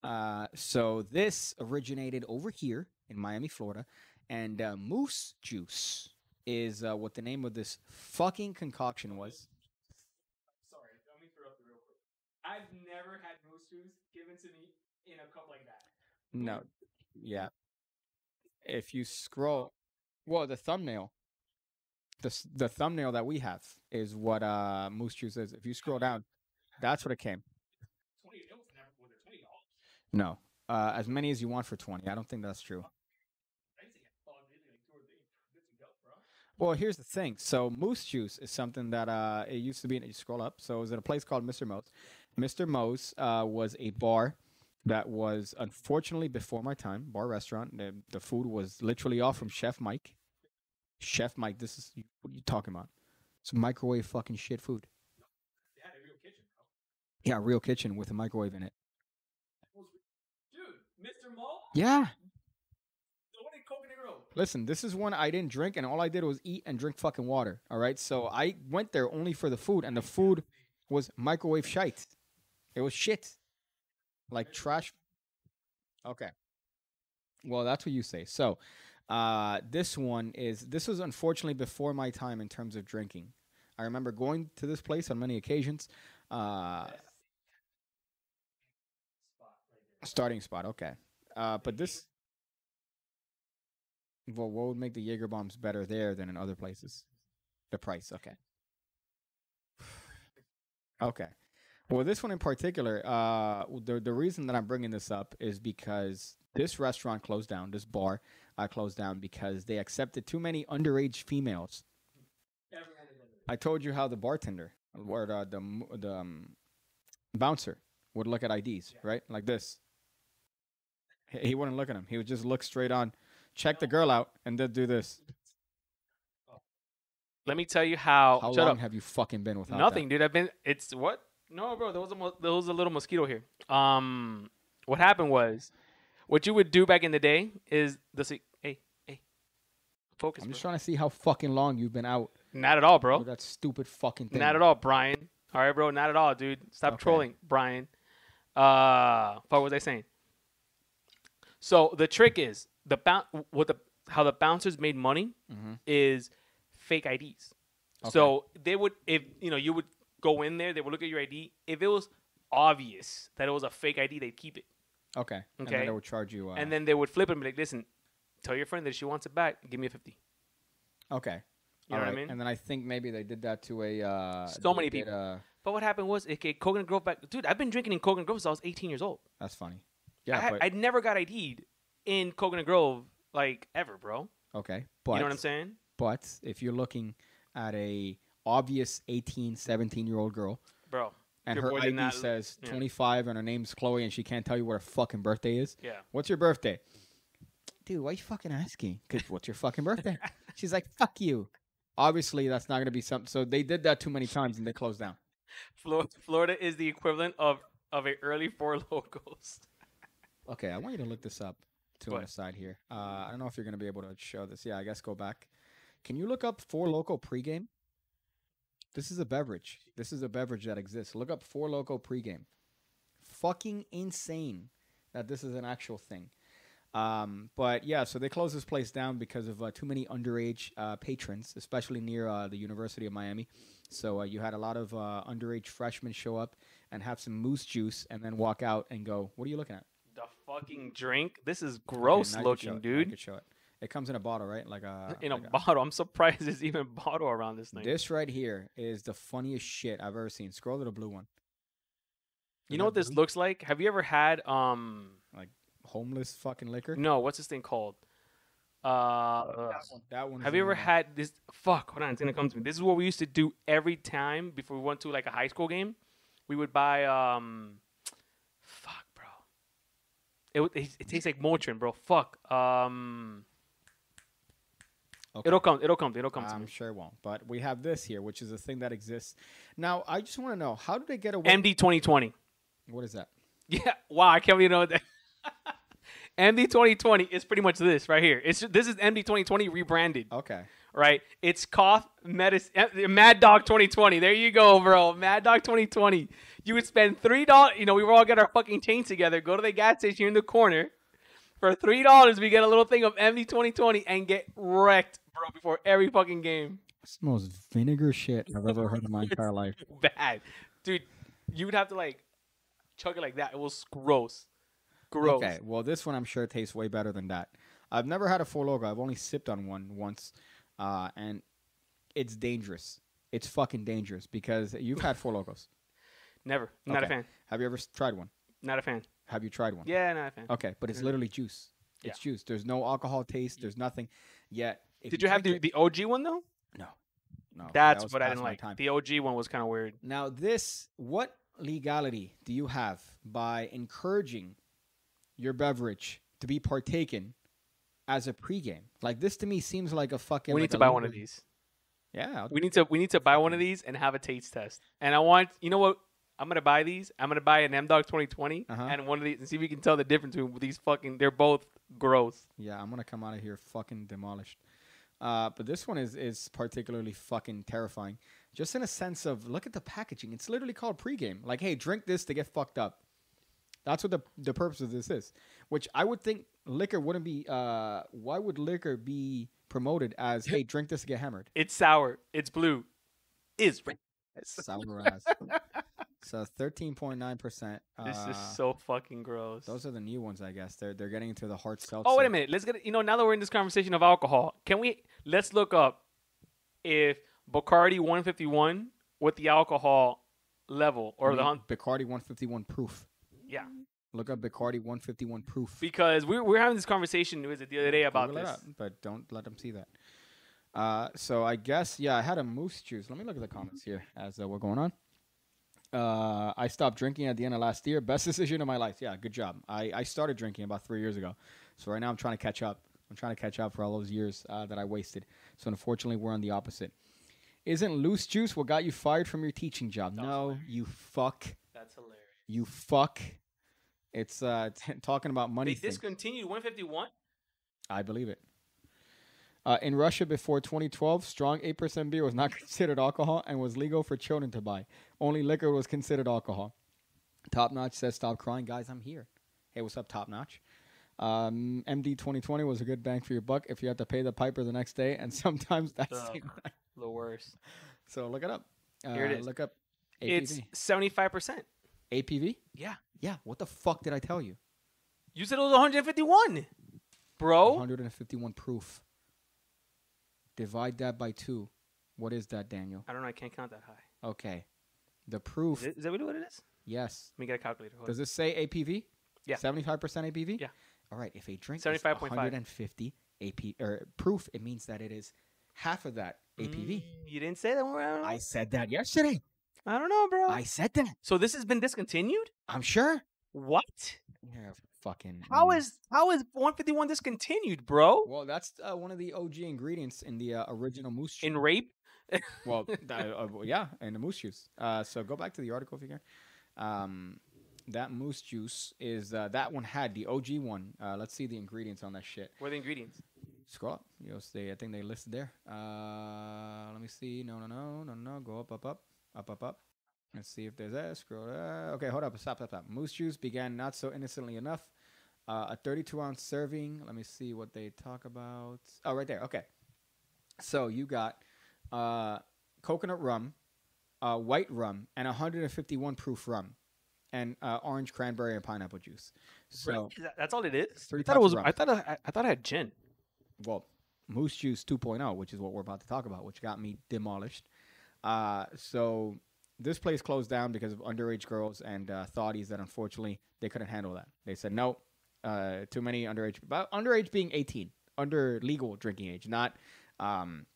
Speaker 4: Uh, so this originated over here in Miami, Florida, and uh, moose juice is uh, what the name of this fucking concoction was.
Speaker 5: Sorry, let me throw up the real quick. I've never had moose juice given to me in a cup like that.
Speaker 4: No, yeah. If you scroll, well, the thumbnail, the s- the thumbnail that we have is what uh moose juice is. If you scroll down, that's what it came.
Speaker 5: Twenty, it was never was it twenty dollars?
Speaker 4: No, uh, as many as you want for twenty. I don't think that's true.
Speaker 5: I used to get all day like two or three. Good to go, bro.
Speaker 4: Well, here's the thing. So moose juice is something that uh, it used to be. You scroll up. So it was at a place called Mr. Moe's. Mr. Moe's uh, was a bar that was unfortunately before my time. Bar restaurant. The, the food was literally all from Chef Mike. Chef Mike. This is what are you talking about? It's microwave fucking shit food.
Speaker 5: They had a real kitchen, bro.
Speaker 4: Yeah, real kitchen with a microwave in it.
Speaker 5: Dude, Mr. Mole,
Speaker 4: Yeah.
Speaker 5: the one in Coconut Grove.
Speaker 4: Listen, this is one I didn't drink, and all I did was eat and drink fucking water. All right, so I went there only for the food, and the food was microwave shite. It was shit, like trash. Okay. Well, that's what you say. So, uh, this one is this was unfortunately before my time in terms of drinking. I remember going to this place on many occasions. Uh, starting spot, okay. Uh, but this. Well, what would make the Jaeger bombs better there than in other places? The price, okay. okay. Well, this one in particular, uh, w- the the reason that I'm bringing this up is because this restaurant closed down. This bar uh, closed down because they accepted too many underage females. I told you how the bartender or the the, m- the um, bouncer would look at IDs, right? Like this. He he wouldn't look at him. He would just look straight on check the girl out and then do this.
Speaker 5: Let me tell you how.
Speaker 4: How
Speaker 5: Oh, shut
Speaker 4: long
Speaker 5: up.
Speaker 4: have you fucking been without that?
Speaker 5: Nothing, dude. I've been. It's what? No, bro. There was a mo- there was a little mosquito here. Um, what happened was, what you would do back in the day is the se- hey hey, focus.
Speaker 4: I'm just
Speaker 5: bro.
Speaker 4: trying to see how fucking long you've been out
Speaker 5: Not at all,
Speaker 4: with
Speaker 5: bro.
Speaker 4: that stupid fucking thing.
Speaker 5: Not at all, Brian. All right, bro. Not at all, dude. Stop
Speaker 4: Okay.
Speaker 5: trolling, Brian. Uh, what was I saying? So the trick is the boun what the how the bouncers made money
Speaker 4: Mhm.
Speaker 5: is fake IDs. So they would if you know you would go in there, they would look at your ID. If it was obvious that it was a fake ID, they'd keep it,
Speaker 4: Okay. And then
Speaker 5: Okay.
Speaker 4: they would charge you. Uh,
Speaker 5: and then they would flip it and be like, "Listen, tell your friend that she wants it back. Give me a 50.
Speaker 4: okay.
Speaker 5: You know what I mean?
Speaker 4: And then I think maybe they did that to a. Uh,
Speaker 5: So
Speaker 4: they
Speaker 5: many
Speaker 4: did,
Speaker 5: people.
Speaker 4: Uh,
Speaker 5: But what happened was, okay, Coconut Grove back, dude. I've been drinking in Coconut Grove since I was 18 years old.
Speaker 4: that's funny.
Speaker 5: I,
Speaker 4: Yeah.
Speaker 5: had,
Speaker 4: but,
Speaker 5: I never got ID'd in Coconut Grove like ever, bro.
Speaker 4: okay. But
Speaker 5: you know what I'm saying?
Speaker 4: but if you're looking at a obvious 18, 17 year old girl
Speaker 5: Bro,
Speaker 4: and
Speaker 5: Your
Speaker 4: her
Speaker 5: boy did
Speaker 4: ID
Speaker 5: not-
Speaker 4: says
Speaker 5: yeah.
Speaker 4: 25 and her name's Chloe and she can't tell you what her fucking birthday is.
Speaker 5: yeah.
Speaker 4: What's your birthday? Dude, why you fucking asking? Because what's your fucking
Speaker 5: [laughs]
Speaker 4: birthday? She's like, fuck you. Obviously, that's not going to be something. So they did that too many times and they closed down.
Speaker 5: Florida, Florida is the equivalent of of a early [laughs] four locals.
Speaker 4: Okay, I want you to look this up to
Speaker 5: What?
Speaker 4: an aside here. Uh, I don't know if you're going to be able to show this. Yeah, I guess go back. Can you look up Four Local pregame? This is a beverage. This is a beverage that exists. Look up Four Local pregame. Fucking insane that this is an actual thing. Um, but yeah, so they closed this place down because of uh, too many underage uh, patrons, especially near uh, the University of Miami. So uh, you had a lot of uh, underage freshmen show up and have some moose juice and then walk out and go, What are you looking at?
Speaker 5: The fucking drink. This is gross
Speaker 4: now I could show
Speaker 5: looking,
Speaker 4: it, now I
Speaker 5: dude.
Speaker 4: could show it. It comes in a bottle, right? Like a
Speaker 5: In a
Speaker 4: like
Speaker 5: bottle. I'm surprised there's even [laughs] a bottle around this thing.
Speaker 4: This right here is the funniest shit I've ever seen. Scroll to the blue one.
Speaker 5: you
Speaker 4: Isn't
Speaker 5: know
Speaker 4: that
Speaker 5: what this
Speaker 4: blue?
Speaker 5: looks like? Have you ever had um
Speaker 4: Homeless fucking liquor.
Speaker 5: no, what's this thing called? Uh, uh,
Speaker 4: That one. is
Speaker 5: have
Speaker 4: the
Speaker 5: you ever
Speaker 4: one that-
Speaker 5: had this? Fuck, hold on, it's gonna come to me. This is what we used to do every time before we went to like a high school game. We would buy um, fuck, bro. It would- it, it tastes like Motrin, bro. Fuck. Um,
Speaker 4: Okay. Um,
Speaker 5: it'll come, it'll come, it'll come to
Speaker 4: I'm
Speaker 5: me.
Speaker 4: sure it won't. But we have this here, which is a thing that exists. Now, I just want to know how did they get away?
Speaker 5: MD twenty twenty. [laughs]
Speaker 4: what is that?
Speaker 5: Yeah. Wow. I can't even know that. [laughs] MD twenty twenty is pretty much this right here. It's this is MD twenty twenty rebranded.
Speaker 4: Okay.
Speaker 5: right? It's cough medicine. eh, Mad Dog 2020. There you go, bro. Mad Dog 2020. You would spend three dollars. You know, we would all get our fucking chains together, go to the gas station in the corner. For three dollars, we get a little thing of MD 2020 and get wrecked, bro, before every fucking game. [laughs]
Speaker 4: It's the most vinegar shit I've ever heard in my entire life.
Speaker 5: Bad, dude. You would have to like chug it like that. It was gross. Gross.
Speaker 4: Okay, well, this one I'm sure tastes way better than that. I've never had a full logo. I've only sipped on one once, uh, and it's dangerous. It's fucking dangerous because you've had four logos.
Speaker 5: Never. Not a
Speaker 4: Okay.
Speaker 5: fan.
Speaker 4: Have you ever s- tried one?
Speaker 5: Not a fan.
Speaker 4: Have you tried one?
Speaker 5: Yeah, not a fan.
Speaker 4: Okay, but it's
Speaker 5: Mm.
Speaker 4: literally juice. It's juice. There's no alcohol taste. There's nothing. Yet, if
Speaker 5: Did you have the,
Speaker 4: drink
Speaker 5: the OG one though?
Speaker 4: it- no, no. that
Speaker 5: That's
Speaker 4: was
Speaker 5: what I
Speaker 4: past
Speaker 5: didn't
Speaker 4: my
Speaker 5: like.
Speaker 4: time.
Speaker 5: The OG one was kind of weird.
Speaker 4: Now, this what legality do you have by encouraging your beverage to be partaken as a pregame? Like this to me seems like a fucking.
Speaker 5: we
Speaker 4: like
Speaker 5: need to
Speaker 4: a
Speaker 5: buy one of
Speaker 4: legal-
Speaker 5: these.
Speaker 4: Yeah,
Speaker 5: We need to we need to buy one of these and have a taste test. And I want you know what? I'm gonna buy these. I'm gonna buy an M Dog 2020
Speaker 4: Uh-huh.
Speaker 5: and one of these and see if we can tell the difference between these fucking. They're both gross.
Speaker 4: yeah. I'm gonna come out of here fucking demolished. Uh, but this one is is particularly fucking terrifying, just in a sense of look at the packaging. It's literally called pregame. Like, hey, drink this to get fucked up. That's what the the purpose of this is. Which I would think liquor wouldn't be. Uh, why would liquor be promoted as
Speaker 5: [laughs]
Speaker 4: hey, drink this to get hammered?
Speaker 5: It's sour. It's blue. Is red. [laughs]
Speaker 4: Sour ass. so thirteen point nine percent.
Speaker 5: This is so fucking gross.
Speaker 4: Uh, Those are the new ones, I guess. They're they're getting into the hard seltzer.
Speaker 5: Oh wait a minute. Let's get you know now that we're in this conversation of alcohol. Can we let's look up if Bacardi 151 with the alcohol level or
Speaker 4: Mm-hmm.
Speaker 5: the hun-
Speaker 4: Bacardi one fifty one proof.
Speaker 5: yeah
Speaker 4: Look up Bacardi 151 proof.
Speaker 5: because we we're having this conversation was it the other day about
Speaker 4: Google it
Speaker 5: this.
Speaker 4: up, but don't let them see that. Uh, so I guess yeah, I had a moose juice. Let me look at the comments here as uh, we're going on. Uh, I stopped drinking at the end of last year. Best [laughs] decision of my life. Yeah, good job. I, I started drinking about three years ago, so right now I'm trying to catch up. I'm trying to catch up for all those years uh, that I wasted. So unfortunately, we're on the opposite. Isn't loose juice what got you fired from your teaching job?
Speaker 5: That was
Speaker 4: No, you fuck,
Speaker 5: That's hilarious.
Speaker 4: you fuck. It's uh, [laughs] talking about money.
Speaker 5: They
Speaker 4: thing.
Speaker 5: discontinued 151.
Speaker 4: I believe it. Uh, in Russia before 2012, strong 8% beer was not [laughs] considered alcohol and was legal for children to buy. Only liquor was considered alcohol. Top Notch says, Stop crying. Guys, I'm here. Hey, what's up, Top Notch? Um, MD 2020 was a good bang for your buck if you had to pay the piper the next day, and [laughs] sometimes that's
Speaker 5: Ugh. The worst.
Speaker 4: [laughs] so. Look it up. Uh,
Speaker 5: Here it is.
Speaker 4: Look up APV.
Speaker 5: It's seventy five percent.
Speaker 4: APV?
Speaker 5: Yeah.
Speaker 4: Yeah. What the fuck did I tell you?
Speaker 5: You said it was one hundred fifty one, bro.
Speaker 4: 151 proof. Divide that by two. What is that, Daniel?
Speaker 5: I don't know. I can't count that high.
Speaker 4: Okay. The
Speaker 5: Is,
Speaker 4: proof,
Speaker 5: it, is that really what it is?
Speaker 4: yes.
Speaker 5: Let me get a calculator. Hold
Speaker 4: Does this say APV?
Speaker 5: Yeah.
Speaker 4: 75% APV?
Speaker 5: Yeah.
Speaker 4: All right, if a drink is
Speaker 5: 75.5.
Speaker 4: 150 AP or proof, it means that it is half of that
Speaker 5: on.
Speaker 4: APV.
Speaker 5: Mm, you didn't say that. one. I don't know.
Speaker 4: I said that yesterday.
Speaker 5: I don't know, bro.
Speaker 4: I said that.
Speaker 5: so this has been discontinued.
Speaker 4: I'm sure.
Speaker 5: What?
Speaker 4: Yeah, fucking
Speaker 5: How
Speaker 4: mm.
Speaker 5: is how is one fifty one discontinued, bro?
Speaker 4: Well, that's uh, one of the OG ingredients in the uh, original moose juice.
Speaker 5: In rape?
Speaker 4: well, that, uh, well, yeah, in the moose juice. Uh, so go back to the article if you can. Um, that moose juice is uh, that one had the OG one. Uh, let's see the ingredients on that shit.
Speaker 5: What are the ingredients?
Speaker 4: Scroll up. You'll see. I think they listed there. Uh, let me see. No, no, no, no, no. Go up, up, up, up, up, up. Let's see if there's that. Scroll. Uh, okay, hold up. Stop, stop, stop. Moose juice began not so innocently enough. Uh, a 32 ounce serving. Let me see what they talk about. Oh, right there. Okay. So you got uh, coconut rum, uh, white rum, and 151 proof rum, and uh, orange, cranberry, and pineapple juice. So
Speaker 5: Really? That- That's all it is.
Speaker 4: three
Speaker 5: I thought it
Speaker 4: types
Speaker 5: was.
Speaker 4: of rum.
Speaker 5: I thought I, I- I thought I had gin.
Speaker 4: well, Moose Juice 2.0, which is what we're about to talk about, which got me demolished. Uh, so this place closed down because of underage girls and uh, thoughties that unfortunately they couldn't handle that. They said no, uh, too many underage. But underage being 18, under legal drinking age, not. Um,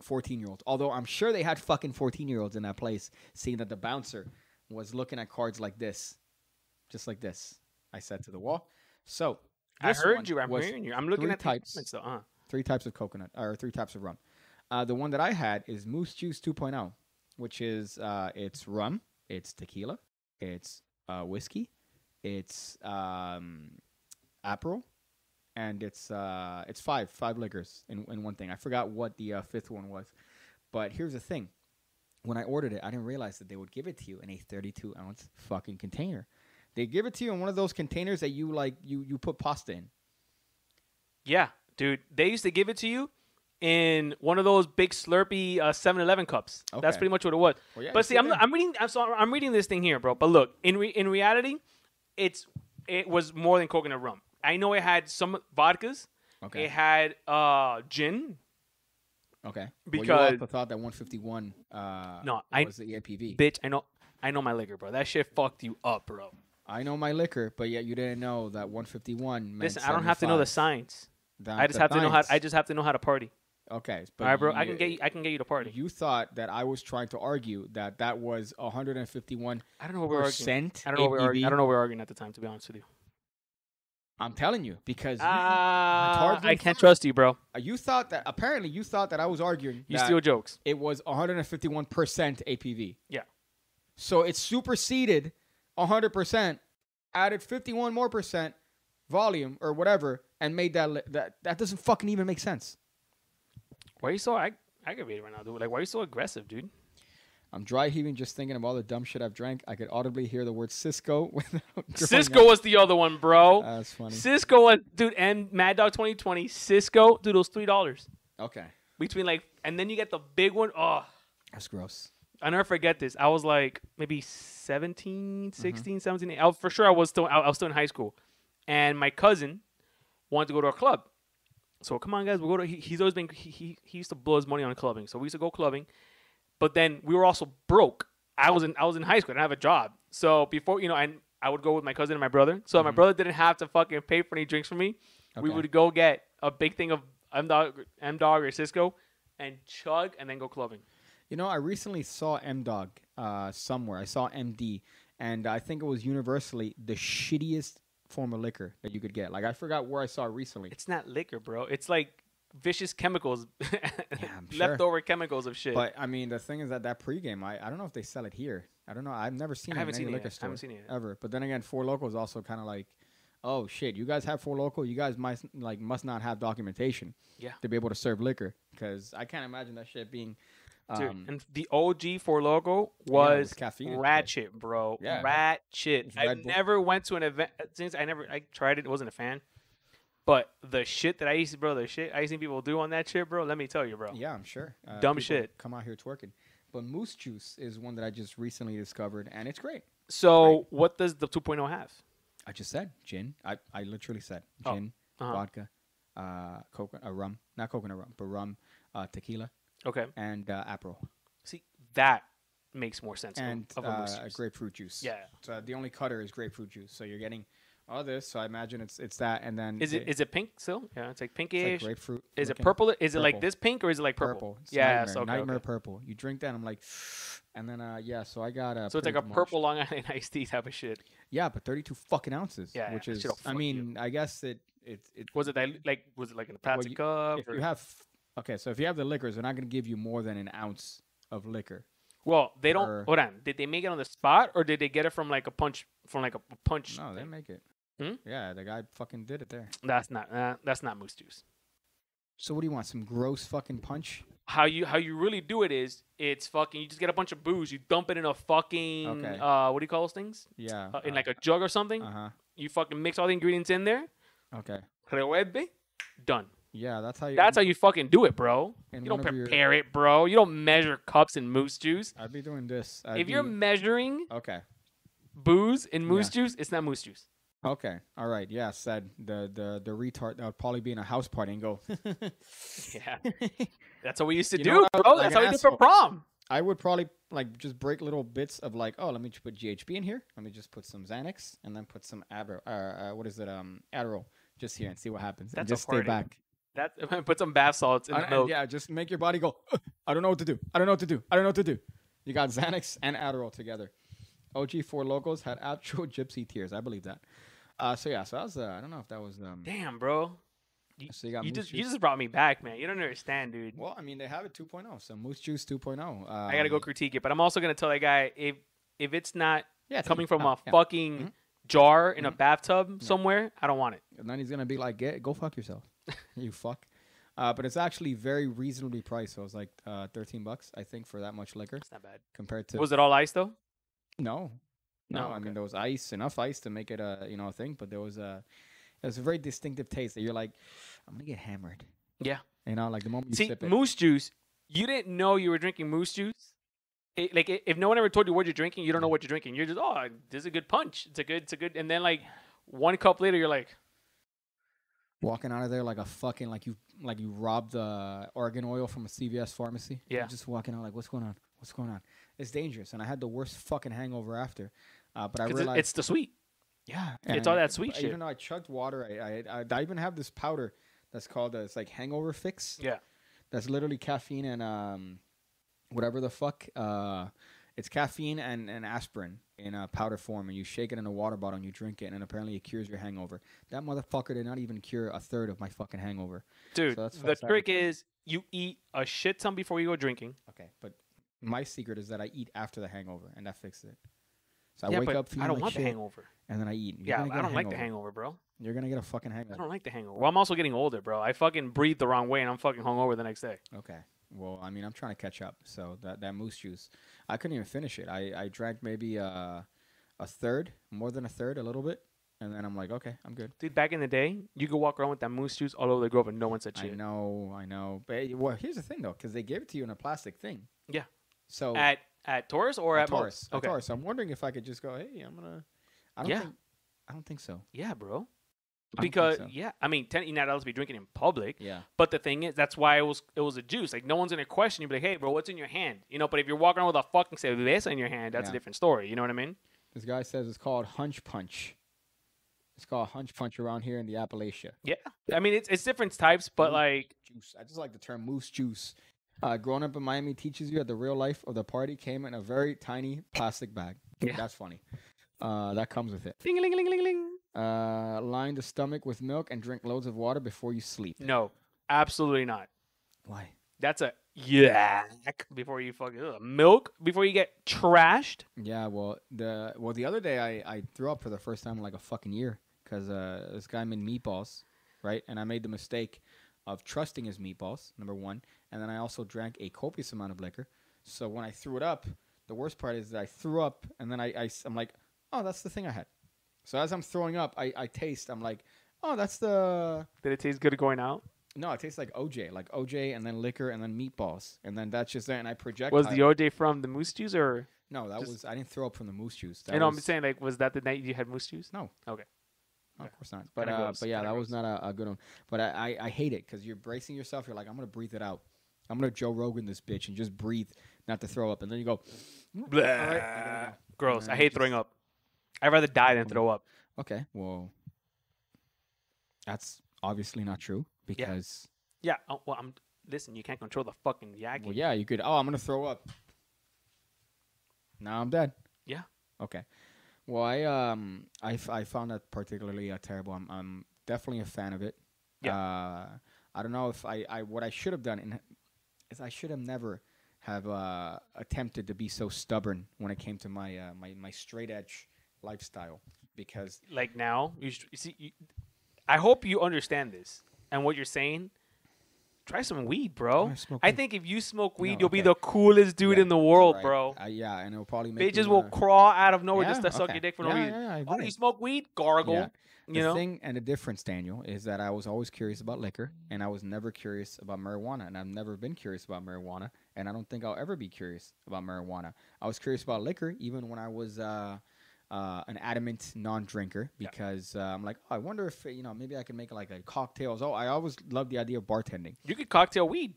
Speaker 4: 14 year olds. Although I'm sure they had fucking 14 year olds in that place, seeing that the bouncer was looking at cards like this, just like this. I said to the wall. So
Speaker 5: I
Speaker 4: this one
Speaker 5: heard you. I'm
Speaker 4: was
Speaker 5: hearing you. I'm looking
Speaker 4: three
Speaker 5: at the
Speaker 4: types.
Speaker 5: comments though. Uh,
Speaker 4: three types of coconut or three types of rum. Uh, the one that I had is Moose Juice 2.0, which is uh, it's rum, it's tequila, it's uh, whiskey, it's um, Aperol, and it's uh, it's five five liquors in, in one thing. I forgot what the uh, fifth one was, but here's the thing: when I ordered it, I didn't realize that they would give it to you in a 32 ounce fucking container. They give it to you in one of those containers that you like you you put pasta in.
Speaker 5: yeah, dude. They used to give it to you in one of those big slurpy uh, 7-Eleven cups. That's
Speaker 4: Okay.
Speaker 5: pretty much what it was.
Speaker 4: Well, yeah,
Speaker 5: but
Speaker 4: it's
Speaker 5: see, I'm,
Speaker 4: there.
Speaker 5: I'm reading. I'm, sorry, I'm reading this thing here, bro. But look, in re- in reality, it's it was more than coconut rum. I know it had some vodkas.
Speaker 4: Okay.
Speaker 5: It had uh gin.
Speaker 4: Okay. well,
Speaker 5: Because-
Speaker 4: you also thought that 151 uh,
Speaker 5: No, I-
Speaker 4: was the APV.
Speaker 5: Bitch, I know. I know my liquor, bro. That shit fucked you up, bro.
Speaker 4: I know my liquor, but yet you didn't know that 151 meant
Speaker 5: Listen, I don't have to know the
Speaker 4: 75.
Speaker 5: science.
Speaker 4: That's
Speaker 5: I just
Speaker 4: the
Speaker 5: have to know how. I
Speaker 4: science.
Speaker 5: just have to know how to party.
Speaker 4: Okay, but
Speaker 5: All right, bro. I can
Speaker 4: you-
Speaker 5: get. You, I can get you to party.
Speaker 4: You thought that I was trying to argue that that was 151
Speaker 5: I don't know what we're arguing.
Speaker 4: percent. E
Speaker 5: I don't know what we're
Speaker 4: APV.
Speaker 5: arguing. I don't know what we're arguing at the time, to be honest with you.
Speaker 4: I'm telling you because you-
Speaker 5: Ah, I
Speaker 4: retarded
Speaker 5: can't
Speaker 4: fuck.
Speaker 5: trust you, bro.
Speaker 4: you, thought that apparently you thought that I was arguing
Speaker 5: You
Speaker 4: that
Speaker 5: steal jokes.
Speaker 4: it was 151 percent APV.
Speaker 5: Yeah.
Speaker 4: So it superseded 100 percent, added 51 more percent volume or whatever, and made that li- that that doesn't fucking even make sense.
Speaker 5: Why are you so ag- aggravated right now, dude? Like, why are you so aggressive, dude?
Speaker 4: I'm dry heaving just thinking of all the dumb shit I've drank. I could audibly hear the word Cisco [laughs] without. growing
Speaker 5: Cisco
Speaker 4: up.
Speaker 5: was the other one, bro.
Speaker 4: That's funny.
Speaker 5: Cisco was, dude, and Mad Dog 2020. Cisco, dude, it was three dollars
Speaker 4: Okay.
Speaker 5: between like, and then you get the big one. Oh,
Speaker 4: That's gross.
Speaker 5: I never forget this. I was like maybe 17, 16, 17. I, was- for sure, I was still I, I was still in high school, and my cousin wanted to go to a club. So come on, guys, we will go to. He, he's always been he, he he used to blow his money on clubbing, so we used to go clubbing. But then we were also broke. I was in I was in high school. I didn't have a job, so before you know, and I would go with my cousin and my brother. So my brother didn't have to fucking pay for any drinks for me. We
Speaker 4: Okay.
Speaker 5: would go get a big thing of M Dog M Dog or Cisco, and chug, and then go clubbing.
Speaker 4: You know, I recently saw M Dog uh, somewhere. I saw MD, and I think it was universally the shittiest form of liquor that you could get. Like I forgot where I saw it recently.
Speaker 5: It's not liquor, bro. It's like vicious chemicals,
Speaker 4: [laughs]
Speaker 5: [laughs]
Speaker 4: I'm sure.
Speaker 5: leftover chemicals of shit.
Speaker 4: But I mean, the thing is that that pregame, I, I don't know if they sell it here. I don't know. I've never seen
Speaker 5: I
Speaker 4: it
Speaker 5: haven't
Speaker 4: in any
Speaker 5: seen it.
Speaker 4: liquor
Speaker 5: Yet. I
Speaker 4: store
Speaker 5: haven't seen it. Yet.
Speaker 4: ever. But then again, Four Local is also kind of like, oh shit, you guys have Four Local. You guys might like must not have documentation.
Speaker 5: Yeah.
Speaker 4: To be able to serve liquor, because I can't imagine that shit being.
Speaker 5: Dude,
Speaker 4: Um,
Speaker 5: and the OG for logo
Speaker 4: it
Speaker 5: was
Speaker 4: was caffeine in it, right?
Speaker 5: ratchet, bro.
Speaker 4: Yeah.
Speaker 5: Ratchet.
Speaker 4: It's
Speaker 5: I
Speaker 4: Red Bull.
Speaker 5: never went to an event uh, since I never I tried it. wasn't a fan. But the shit that I used to, bro, the shit I used to see people do on that shit, bro. Let me tell you, bro.
Speaker 4: yeah, I'm sure. Uh,
Speaker 5: Dumb
Speaker 4: people
Speaker 5: shit.
Speaker 4: Come out here twerking. But Moose Juice is one that I just recently discovered, and it's great.
Speaker 5: So what does the 2.0 have?
Speaker 4: I just said gin. I, I literally said
Speaker 5: Oh,
Speaker 4: gin,
Speaker 5: uh-huh.
Speaker 4: vodka, uh, coconut, uh, rum, not coconut rum, but rum, uh, tequila,
Speaker 5: Okay,
Speaker 4: and uh, Aperol.
Speaker 5: see that makes more sense. of-
Speaker 4: and
Speaker 5: of a moose
Speaker 4: uh,
Speaker 5: juice.
Speaker 4: grapefruit juice.
Speaker 5: Yeah.
Speaker 4: So uh, the only cutter is grapefruit juice. So you're getting all this. So I imagine it's it's that, and then
Speaker 5: Is it
Speaker 4: it's
Speaker 5: is it pink still? Yeah, it's like
Speaker 4: like
Speaker 5: pinkish.
Speaker 4: grapefruit?
Speaker 5: Is it
Speaker 4: looking
Speaker 5: purple? Is it like
Speaker 4: Purple.
Speaker 5: this pink or is it like purple?
Speaker 4: Purple. It's
Speaker 5: yeah,
Speaker 4: nightmare,
Speaker 5: so okay,
Speaker 4: nightmare
Speaker 5: okay.
Speaker 4: purple. You drink that, I'm like, [sighs] and then uh yeah. So I got a.
Speaker 5: So it's like a purple Long Island [laughs] iced tea type of shit.
Speaker 4: Yeah, but 32 fucking ounces.
Speaker 5: Yeah,
Speaker 4: Which
Speaker 5: that
Speaker 4: is,
Speaker 5: shit'll
Speaker 4: I
Speaker 5: fuck you.
Speaker 4: mean, I guess it it it.
Speaker 5: Was it dilu- like was it like in a
Speaker 4: Well,
Speaker 5: plastic
Speaker 4: you-
Speaker 5: cup?
Speaker 4: if you
Speaker 5: or-
Speaker 4: have okay, so if you have the liquors, they're not gonna give you more than an ounce of liquor.
Speaker 5: well, they don't.
Speaker 4: or-
Speaker 5: Hold on. Did they make it on the spot or did they get it from like a punch from like a punch?
Speaker 4: No, they
Speaker 5: thing?
Speaker 4: make it.
Speaker 5: Hmm?
Speaker 4: Yeah, the guy fucking did it there.
Speaker 5: that's not uh, that's not moose juice.
Speaker 4: So what do you want? Some gross fucking punch?
Speaker 5: How you how you really do it is it's fucking. You just get a bunch of booze. You dump it in a fucking
Speaker 4: Okay.
Speaker 5: uh what do you call those things?
Speaker 4: Yeah.
Speaker 5: Uh, in like a jug or something.
Speaker 4: Uh huh.
Speaker 5: You fucking mix all the ingredients in there.
Speaker 4: Okay.
Speaker 5: Revuelve, Done.
Speaker 4: Yeah, that's how you.
Speaker 5: That's how you fucking do it, bro.
Speaker 4: And
Speaker 5: you don't
Speaker 4: one of your-
Speaker 5: prepare it, bro. You don't measure cups in moose juice.
Speaker 4: I'd be doing this. I'd
Speaker 5: if you're
Speaker 4: be-
Speaker 5: measuring
Speaker 4: okay,
Speaker 5: booze in moose juice, [laughs] it's not moose juice.
Speaker 4: Okay. All right. Yeah. Said the the the retard that would probably be in a house party and go. [laughs]
Speaker 5: Yeah. That's what we used to
Speaker 4: You know
Speaker 5: do,
Speaker 4: what?
Speaker 5: bro.
Speaker 4: Like
Speaker 5: That's
Speaker 4: an
Speaker 5: how we did for
Speaker 4: asshole.
Speaker 5: prom.
Speaker 4: I would probably like just break little bits of like, oh, let me just put GHB in here. Let me just put some Xanax and then put some Adderall. Uh, uh, what is it? Um, Adderall. Just here and see what happens. and
Speaker 5: That's a
Speaker 4: just stay
Speaker 5: party.
Speaker 4: back.
Speaker 5: [laughs] That put some bath salts in
Speaker 4: I-
Speaker 5: the
Speaker 4: and
Speaker 5: milk.
Speaker 4: yeah, just make your body go. "Ugh, I don't know what to do. I don't know what to do. I don't know what to do. You got Xanax and Adderall together. OG four locals had actual [laughs] gypsy tears. I believe that. Uh, so yeah, so that was. Uh, I don't know if that was. Um,
Speaker 5: Damn, bro. You,
Speaker 4: So you got
Speaker 5: you
Speaker 4: moose
Speaker 5: just you
Speaker 4: juice.
Speaker 5: just brought me back, man. You don't understand, dude.
Speaker 4: well, I mean, they have it 2.0. So Moose Juice 2.0. Um,
Speaker 5: I gotta go critique it, but I'm also gonna tell that guy if if it's not
Speaker 4: Yeah, it's
Speaker 5: coming
Speaker 4: easy.
Speaker 5: from
Speaker 4: Oh,
Speaker 5: a
Speaker 4: yeah. Mm-hmm.
Speaker 5: fucking jar in a bathtub
Speaker 4: Yeah.
Speaker 5: somewhere, I don't want it.
Speaker 4: And then he's gonna be like, "Get go fuck yourself, [laughs] you fuck." Uh, but it's actually very reasonably priced. So it was like uh, thirteen bucks, I think, for that much liquor
Speaker 5: It's not bad.
Speaker 4: compared to
Speaker 5: Was it all ice though?
Speaker 4: no, no.
Speaker 5: No,
Speaker 4: I
Speaker 5: okay.
Speaker 4: mean, there was ice, enough ice to make it a you know a thing. But there was a it was a very distinctive taste that you're like, I'm gonna get hammered.
Speaker 5: Yeah.
Speaker 4: You know, like the moment you
Speaker 5: See,
Speaker 4: sip it,
Speaker 5: moose juice. You didn't know you were drinking moose juice. It, like i- if no one ever told you what you're drinking, you don't know what you're drinking. You're just oh, this is a good punch. It's a good, it's a good. And then like one cup later, you're like,
Speaker 4: walking out of there like a fucking like you like you robbed uh, argan oil from a CVS pharmacy. You're
Speaker 5: Yeah.
Speaker 4: just walking out like, what's going on? What's going on? It's dangerous, and I had the worst fucking hangover after. Uh, but I
Speaker 5: 'Cause it-
Speaker 4: realized
Speaker 5: it's the sweet.
Speaker 4: Yeah,
Speaker 5: It's all
Speaker 4: and
Speaker 5: that sweet
Speaker 4: b-
Speaker 5: shit.
Speaker 4: Even though I chugged water, I I, I, I even have this powder that's called uh, it's like hangover fix.
Speaker 5: Yeah.
Speaker 4: that's literally caffeine and um, whatever the fuck. Uh, it's caffeine and, and aspirin in a powder form, and you shake it in a water bottle and you drink it, and apparently it cures your hangover. That motherfucker did not even cure a third of my fucking hangover.
Speaker 5: Dude,
Speaker 4: that's
Speaker 5: the
Speaker 4: fucked up.
Speaker 5: trick is you eat a shit ton before you go drinking.
Speaker 4: Okay, but my secret is that I eat after the hangover, and that fixes it. So I
Speaker 5: yeah,
Speaker 4: wake
Speaker 5: but
Speaker 4: up feeling
Speaker 5: I don't
Speaker 4: like
Speaker 5: want
Speaker 4: shit,
Speaker 5: the hangover.
Speaker 4: and then I eat. You're
Speaker 5: Yeah,
Speaker 4: gonna get
Speaker 5: I
Speaker 4: a
Speaker 5: don't like the hangover, bro.
Speaker 4: You're gonna get a fucking
Speaker 5: I
Speaker 4: hangover.
Speaker 5: don't like the hangover. Well, I'm also getting older, bro. I fucking breathe the wrong way and I'm fucking hungover the next day.
Speaker 4: Okay. Well, I mean, I'm trying to catch up. So that, that moose juice, I couldn't even finish it. I, I drank maybe uh, a third, more than a third, a little bit. And then I'm like, okay, I'm good.
Speaker 5: Dude, back in the day, you could walk around with that moose juice all over the grove and no one said
Speaker 4: I
Speaker 5: shit.
Speaker 4: know, I know. But eh, well, here's the thing, though, because they give it to you in a plastic thing.
Speaker 5: Yeah.
Speaker 4: So
Speaker 5: At at Taurus or
Speaker 4: a
Speaker 5: at,
Speaker 4: Taurus.
Speaker 5: Taurus?
Speaker 4: a
Speaker 5: Okay.
Speaker 4: Taurus. So I'm wondering if I could just go, hey, I'm going to. I don't
Speaker 5: Yeah.
Speaker 4: think. I don't think so.
Speaker 5: Yeah, bro.
Speaker 4: I don't think
Speaker 5: Because
Speaker 4: so.
Speaker 5: yeah, I mean, ten, you're not allowed to be drinking in public.
Speaker 4: Yeah.
Speaker 5: But the thing is, that's why it was it was a juice. Like no one's gonna question you, but like, hey, bro, what's in your hand? You know. But if you're walking around with a fucking cerveza in your hand, that's
Speaker 4: Yeah.
Speaker 5: a different story. You know what I mean?
Speaker 4: This guy says it's called Hunch Punch. It's called Hunch Punch around here in the Appalachia.
Speaker 5: I mean, it's it's different types, but
Speaker 4: Mhm.
Speaker 5: like
Speaker 4: juice. I just like the term moose juice. Uh, growing up in Miami teaches you that the real life of the party came in a very tiny plastic bag.
Speaker 5: Yeah.
Speaker 4: That's funny. Uh, that comes with it.
Speaker 5: ding, ling, ling, ling, ling.
Speaker 4: Uh, line the stomach with milk and drink loads of water before you sleep.
Speaker 5: No, absolutely not.
Speaker 4: Why?
Speaker 5: That's a yak before you fucking ugh, milk before you get trashed.
Speaker 4: Yeah, well, the well the other day I, I threw up for the first time in like a fucking year because uh, this guy made meatballs, right? And I made the mistake of trusting his meatballs, number one, and then I also drank a copious amount of liquor. So when I threw it up, the worst part is that I threw up, and then I, I am like, oh, that's the thing I had. So as I'm throwing up, I, I taste, I'm like, oh, that's the
Speaker 5: Did it taste good going out?
Speaker 4: no, it tastes like OJ, like OJ, and then liquor, and then meatballs, and then that's just it. And I project.
Speaker 5: Was the OJ from the Moose Juice or?
Speaker 4: no, that
Speaker 5: just-
Speaker 4: was I didn't throw up from the moose juice. That
Speaker 5: you know,
Speaker 4: was,
Speaker 5: I'm saying like, was that the night you had Moose Juice?
Speaker 4: No,
Speaker 5: Okay.
Speaker 4: of course not. But
Speaker 5: kinda
Speaker 4: uh,
Speaker 5: gross,
Speaker 4: but yeah,
Speaker 5: kinda
Speaker 4: that was not a, a good one. But I, I, I hate it because you're bracing yourself. You're like, I'm gonna breathe it out. I'm gonna Joe Rogan this bitch and just breathe, not to throw up. And then you go,
Speaker 5: Blah.
Speaker 4: I gotta go.
Speaker 5: Gross.
Speaker 4: Nah,
Speaker 5: I hate throwing up. I'd rather die than throw up.
Speaker 4: okay, whoa. That's obviously not true because
Speaker 5: Yeah. Oh, well, I'm. Listen, you can't control the fucking yak.
Speaker 4: well, yeah, you could. Oh, I'm gonna throw up. Now I'm dead.
Speaker 5: Yeah.
Speaker 4: Okay. Well, I um I, f- I found that particularly uh, terrible. I'm I'm definitely a fan of it.
Speaker 5: Yeah.
Speaker 4: Uh, I don't know if I, I what I should have done in, is I should have never have uh, attempted to be so stubborn when it came to my uh, my my straight edge lifestyle because
Speaker 5: Like now, you, sh- you see. You, I hope you understand this and what you're saying. Try some weed, bro.
Speaker 4: I smoke
Speaker 5: Oh, I
Speaker 4: weed.
Speaker 5: think if you smoke weed,
Speaker 4: No,
Speaker 5: you'll be
Speaker 4: okay.
Speaker 5: the coolest dude
Speaker 4: Yeah,
Speaker 5: in the world,
Speaker 4: right,
Speaker 5: bro.
Speaker 4: I, Uh, yeah, and it'll probably make
Speaker 5: Bitches
Speaker 4: me
Speaker 5: will
Speaker 4: wanna-
Speaker 5: crawl out of nowhere
Speaker 4: yeah,
Speaker 5: just to suck
Speaker 4: okay.
Speaker 5: your dick for
Speaker 4: yeah,
Speaker 5: no reason.
Speaker 4: Yeah, I
Speaker 5: Oh,
Speaker 4: agree.
Speaker 5: you smoke weed? Gargle.
Speaker 4: Yeah.
Speaker 5: You
Speaker 4: the
Speaker 5: know?
Speaker 4: thing and the difference, Daniel, is that I was always curious about liquor, and I was never curious about marijuana, and I've never been curious about marijuana, and I don't think I'll ever be curious about marijuana. I was curious about liquor even when I was uh, uh, an adamant non-drinker because uh, I'm like, oh, I wonder if you know maybe I can make like a cocktails. Oh, I always love the idea of bartending.
Speaker 5: You could cocktail weed.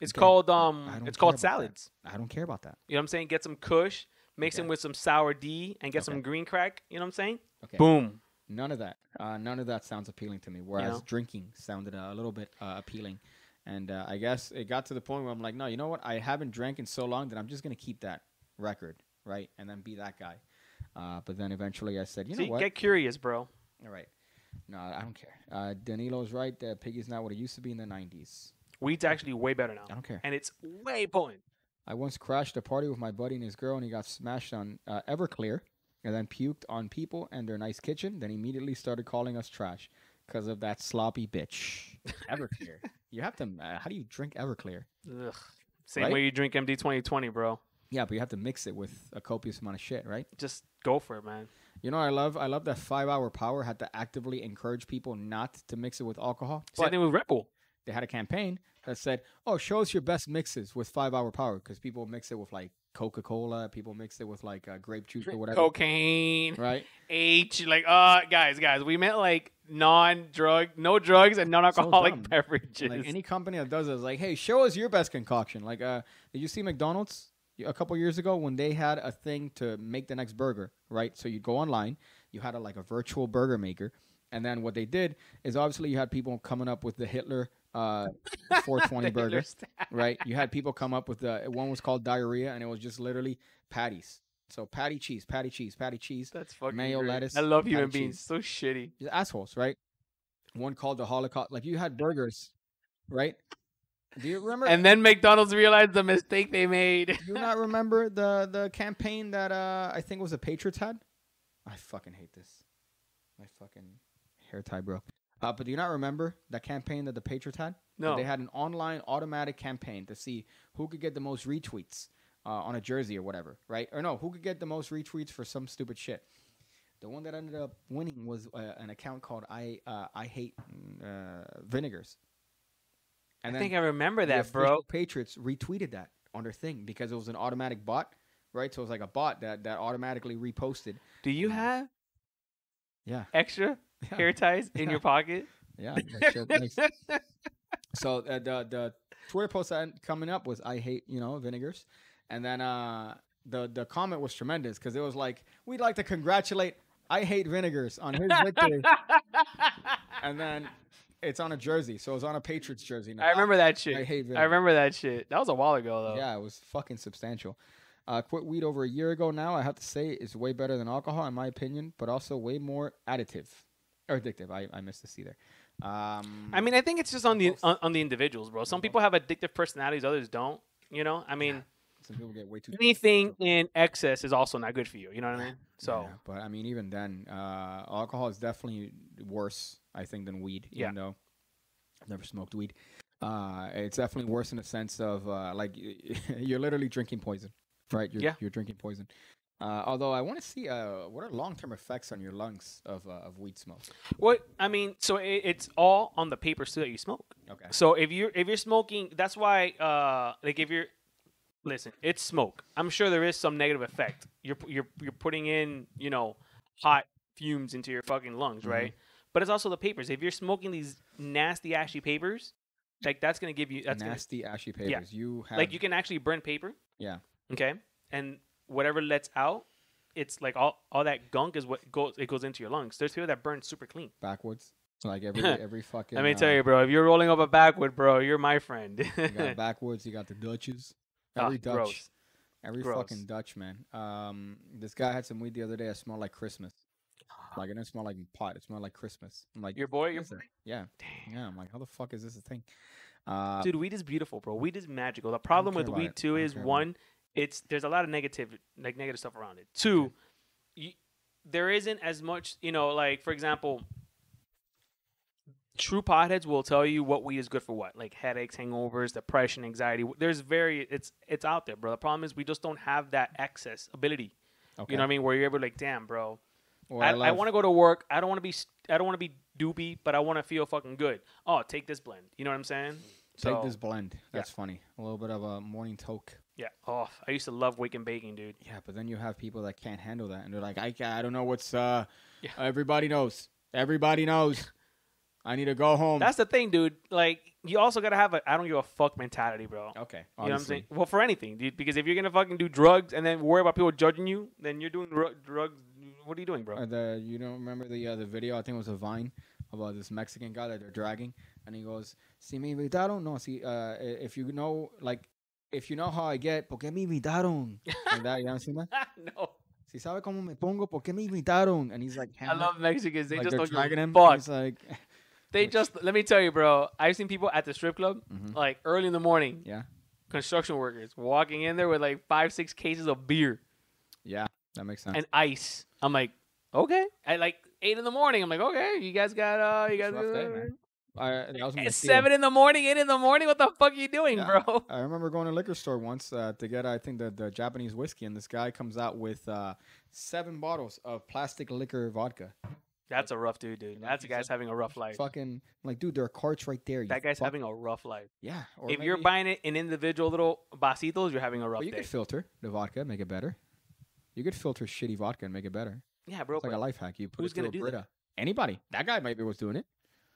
Speaker 5: It's
Speaker 4: Okay.
Speaker 5: called
Speaker 4: I
Speaker 5: um.
Speaker 4: don't
Speaker 5: It's
Speaker 4: care
Speaker 5: called
Speaker 4: about that.
Speaker 5: salads.
Speaker 4: I don't care about that.
Speaker 5: You know what I'm saying? Get some Kush, mix
Speaker 4: Okay.
Speaker 5: them with some sour D, and get
Speaker 4: Okay.
Speaker 5: some green crack. You know what I'm saying?
Speaker 4: Okay.
Speaker 5: Boom.
Speaker 4: None of that. Uh, none of that sounds appealing to me. Whereas
Speaker 5: know?
Speaker 4: drinking sounded a little bit uh, appealing, and uh, I guess it got to the point where I'm like, no, you know what? I haven't drank in so long that I'm just gonna keep that record, right? And then be that guy. Uh, but then eventually I said, you know
Speaker 5: See,
Speaker 4: what?
Speaker 5: get curious, bro.
Speaker 4: All right. No, I don't care. Uh, Danilo's right. Uh, Piggy's not what it used to be in the 90s.
Speaker 5: Weed's actually way better
Speaker 4: I
Speaker 5: now,
Speaker 4: don't care.
Speaker 5: and it's way potent.
Speaker 4: I once crashed a party with my buddy and his girl, and he got smashed on uh, Everclear and then puked on people and their nice kitchen. Then immediately started calling us trash because of that sloppy bitch. [laughs] Everclear. you have to, uh, how do you drink Everclear?
Speaker 5: Ugh. Same
Speaker 4: Right?
Speaker 5: way you drink MD 2020, bro.
Speaker 4: Yeah, but you have to mix it with a copious amount of shit, right?
Speaker 5: Just go for it, man.
Speaker 4: You know, what I love, I love that five hour power had to actively encourage people not to mix it with alcohol.
Speaker 5: Same
Speaker 4: but-
Speaker 5: thing with Red Bull.
Speaker 4: they had a campaign that said, "Oh, show us your best mixes with five hour power," because people mix it with like Coca Cola, people mix it with like uh, grape juice or whatever,
Speaker 5: Cocaine,
Speaker 4: right?
Speaker 5: H, like, uh, guys, guys, we meant like non-drug, no drugs, and non-alcoholic
Speaker 4: dumb.
Speaker 5: beverages.
Speaker 4: Like
Speaker 5: [laughs]
Speaker 4: any company that does it is like, "Hey, show us your best concoction." Like, uh, did you see McDonald's a couple years ago when they had a thing to make the next burger, right? So you'd go online, you had a, like a virtual burger maker, and then what they did is obviously you had people coming up with the Hitler. Uh, 420
Speaker 5: They
Speaker 4: burger,
Speaker 5: understand.
Speaker 4: right? You had people come up with the one was called diarrhea, and it was just literally patties. So patty cheese, patty cheese, patty cheese.
Speaker 5: That's fucking
Speaker 4: Mayo,
Speaker 5: great.
Speaker 4: lettuce,
Speaker 5: I love human
Speaker 4: cottage cheese.
Speaker 5: beings. So shitty.
Speaker 4: Just assholes, right? One called the Holocaust. Like you had burgers, right? Do you remember?
Speaker 5: And then McDonald's realized the mistake they made. [laughs]
Speaker 4: do you not remember the the campaign that uh I think it was the Patriots had? I fucking hate this. My fucking hair tie, bro. Uh, but do you not remember that campaign that the Patriots had? where
Speaker 5: No,
Speaker 4: They had an online automatic campaign to see who could get the most retweets uh, on a jersey or whatever, right? Or no, who could get the most retweets for some stupid shit. The one that ended up winning was uh, an account called I uh, I hate uh, vinegars.
Speaker 5: I
Speaker 4: And then
Speaker 5: think I remember
Speaker 4: the
Speaker 5: that,
Speaker 4: official
Speaker 5: bro.
Speaker 4: Patriots retweeted that on their thing because it was an automatic bot, right? So it was like a bot that that automatically reposted.
Speaker 5: Do you have
Speaker 4: Yeah,
Speaker 5: extra
Speaker 4: Mm. Yeah.
Speaker 5: hair ties in
Speaker 4: [laughs]
Speaker 5: your pocket?
Speaker 4: yeah.
Speaker 5: [laughs]
Speaker 4: like, shit, like, So uh, the the Twitter post I had coming up was I hate you know vinegars, and then uh, the the comment was tremendous because it was like we'd like to congratulate I hate vinegars on his
Speaker 5: [laughs]
Speaker 4: victory, and then it's on a jersey, so it was on a Patriots jersey. Now.
Speaker 5: I remember that
Speaker 4: I
Speaker 5: shit.
Speaker 4: hate vinegars.
Speaker 5: I remember that shit. That was a while ago though.
Speaker 4: Yeah, it was fucking substantial. Uh, quit weed over a year ago now. I have to say it's way better than alcohol in my opinion, but also way more additive or addictive. I, I missed this either. Um,
Speaker 5: I mean, I think it's just on the
Speaker 4: Both.
Speaker 5: on, on the individuals, bro. Some
Speaker 4: Both.
Speaker 5: people have addictive personalities, others don't. You know, I mean,
Speaker 4: some people get way too
Speaker 5: anything in excess is also not good for you. You know what I mean? So
Speaker 4: Yeah, but I mean, even then, uh, alcohol is definitely worse, I think, than weed. Even
Speaker 5: Yeah.
Speaker 4: though I've never smoked weed, uh, it's definitely worse in the sense of uh, like [laughs] you're literally drinking poison, right? You're,
Speaker 5: Yeah.
Speaker 4: you're drinking poison. Uh, although I want to see uh, what are long-term effects on your lungs of uh, of weed smoke.
Speaker 5: what I mean, so it, it's all on the papers too that you smoke.
Speaker 4: Okay.
Speaker 5: So if you're if you're smoking, that's why uh like if you're listen, it's smoke. I'm sure there is some negative effect. You're pu- you're you're putting in you know hot fumes into your fucking lungs,
Speaker 4: Mhm.
Speaker 5: right? But it's also the papers. If you're smoking these nasty ashy papers, like that's gonna give you that's gonna,
Speaker 4: Nasty ashy papers. You have
Speaker 5: like you can actually burn paper.
Speaker 4: Yeah.
Speaker 5: Okay. And whatever lets out, it's like all all that gunk is what goes it goes into your lungs. There's people that burn super clean.
Speaker 4: backwards.
Speaker 5: [laughs]
Speaker 4: Like every every fucking.
Speaker 5: Let me
Speaker 4: uh,
Speaker 5: tell you, bro. If you're rolling over backward, bro, you're my friend.
Speaker 4: You
Speaker 5: [laughs]
Speaker 4: got backwards. You got the Dutches.
Speaker 5: Ah,
Speaker 4: Every Dutch.
Speaker 5: gross.
Speaker 4: Every
Speaker 5: Gross.
Speaker 4: fucking Dutch man. Um, this guy had some weed the other day. It smelled like
Speaker 5: [gasps]
Speaker 4: Christmas. Like it didn't smell like pot. It smelled like Christmas. I'm like,
Speaker 5: Your boy,
Speaker 4: "What
Speaker 5: your
Speaker 4: is
Speaker 5: boy.
Speaker 4: that?" yeah, yeah. I'm like, how the fuck is this a thing? Uh,
Speaker 5: Dude, weed is beautiful, bro. Weed is magical. The problem
Speaker 4: care
Speaker 5: with
Speaker 4: about
Speaker 5: weed
Speaker 4: it. I
Speaker 5: too
Speaker 4: don't
Speaker 5: is
Speaker 4: care about it.
Speaker 5: one, it's there's a lot of negative like negative stuff around it. Two, you, there isn't as much, you know, like for example, true potheads will tell you what weed is good for what, like headaches, hangovers, depression, anxiety. There's very it's it's out there, bro. The problem is we just don't have that access ability.
Speaker 4: okay.
Speaker 5: You know what I mean? Where you're able to like, damn, bro,
Speaker 4: Or
Speaker 5: I, I
Speaker 4: love-
Speaker 5: want to go to work. I don't want to be. s- I don't want to be doobie, but I want to feel fucking good. Oh, take this blend. You know what I'm saying?
Speaker 4: take
Speaker 5: so-
Speaker 4: this blend. That's funny. A little bit of a morning toke.
Speaker 5: Yeah. Oh, I used to love wake and baking, dude.
Speaker 4: Yeah, but then you have people that can't handle that, and they're like, I, ca- I don't know what's uh,
Speaker 5: Yeah.
Speaker 4: everybody knows, everybody knows. I need to go home.
Speaker 5: That's the thing, dude. Like, you also gotta have a I don't give a fuck mentality, bro.
Speaker 4: okay.
Speaker 5: You know what I'm
Speaker 4: obviously.
Speaker 5: saying? Well, for anything, dude. Because if you're gonna fucking do drugs and then worry about people judging you, then you're doing dru- drugs. What are you doing, bro?
Speaker 4: Uh, the you don't remember the uh, the video? I think it was a Vine about this Mexican guy that they're dragging, and he goes, "Si me invitaron, no, si uh, i- if you know like if you know how I get, porque me
Speaker 5: [laughs]
Speaker 4: invitaron." like that, you know what I'm saying?
Speaker 5: [laughs] no,
Speaker 4: Si sabe cómo me pongo, porque me invitaron, and he's like,
Speaker 5: I
Speaker 4: hammered,
Speaker 5: love Mexicans. They
Speaker 4: like
Speaker 5: just
Speaker 4: they're
Speaker 5: don't
Speaker 4: dragging
Speaker 5: give a
Speaker 4: him.
Speaker 5: fuck.
Speaker 4: and He's like, [laughs]
Speaker 5: They just let me tell you, bro. I've seen people at the strip club,
Speaker 4: Mhm.
Speaker 5: like early in the morning.
Speaker 4: Yeah.
Speaker 5: Construction workers walking in there with like five, six cases of beer
Speaker 4: yeah, that makes sense.
Speaker 5: and ice. I'm like, okay. At like eight in the morning, I'm like, okay, you guys got uh, you
Speaker 4: It's
Speaker 5: guys.
Speaker 4: a rough day, man. I, that was my
Speaker 5: It's
Speaker 4: steal.
Speaker 5: seven in the morning, eight in the morning. What the fuck are you doing,
Speaker 4: Yeah.
Speaker 5: bro?
Speaker 4: I remember going to a liquor store once uh, to get, I think, the, the Japanese whiskey, and this guy comes out with uh, seven bottles of plastic liquor vodka.
Speaker 5: That's a rough dude, dude.
Speaker 4: know,
Speaker 5: That's a
Speaker 4: he's a
Speaker 5: guy's having a rough life.
Speaker 4: Fucking, like, dude, there are carts right there. you
Speaker 5: That guy's
Speaker 4: fuck-
Speaker 5: having a rough life.
Speaker 4: Yeah. Or
Speaker 5: If you're
Speaker 4: maybe-
Speaker 5: buying it in individual little vasitos, you're having a
Speaker 4: Well,
Speaker 5: rough
Speaker 4: you
Speaker 5: day.
Speaker 4: could filter the vodka, make it better. You could filter shitty vodka and make it better.
Speaker 5: Yeah, bro.
Speaker 4: It's like
Speaker 5: but
Speaker 4: a life hack. You put
Speaker 5: who's
Speaker 4: it through
Speaker 5: gonna
Speaker 4: a
Speaker 5: do that?
Speaker 4: Brita. Anybody. That guy maybe was doing it.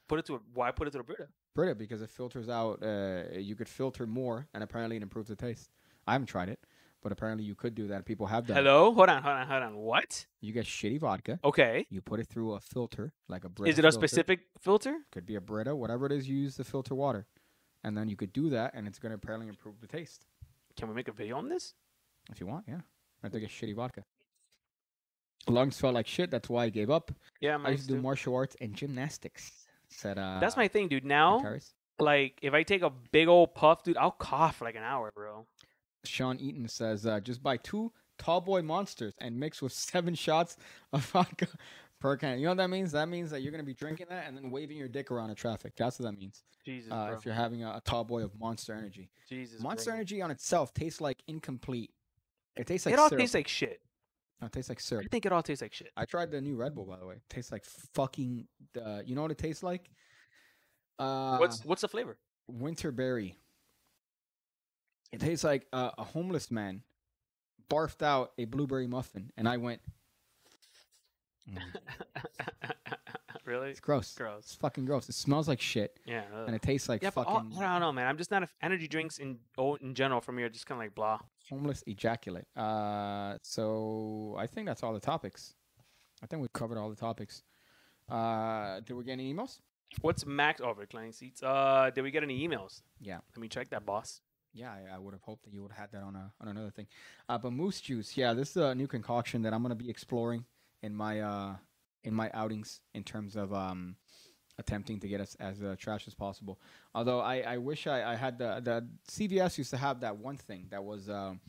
Speaker 5: Put it to a, why put it to a Brita?
Speaker 4: Brita because it filters out. Uh, you could filter more, and apparently it improves the taste. I haven't tried it, but apparently you could do that. People have done. it.
Speaker 5: Hello, hold on, hold on, hold on. What?
Speaker 4: You get shitty vodka.
Speaker 5: Okay.
Speaker 4: You put it through a filter, like a Brita.
Speaker 5: Is it a
Speaker 4: filter.
Speaker 5: specific filter?
Speaker 4: Could be a Brita, whatever it is you use to filter water, and then you could do that, and it's going to apparently improve the taste
Speaker 5: Can we make a video on this?
Speaker 4: if you want. Yeah, I think it's shitty vodka. Lungs felt like shit. That's why I gave up.
Speaker 5: Yeah,
Speaker 4: I
Speaker 5: mine's
Speaker 4: used to do
Speaker 5: too.
Speaker 4: martial arts and gymnastics. Said uh,
Speaker 5: That's my thing, dude.
Speaker 4: Nick
Speaker 5: Now,
Speaker 4: Harris.
Speaker 5: like, if I take a big old puff, dude, I'll cough for like an hour, bro.
Speaker 4: Sean Eaton says uh, just buy two tall boy monsters and mix with [laughs] seven shots of vodka per can. You know what that means? That means that you're going to be drinking that and then waving your dick around in traffic. That's what that means.
Speaker 5: Jesus,
Speaker 4: Uh,
Speaker 5: bro.
Speaker 4: if you're having a, a tall boy of Monster Energy.
Speaker 5: Jesus,
Speaker 4: Monster
Speaker 5: bro.
Speaker 4: Energy on itself tastes like incomplete. It tastes like
Speaker 5: it all
Speaker 4: syrup.
Speaker 5: tastes like shit.
Speaker 4: No, it tastes like
Speaker 5: I
Speaker 4: syrup.
Speaker 5: think it all tastes like shit.
Speaker 4: I tried the new Red Bull by the way. It tastes like fucking. Uh, you know what it tastes like? Uh,
Speaker 5: what's what's the flavor? [laughs]
Speaker 4: winter berry? It tastes like uh, a homeless man barfed out a blueberry muffin, and I went. "Mm,
Speaker 5: really?
Speaker 4: it's gross. It's
Speaker 5: Gross.
Speaker 4: fucking gross. It smells like shit,
Speaker 5: Yeah. ugh.
Speaker 4: and it tastes like
Speaker 5: yeah, but all,
Speaker 4: fucking
Speaker 5: I don't know, man. I'm just not a f energy drinks in oh, in general from here. Just kind of like blah.
Speaker 4: homeless ejaculate. Uh, so I think that's all the topics. I think we covered all the topics. Uh, did we get any emails?
Speaker 5: What's max over client seats? Uh, did we get any emails?
Speaker 4: Yeah.
Speaker 5: Let me check that, boss.
Speaker 4: Yeah, I, I would have hoped that you would have had that on a, on another thing. Uh, but moose juice, yeah, this is a new concoction that I'm gonna be exploring in my uh in my outings in terms of um attempting to get us as uh, trash as possible. Although I, I wish I, I had the the CVS used to have that one thing that was um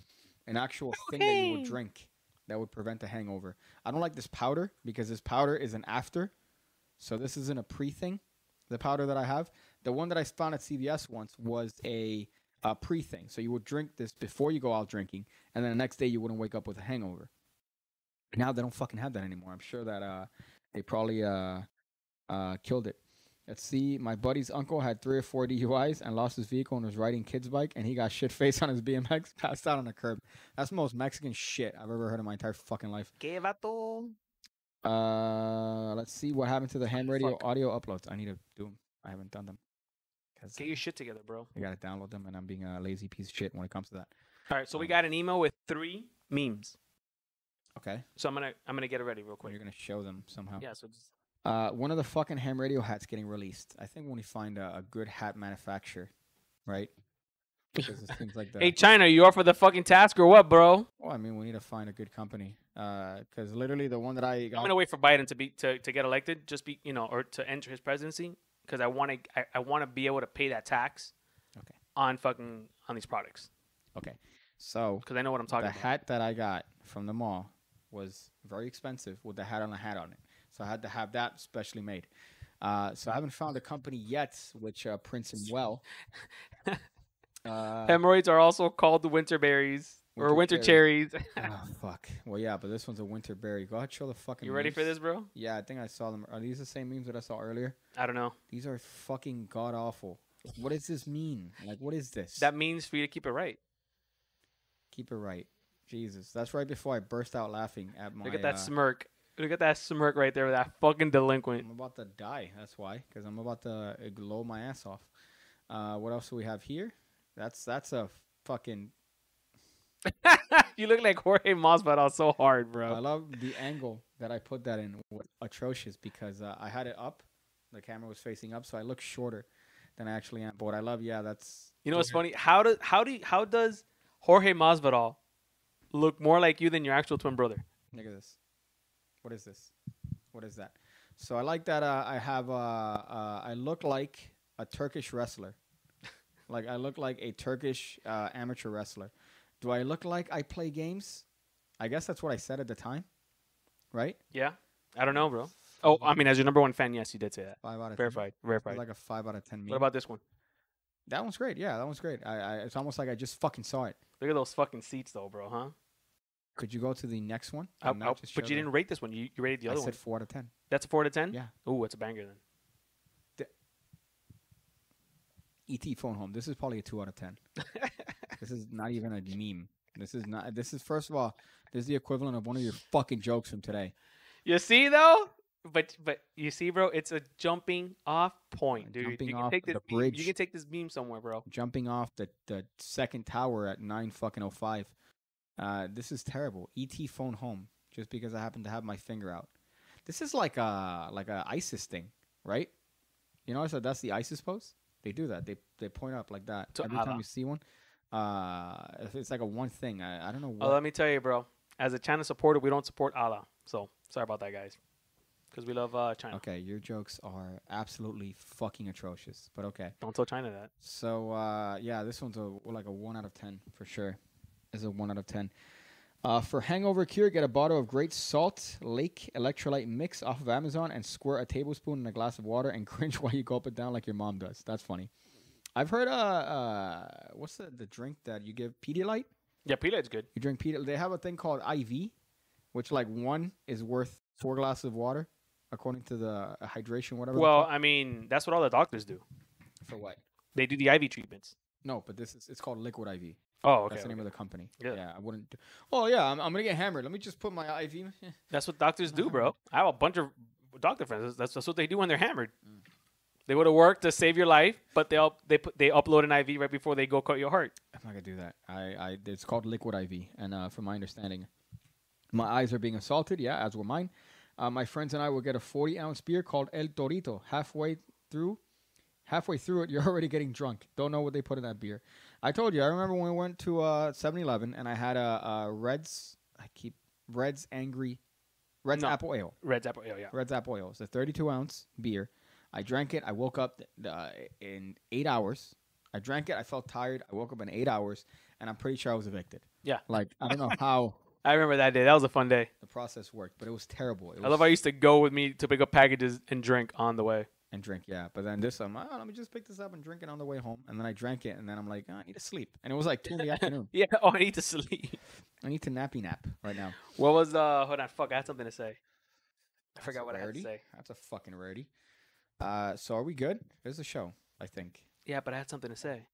Speaker 4: an actual thing that you would
Speaker 5: Cocaine.
Speaker 4: drink that would prevent a hangover. I don't like this powder because this powder is an after, so this isn't a pre thing. The powder that I have, the one that I found at CVS once was a a pre thing. So you would drink this before you go out drinking, and then the next day you wouldn't wake up with a hangover. Now they don't fucking have that anymore. I'm sure that uh, they probably uh, uh, killed it. Let's see. My buddy's uncle had three or four DUIs and lost his vehicle and was riding kid's bike, and he got shit faced on his BMX, [laughs] passed out on a curb. That's the most Mexican shit I've ever heard in my entire fucking life.
Speaker 5: Que vato.
Speaker 4: Uh, let's see what happened to the ham radio
Speaker 5: Fuck.
Speaker 4: audio uploads. I need to do them. I haven't done them. 'Cause
Speaker 5: Get your shit together, bro.
Speaker 4: I gotta download them, and I'm being a lazy piece of shit when it comes to that.
Speaker 5: All right, so we
Speaker 4: Um,
Speaker 5: got an email with three memes.
Speaker 4: Okay.
Speaker 5: So I'm gonna I'm gonna get it ready real
Speaker 4: When
Speaker 5: quick.
Speaker 4: you're gonna show them somehow.
Speaker 5: Yeah. So just,
Speaker 4: Uh, one of the fucking ham radio hats getting released. I think when we find a, a good hat manufacturer, right? Because it seems
Speaker 5: [laughs]
Speaker 4: like the.
Speaker 5: hey China, you are for the fucking task or what, bro?
Speaker 4: well, I mean, we need to find a good company. Because literally the one that I
Speaker 5: I'm
Speaker 4: got.
Speaker 5: gonna wait for Biden to be to, to get elected, just be you know, or to enter his presidency, because I want to I, I want to be able to pay that tax.
Speaker 4: Okay.
Speaker 5: On fucking on these products,
Speaker 4: Okay. So
Speaker 5: because I know what I'm
Speaker 4: the
Speaker 5: talking about.
Speaker 4: hat that I got from the mall was very expensive with the hat on a hat on it. So I had to have that specially made. Uh, so I haven't found a company yet which uh, prints them
Speaker 5: [laughs]
Speaker 4: well. Uh,
Speaker 5: Hemorrhoids are also called the winter berries or
Speaker 4: Winter
Speaker 5: winter cherries.
Speaker 4: oh, fuck. Well, yeah, but this one's a winter berry. Go ahead, show the fucking.
Speaker 5: you ready for
Speaker 4: memes.
Speaker 5: this, bro?
Speaker 4: Yeah, I think I saw them. Are these the same memes that I saw earlier?
Speaker 5: I don't know.
Speaker 4: These are fucking god awful. What does this mean? Like, what is this?
Speaker 5: That means for you to keep it right.
Speaker 4: keep it right. Jesus, that's right before I burst out laughing at my.
Speaker 5: Look at that
Speaker 4: uh,
Speaker 5: smirk. Look at that smirk right there with that fucking delinquent.
Speaker 4: I'm about to die. That's why, because I'm about to uh, glow my ass off. Uh, what else do we have here? That's that's a fucking.
Speaker 5: you look like Jorge Masvidal so hard, bro.
Speaker 4: I love the angle that I put that in was atrocious because uh, I had it up, the camera was facing up, so I look shorter than I actually am. But what I love, yeah, that's
Speaker 5: You know what's funny? How does how do you- how does Jorge Masvidal look more like you than your actual twin brother?
Speaker 4: Look at this. What is this? What is that? So I like that. Uh, I have. Uh, uh, I look like a Turkish wrestler. [laughs] like I look like a Turkish uh, amateur wrestler. Do I look like I play games? I guess that's what I said at the time, right?
Speaker 5: Yeah, I don't know, bro. Oh, I mean, as your number one fan, yes, you did say that.
Speaker 4: Five out of
Speaker 5: Verified,
Speaker 4: ten.
Speaker 5: verified.
Speaker 4: Like a five out of ten.
Speaker 5: What
Speaker 4: Meme.
Speaker 5: about this one?
Speaker 4: that one's great. Yeah, that one's great. I, I. It's almost like I just fucking saw it.
Speaker 5: Look at those fucking seats, though, bro. Huh?
Speaker 4: Could you go to the next one?
Speaker 5: I'll-
Speaker 4: and not
Speaker 5: I'll-
Speaker 4: just
Speaker 5: but
Speaker 4: show
Speaker 5: you
Speaker 4: the-
Speaker 5: didn't rate this one. You, you rated the
Speaker 4: I
Speaker 5: other
Speaker 4: said
Speaker 5: one.
Speaker 4: four out of ten.
Speaker 5: That's a four to ten.
Speaker 4: Yeah.
Speaker 5: Ooh, it's a banger then.
Speaker 4: ET E phone home. This is probably a two out of
Speaker 5: [laughs]
Speaker 4: ten. this is not even a meme. This is not. This is first of all, this is the equivalent of one of your fucking jokes from today.
Speaker 5: You see though, but but you see, bro, it's a jumping off point, dude.
Speaker 4: jumping
Speaker 5: you can
Speaker 4: off
Speaker 5: take
Speaker 4: the
Speaker 5: this meme-
Speaker 4: bridge.
Speaker 5: You can take this meme somewhere, bro. Uh,
Speaker 4: Jumping off the the second tower at nine fucking oh five. Uh, this is terrible. ET phone home. Just because I happen to have my finger out. This is like a like a ISIS thing, right? You know, so that's the ISIS pose. They do that. They they point up like that
Speaker 5: To
Speaker 4: every
Speaker 5: Allah.
Speaker 4: time you see one. Uh, it's- it's like a one thing. I, I don't know. What.
Speaker 5: Oh, let me tell you, bro. As a China supporter, we don't support Allah. So sorry about that, guys. Because we love uh, China.
Speaker 4: Okay, your jokes are absolutely fucking atrocious. But okay.
Speaker 5: Don't tell China that.
Speaker 4: So uh, yeah, this one's a like a one out of ten for sure. Is a one out of ten. Uh, for hangover cure, get a bottle of Great Salt Lake electrolyte mix off of Amazon and squirt a tablespoon in a glass of water and [laughs] cringe while you gulp it down like your mom does. That's funny. I've heard uh, uh what's the, the drink that you give Pedialyte?
Speaker 5: Yeah, Pilate's good.
Speaker 4: You drink Pedialyte. They have a thing called IV, which like one is worth four glasses of water, according to the hydration whatever. they
Speaker 5: Well,
Speaker 4: call it.
Speaker 5: I mean, that's what all the doctors do.
Speaker 4: for what?
Speaker 5: They do the IV treatments.
Speaker 4: No, but this is it's called Liquid IV.
Speaker 5: Oh, okay.
Speaker 4: That's the
Speaker 5: okay.
Speaker 4: name of the company.
Speaker 5: Yeah.
Speaker 4: Yeah, I wouldn't. Do, oh yeah, I'm, I'm gonna get hammered. Let me just put my [laughs] IV. in- eh.
Speaker 5: That's what doctors
Speaker 4: [laughs]
Speaker 5: do, bro. I have a bunch of doctor friends. That's, that's what they do when they're hammered.
Speaker 4: Mm.
Speaker 5: They go to work to save your life, but they up, they put, they upload an IV right before they go cut your heart.
Speaker 4: I'm not gonna do that. I, I it's called Liquid IV, and uh, from my understanding, my eyes are being assaulted. Yeah, as were mine. Uh, my friends and I will get a 40 ounce beer called El Torito. Halfway through, halfway through it, [laughs] you're already getting drunk. Don't know what they put in that beer. I told you. I remember when we went to uh 7-Eleven and I had a, a Reds. I keep Reds Angry, Reds
Speaker 5: No.
Speaker 4: Apple Ale.
Speaker 5: Red Zapper. Yeah, yeah.
Speaker 4: Red Zap Oil. It's a 32 ounce beer. I drank it. I woke up th- uh, in eight hours. I drank it. I felt tired. I woke up in eight hours, and I'm pretty sure I was evicted.
Speaker 5: Yeah.
Speaker 4: Like I don't
Speaker 5: [laughs]
Speaker 4: know how
Speaker 5: I remember that day. That was a fun day.
Speaker 4: the process worked, but it was terrible. It was,
Speaker 5: I love how I used to go with me to pick up packages and drink on the way. [laughs]
Speaker 4: and drink. Yeah, but then this, I'm like, oh, let me just pick this up and drink it on the way home. And then I drank it, and then I'm like, oh, I need to sleep. And it was like two in the
Speaker 5: [laughs]
Speaker 4: afternoon.
Speaker 5: Yeah. Oh, I need to sleep.
Speaker 4: I need to nappy nap right now.
Speaker 5: What was the? Hold on. Fuck. I had something to say. I
Speaker 4: That's a
Speaker 5: forgot what I had to
Speaker 4: rarity.
Speaker 5: say.
Speaker 4: That's a fucking rarity. Uh, so are we good? There's a show, I think.
Speaker 5: Yeah, but I had something to say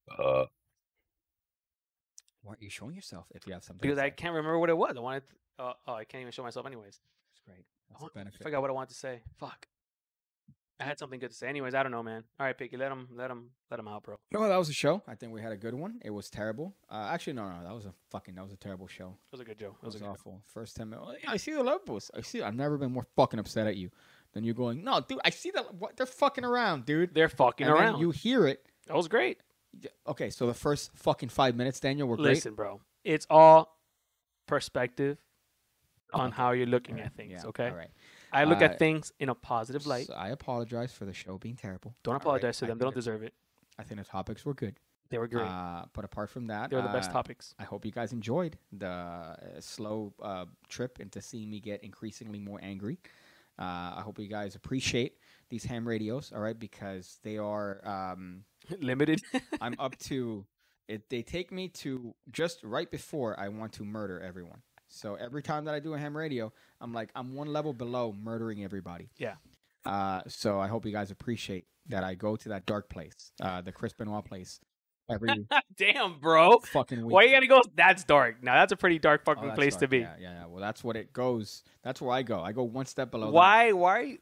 Speaker 4: Why aren't you showing yourself if you have something? to
Speaker 5: because I
Speaker 4: say?
Speaker 5: can't remember what it was. I wanted. Uh, oh, I can't even show myself, anyways.
Speaker 4: That's great.
Speaker 5: I
Speaker 4: That's a
Speaker 5: want-
Speaker 4: benefit.
Speaker 5: forgot what I wanted to say. Fuck. I had something good to say. Anyways, I don't know, man. All right, Picky, let him, let him, let him out, bro.
Speaker 4: No, that was a show. I think we had a good one. It was terrible. Uh, actually, no, no, that was a fucking, that was a terrible show.
Speaker 5: It was a good joke. It
Speaker 4: That
Speaker 5: was,
Speaker 4: was,
Speaker 5: a good joke.
Speaker 4: awful. First ten minutes. I see the love boost. I see. I've never been more fucking upset at you than you going. No, dude, I see that. What they're fucking around, dude.
Speaker 5: They're fucking
Speaker 4: and then
Speaker 5: around.
Speaker 4: you hear it.
Speaker 5: That was great.
Speaker 4: D- Okay, so the first fucking five minutes, Daniel, were
Speaker 5: Listen, bro. It's all perspective on how you're
Speaker 4: great.
Speaker 5: looking
Speaker 4: All
Speaker 5: at
Speaker 4: right,
Speaker 5: things.
Speaker 4: yeah,
Speaker 5: okay.
Speaker 4: All right.
Speaker 5: I look
Speaker 4: Uh,
Speaker 5: at things in a positive light.
Speaker 4: So I apologize for the show being terrible.
Speaker 5: don't
Speaker 4: All right,
Speaker 5: apologize to
Speaker 4: I
Speaker 5: them. They
Speaker 4: think
Speaker 5: don't deserve it.
Speaker 4: the- I think the topics were good.
Speaker 5: They were great.
Speaker 4: Uh, but apart from that,
Speaker 5: they were the best
Speaker 4: uh, [laughs]
Speaker 5: topics.
Speaker 4: I hope you guys enjoyed the uh, slow uh, trip into seeing me get increasingly more angry. Uh, I hope you guys appreciate these ham radios, all right, because they are. Um,
Speaker 5: Limited.
Speaker 4: I'm up to. It, they take me to just right before I want to murder everyone. So every time that I do a ham radio, I'm like I'm one level below murdering everybody.
Speaker 5: Yeah.
Speaker 4: Uh, so I hope you guys appreciate that I go to that dark place, uh, the Chris Benoit place, every
Speaker 5: [laughs] [laughs] Damn, bro.
Speaker 4: fucking week.
Speaker 5: Why you gotta go? That's dark. Now that's a pretty dark
Speaker 4: Oh,
Speaker 5: fucking
Speaker 4: that's
Speaker 5: place to
Speaker 4: right.
Speaker 5: be.
Speaker 4: Yeah, yeah, yeah. Well, that's what it goes. That's where I go. I go one step below. that,
Speaker 5: Why? Why? are you-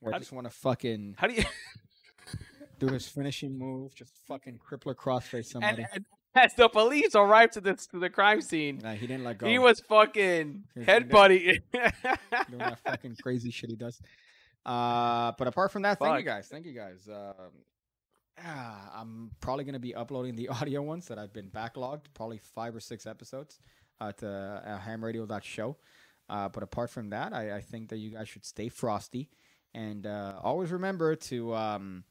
Speaker 4: where I
Speaker 5: how do-
Speaker 4: just want to fucking
Speaker 5: How do you?
Speaker 4: do his finishing move, just fucking crippler crossface somebody.
Speaker 5: [laughs] And, and as the police arrived to the to the crime scene,
Speaker 4: Nah, he didn't let go.
Speaker 5: he was fucking
Speaker 4: He was doing
Speaker 5: headbutting. [laughs]
Speaker 4: doing that fucking crazy shit he does. Uh, but apart from that, thank you
Speaker 5: Fuck.
Speaker 4: guys. Thank you guys. Um, ah, I'm probably gonna be uploading the [laughs] audio ones that I've been backlogged, probably five or six episodes, uh, to uh, hamradio.show. Uh, but apart from that, I, I think that you guys should stay frosty and uh, always remember to um,